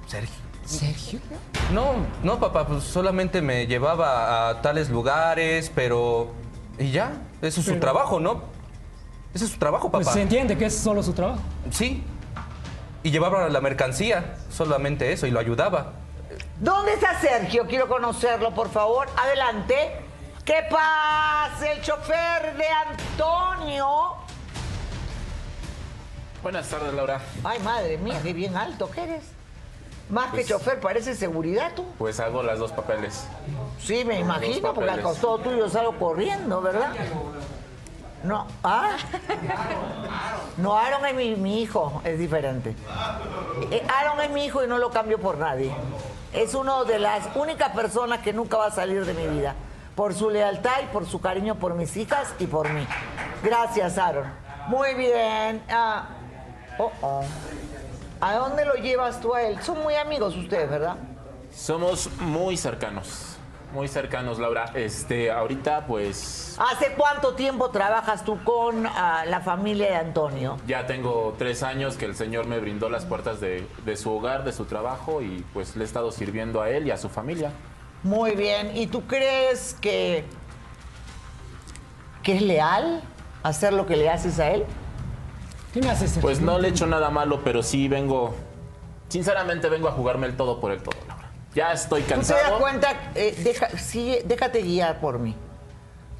S3: Sergio. ¿Sergio? No, no, papá, pues solamente me llevaba a tales lugares, pero... Y ya, eso es su
S14: Pero-
S3: trabajo, ¿no? Ese es su trabajo, papá.
S14: Pues se entiende que es solo su trabajo.
S3: Sí. Y llevaba la mercancía, solamente eso, y lo ayudaba.
S1: ¿Dónde está Sergio? Quiero conocerlo, por favor. Adelante. ¿Qué pasa? El chofer de Antonio.
S15: Buenas tardes, Laura.
S1: Ay, madre mía, qué bien alto que eres. Más
S15: Pues-
S1: que chofer, parece seguridad tú.
S15: Pues hago las dos papeles.
S1: Sí, me
S15: Los
S1: imagino, porque al
S15: papeles.
S1: costado tuyo salgo corriendo, ¿verdad? No,
S15: [laughs]
S1: ¿ah? No, Aaron es mi, mi hijo, es diferente. Eh, Aaron es mi hijo y no lo cambio por nadie. Es una de las únicas personas que nunca va a salir de mi vida. Por su lealtad y por su cariño por mis hijas y por mí. Gracias, Aaron. Muy bien. Ah, oh, oh. ¿A dónde lo llevas tú a él? Son muy amigos ustedes, ¿verdad?
S15: Somos muy cercanos. Muy cercanos, Laura. Este, ahorita, pues.
S1: ¿Hace cuánto tiempo trabajas tú con ah, la familia de Antonio?
S15: Ya tengo tres años que el Señor me brindó las puertas de, de su hogar, de su trabajo, y pues le he estado sirviendo a él y a su familia.
S1: Muy bien. ¿Y tú crees que, que es leal hacer lo que le haces a él?
S14: ¿Qué me haces?
S15: Pues no le he hecho nada malo, pero sí vengo. Sinceramente, vengo a jugarme el todo por el todo, Laura. Ya estoy
S1: Tú te das
S15: cansado.
S1: cuenta, eh, deja- sigue- déjate guiar por mí.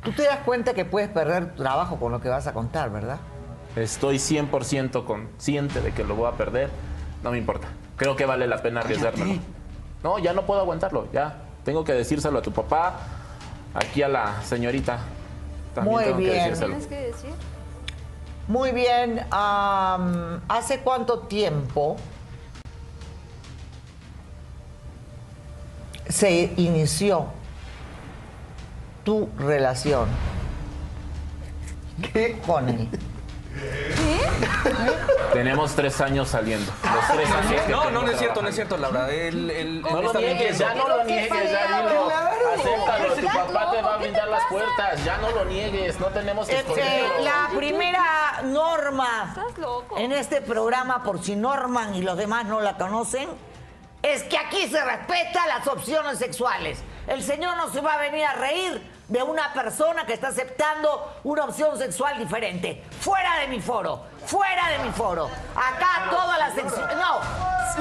S1: Tú te das cuenta que puedes perder tu trabajo con lo que vas a contar, ¿verdad?
S15: Estoy 100% consciente de que lo voy a perder. No me importa. Creo que vale la pena arriesgarme. No, ya no puedo aguantarlo. Ya. Tengo que decírselo a tu papá, aquí a la señorita. También
S1: Muy
S15: tengo que
S1: bien.
S15: decírselo.
S5: que decir?
S1: Muy bien. am, ¿Hace cuánto tiempo se inició tu relación con él?
S5: ¿Qué?
S15: [laughs] Tenemos tres años saliendo. Los tres años que
S3: No,
S15: tengo
S3: no, no es cierto,
S15: trabajando.
S3: no es cierto, Laura. El, el,
S15: No lo niegues, ya no lo niegues, ya dilo. Acéptalo,
S3: Pues
S15: tu papá te va a brindar las puertas. Ya no lo niegues, no tenemos que
S1: Este,
S15: esconderlo.
S1: la primera norma en este programa, por si Norman y los demás no la conocen, es que aquí se respeta las opciones sexuales. El señor no se va a venir a reír de una persona que está aceptando una opción sexual diferente. Fuera de mi foro, fuera de mi foro. Acá todas las secciones... No,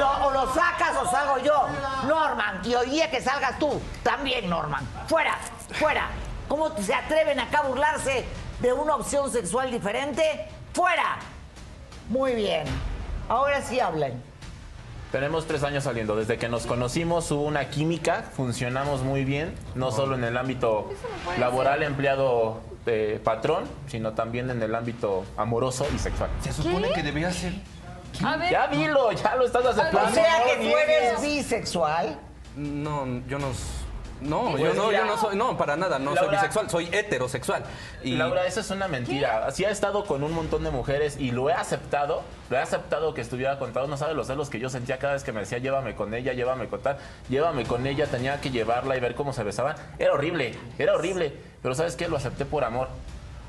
S1: lo- o lo sacas o salgo yo. Norman, y hoy día que salgas tú, también Norman. Fuera, fuera. ¿Cómo se atreven acá a burlarse de una opción sexual diferente? ¡Fuera! Muy bien. Ahora sí hablen.
S15: Tenemos tres años saliendo. Desde que nos conocimos hubo una química, funcionamos muy bien, no solo en el ámbito
S16: puede
S15: laboral,
S16: ser.
S15: empleado, eh, patrón, sino también en el ámbito amoroso y sexual. Se
S3: supone que debería ser.
S8: A ver.
S15: Ya dilo, ya lo estás aceptando.
S1: O sea que
S15: No
S1: tú eres
S15: niegues.
S1: bisexual.
S3: No, yo no. s- No,
S15: Pues
S3: yo no,
S15: mira.
S3: yo no soy. No, para nada, no soy
S15: Laura.
S3: bisexual, soy heterosexual. Y
S15: Laura, eso es una mentira. Si ha estado con un montón de mujeres y lo he aceptado, lo he aceptado que estuviera contado. No sabe los celos que yo sentía cada vez que me decía, llévame con ella, llévame con tal, llévame con ella. Tenía que llevarla y ver cómo se besaban. Era horrible, era horrible. Pero ¿sabes qué? Lo acepté por amor.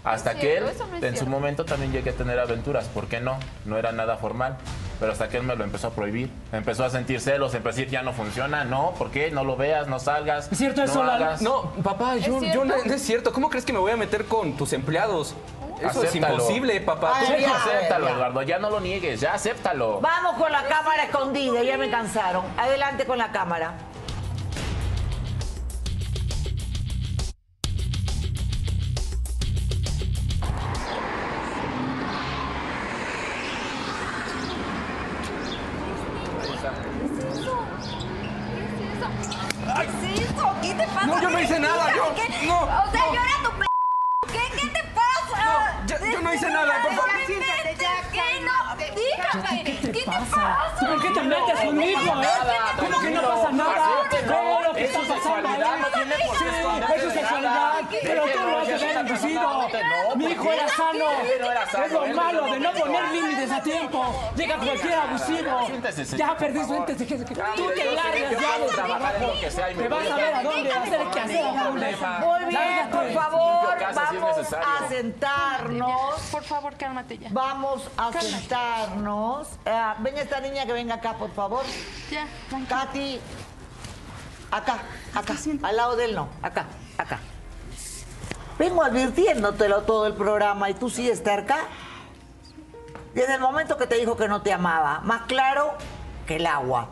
S15: Hasta
S16: es
S15: que él,
S16: cierto, eso no es
S15: en su
S16: cierto.
S15: momento, también llegué a tener aventuras. ¿Por qué no? No era nada formal. Pero hasta que él me lo empezó a prohibir. Empezó a sentir celos, empezó a decir, ya no funciona, no, ¿por qué? No lo veas, no salgas. no hagas".
S3: No, papá, yo,
S15: ¿Es
S3: yo no,
S15: cierto?
S3: no es cierto. ¿Cómo crees que me voy a meter con tus empleados? Eso es
S15: Acéptalo.
S3: imposible, papá.
S1: Ay,
S3: Tú-
S1: ya,
S15: Acéptalo,
S1: ya.
S15: Eduardo, ya no lo niegues, ya acéptalo.
S1: Vamos con la cámara escondida, ya me cansaron. Adelante con la cámara.
S8: ¿Qué es eso? ¿Qué te pasa?
S3: No, yo no
S8: [laughs]
S3: hice nada, yo-
S8: ¿Qué?
S3: no,
S8: O sea,
S3: no.
S8: yo era tu p. ¿Qué, qué te pasa?
S3: No, yo- yo no hice nada, por favor.
S8: ¿Qué ¿Qué no? Dígame. ¿Qué te pasa?
S14: ¿Por qué te metes conmigo? ¿Eh?
S8: No pasa nada,
S14: ¿Cómo que no
S8: tranquilo.
S14: pasa nada?
S8: Acéptelo.
S14: Todo lo que
S8: Es
S14: está
S8: su
S14: pasando
S8: sexualidad,
S14: ahí.
S8: no tiene por qué
S14: Sí,
S8: esconderse
S14: Es su
S8: de
S14: sexualidad,
S8: nada.
S14: pero tú
S8: Déjelo,
S14: lo
S8: ya
S14: haces
S8: está
S14: bien
S8: tratando,
S14: inducido.
S8: no te enojes.
S14: Mi hijo era sano.
S8: Sí, no era sano,
S14: Es lo
S8: él no
S14: malo
S8: lo
S14: de no
S8: dijo.
S14: poner límites a tiempo. Llega cualquier abusivo.
S15: Siéntese, señor,
S14: Ya
S15: por
S14: perdiste,
S15: favor.
S14: antes de que
S15: Ya,
S14: tú
S15: mira,
S14: te
S15: yo sé
S14: largas
S15: que
S14: ya
S15: puedo
S14: de
S15: trabajar en lo que sea y me
S14: Te vas a
S15: voy.
S14: ver a dónde, a hacer qué hacer. a dónde.
S1: Muy bien, por
S14: Lárgate.
S1: favor,
S15: Limpio casa si es
S1: vamos
S15: necesario.
S1: a sentarnos.
S6: Por favor, cálmate ya.
S1: Vamos a
S6: Cálmate.
S1: sentarnos. Eh, ven esta niña que venga acá, por favor.
S6: Ya,
S1: Katy, acá, acá, al lado de él no, acá, acá. Vengo advirtiéndotelo todo el programa y tú sí estar acá. Desde el momento que te dijo que no te amaba, más claro que el agua.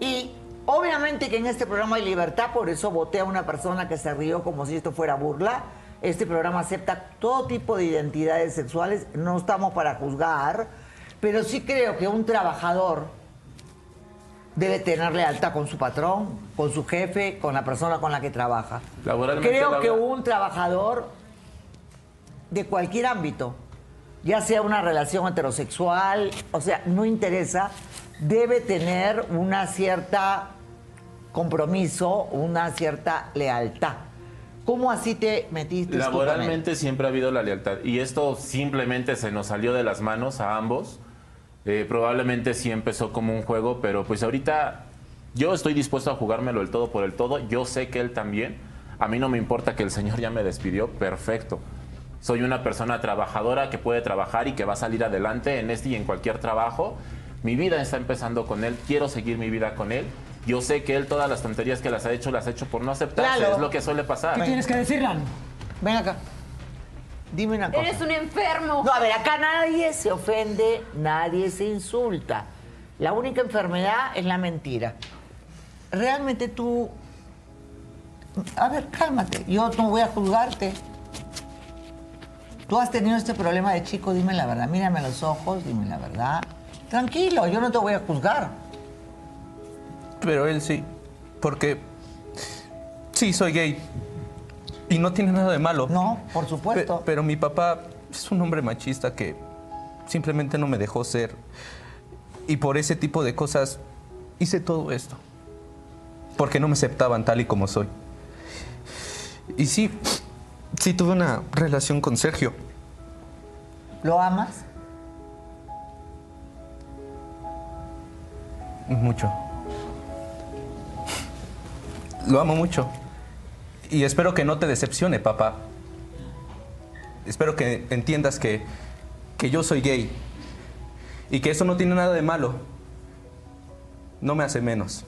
S1: Y obviamente que en este programa hay libertad, por eso voté a una persona que se rió como si esto fuera burla. Este programa acepta todo tipo de identidades sexuales, no estamos para juzgar, pero sí creo que un trabajador debe tener lealtad con su patrón, con su jefe, con la persona con la que trabaja.
S15: Laboralmente,
S1: Creo que
S15: Laura.
S1: un trabajador de cualquier ámbito, ya sea una relación heterosexual, o sea, no interesa, debe tener una cierta compromiso, una cierta lealtad. ¿Cómo así te metiste? tú con él?
S15: Laboralmente siempre ha habido la lealtad y esto simplemente se nos salió de las manos a ambos. Eh, probablemente sí empezó como un juego, pero pues ahorita yo estoy dispuesto a jugármelo el todo por el todo. Yo sé que él también. A mí no me importa que el señor ya me despidió, perfecto. Soy una persona trabajadora que puede trabajar y que va a salir adelante en este y en cualquier trabajo. Mi vida está empezando con él, quiero seguir mi vida con él. Yo sé que él todas las tonterías que las ha hecho las ha hecho por no aceptarse,
S1: Lalo.
S15: es lo que suele pasar.
S1: ¿Qué tienes
S14: que decir, Lalo?
S1: Ah, Ven acá. Dime una cosa.
S5: Eres un enfermo.
S1: No, a ver, acá nadie se ofende, nadie se insulta. La única enfermedad es la mentira. Realmente tú... A ver, cálmate. Yo no voy a juzgarte. Tú has tenido este problema de chico, dime la verdad. Mírame a los ojos, dime la verdad. Tranquilo, yo no te voy a juzgar.
S3: Pero él sí. Porque sí, soy gay. Y no tiene nada de malo.
S1: No, por supuesto.
S3: pero mi papá es un hombre machista que simplemente no me dejó ser. Y por ese tipo de cosas hice todo esto. Porque no me aceptaban tal y como soy. Y sí, sí tuve una relación con Sergio.
S1: ¿Lo amas?
S16: Mucho. Lo amo mucho. Y espero que no te decepcione, papá. Espero que entiendas que, que yo soy gay. Y que eso no tiene nada de malo. No me hace menos.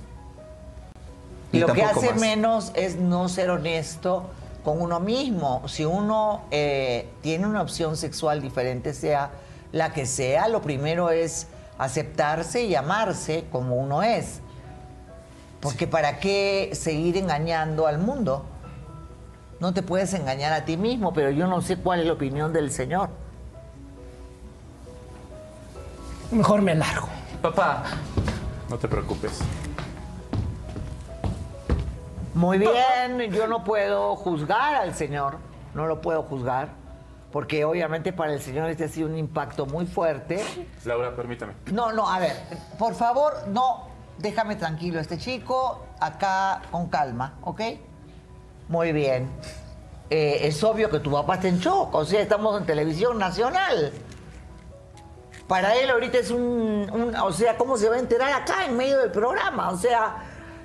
S16: Ni
S1: Lo que
S16: tampoco
S1: hace
S16: más.
S1: menos es no ser honesto con uno mismo. Si uno eh, tiene una opción sexual diferente, sea la que sea, lo primero es aceptarse y amarse como uno es. Porque ¿para qué seguir engañando al mundo? No te puedes engañar a ti mismo, pero yo no sé cuál es la opinión del Señor.
S14: Mejor me largo.
S15: Papá. No te preocupes.
S1: Muy bien, yo no puedo juzgar al Señor, no lo puedo juzgar, porque obviamente para el Señor este ha sido un impacto muy fuerte.
S15: Laura, permítame.
S1: No, no, a ver, por favor, no, déjame tranquilo a este chico, acá con calma, ¿ok? Muy bien. Eh, es obvio que tu papá está en shock, o sea, estamos en televisión nacional. Para él ahorita es un, un- o sea, ¿cómo se va a enterar acá en medio del programa? O sea,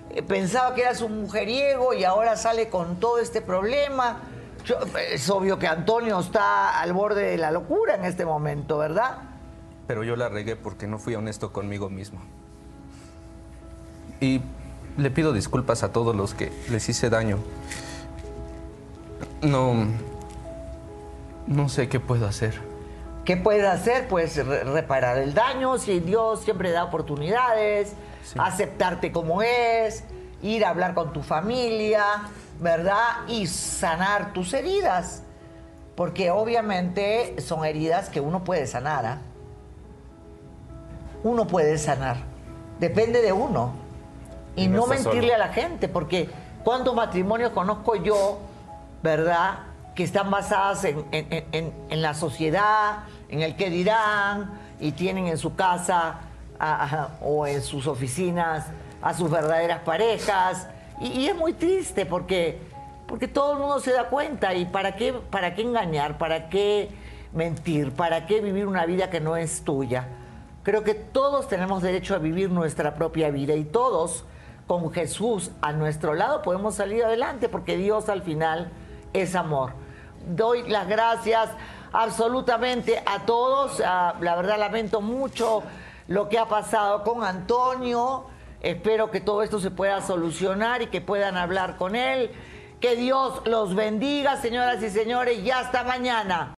S1: eh, pensaba que eras un mujeriego y ahora sale con todo este problema. Yo- es obvio que Antonio está al borde de la locura en este momento, ¿verdad?
S16: Pero yo la regué porque no fui honesto conmigo mismo. Y le pido disculpas a todos los que les hice daño. No. No sé qué puedo hacer.
S1: ¿Qué puedes hacer? Pues re- reparar el daño, si Dios siempre da oportunidades, aceptarte como es, ir a hablar con tu familia, ¿verdad? Y sanar tus heridas, porque obviamente son heridas que uno puede sanar, ¿ah? Uno puede sanar, depende de uno. Y,
S15: Y no
S1: no,
S15: estás
S1: mentirle
S15: solo.
S1: a la gente, porque ¿cuántos matrimonios conozco yo, verdad? Que están basadas en, en- en- en- en la sociedad, en el que dirán, y tienen en su casa a- a- o en sus oficinas a sus verdaderas parejas. Y, y es muy triste porque, porque todo el mundo se da cuenta. ¿Y para qué, para qué engañar? ¿Para qué mentir? ¿Para qué vivir una vida que no es tuya? Creo que todos tenemos derecho a vivir nuestra propia vida y todos con Jesús a nuestro lado podemos salir adelante porque Dios al final es amor. Doy las gracias absolutamente a todos. Ah, la verdad lamento mucho lo que ha pasado con Antonio. Espero que todo esto se pueda solucionar y que puedan hablar con él. Que Dios los bendiga, señoras y señores, y hasta mañana.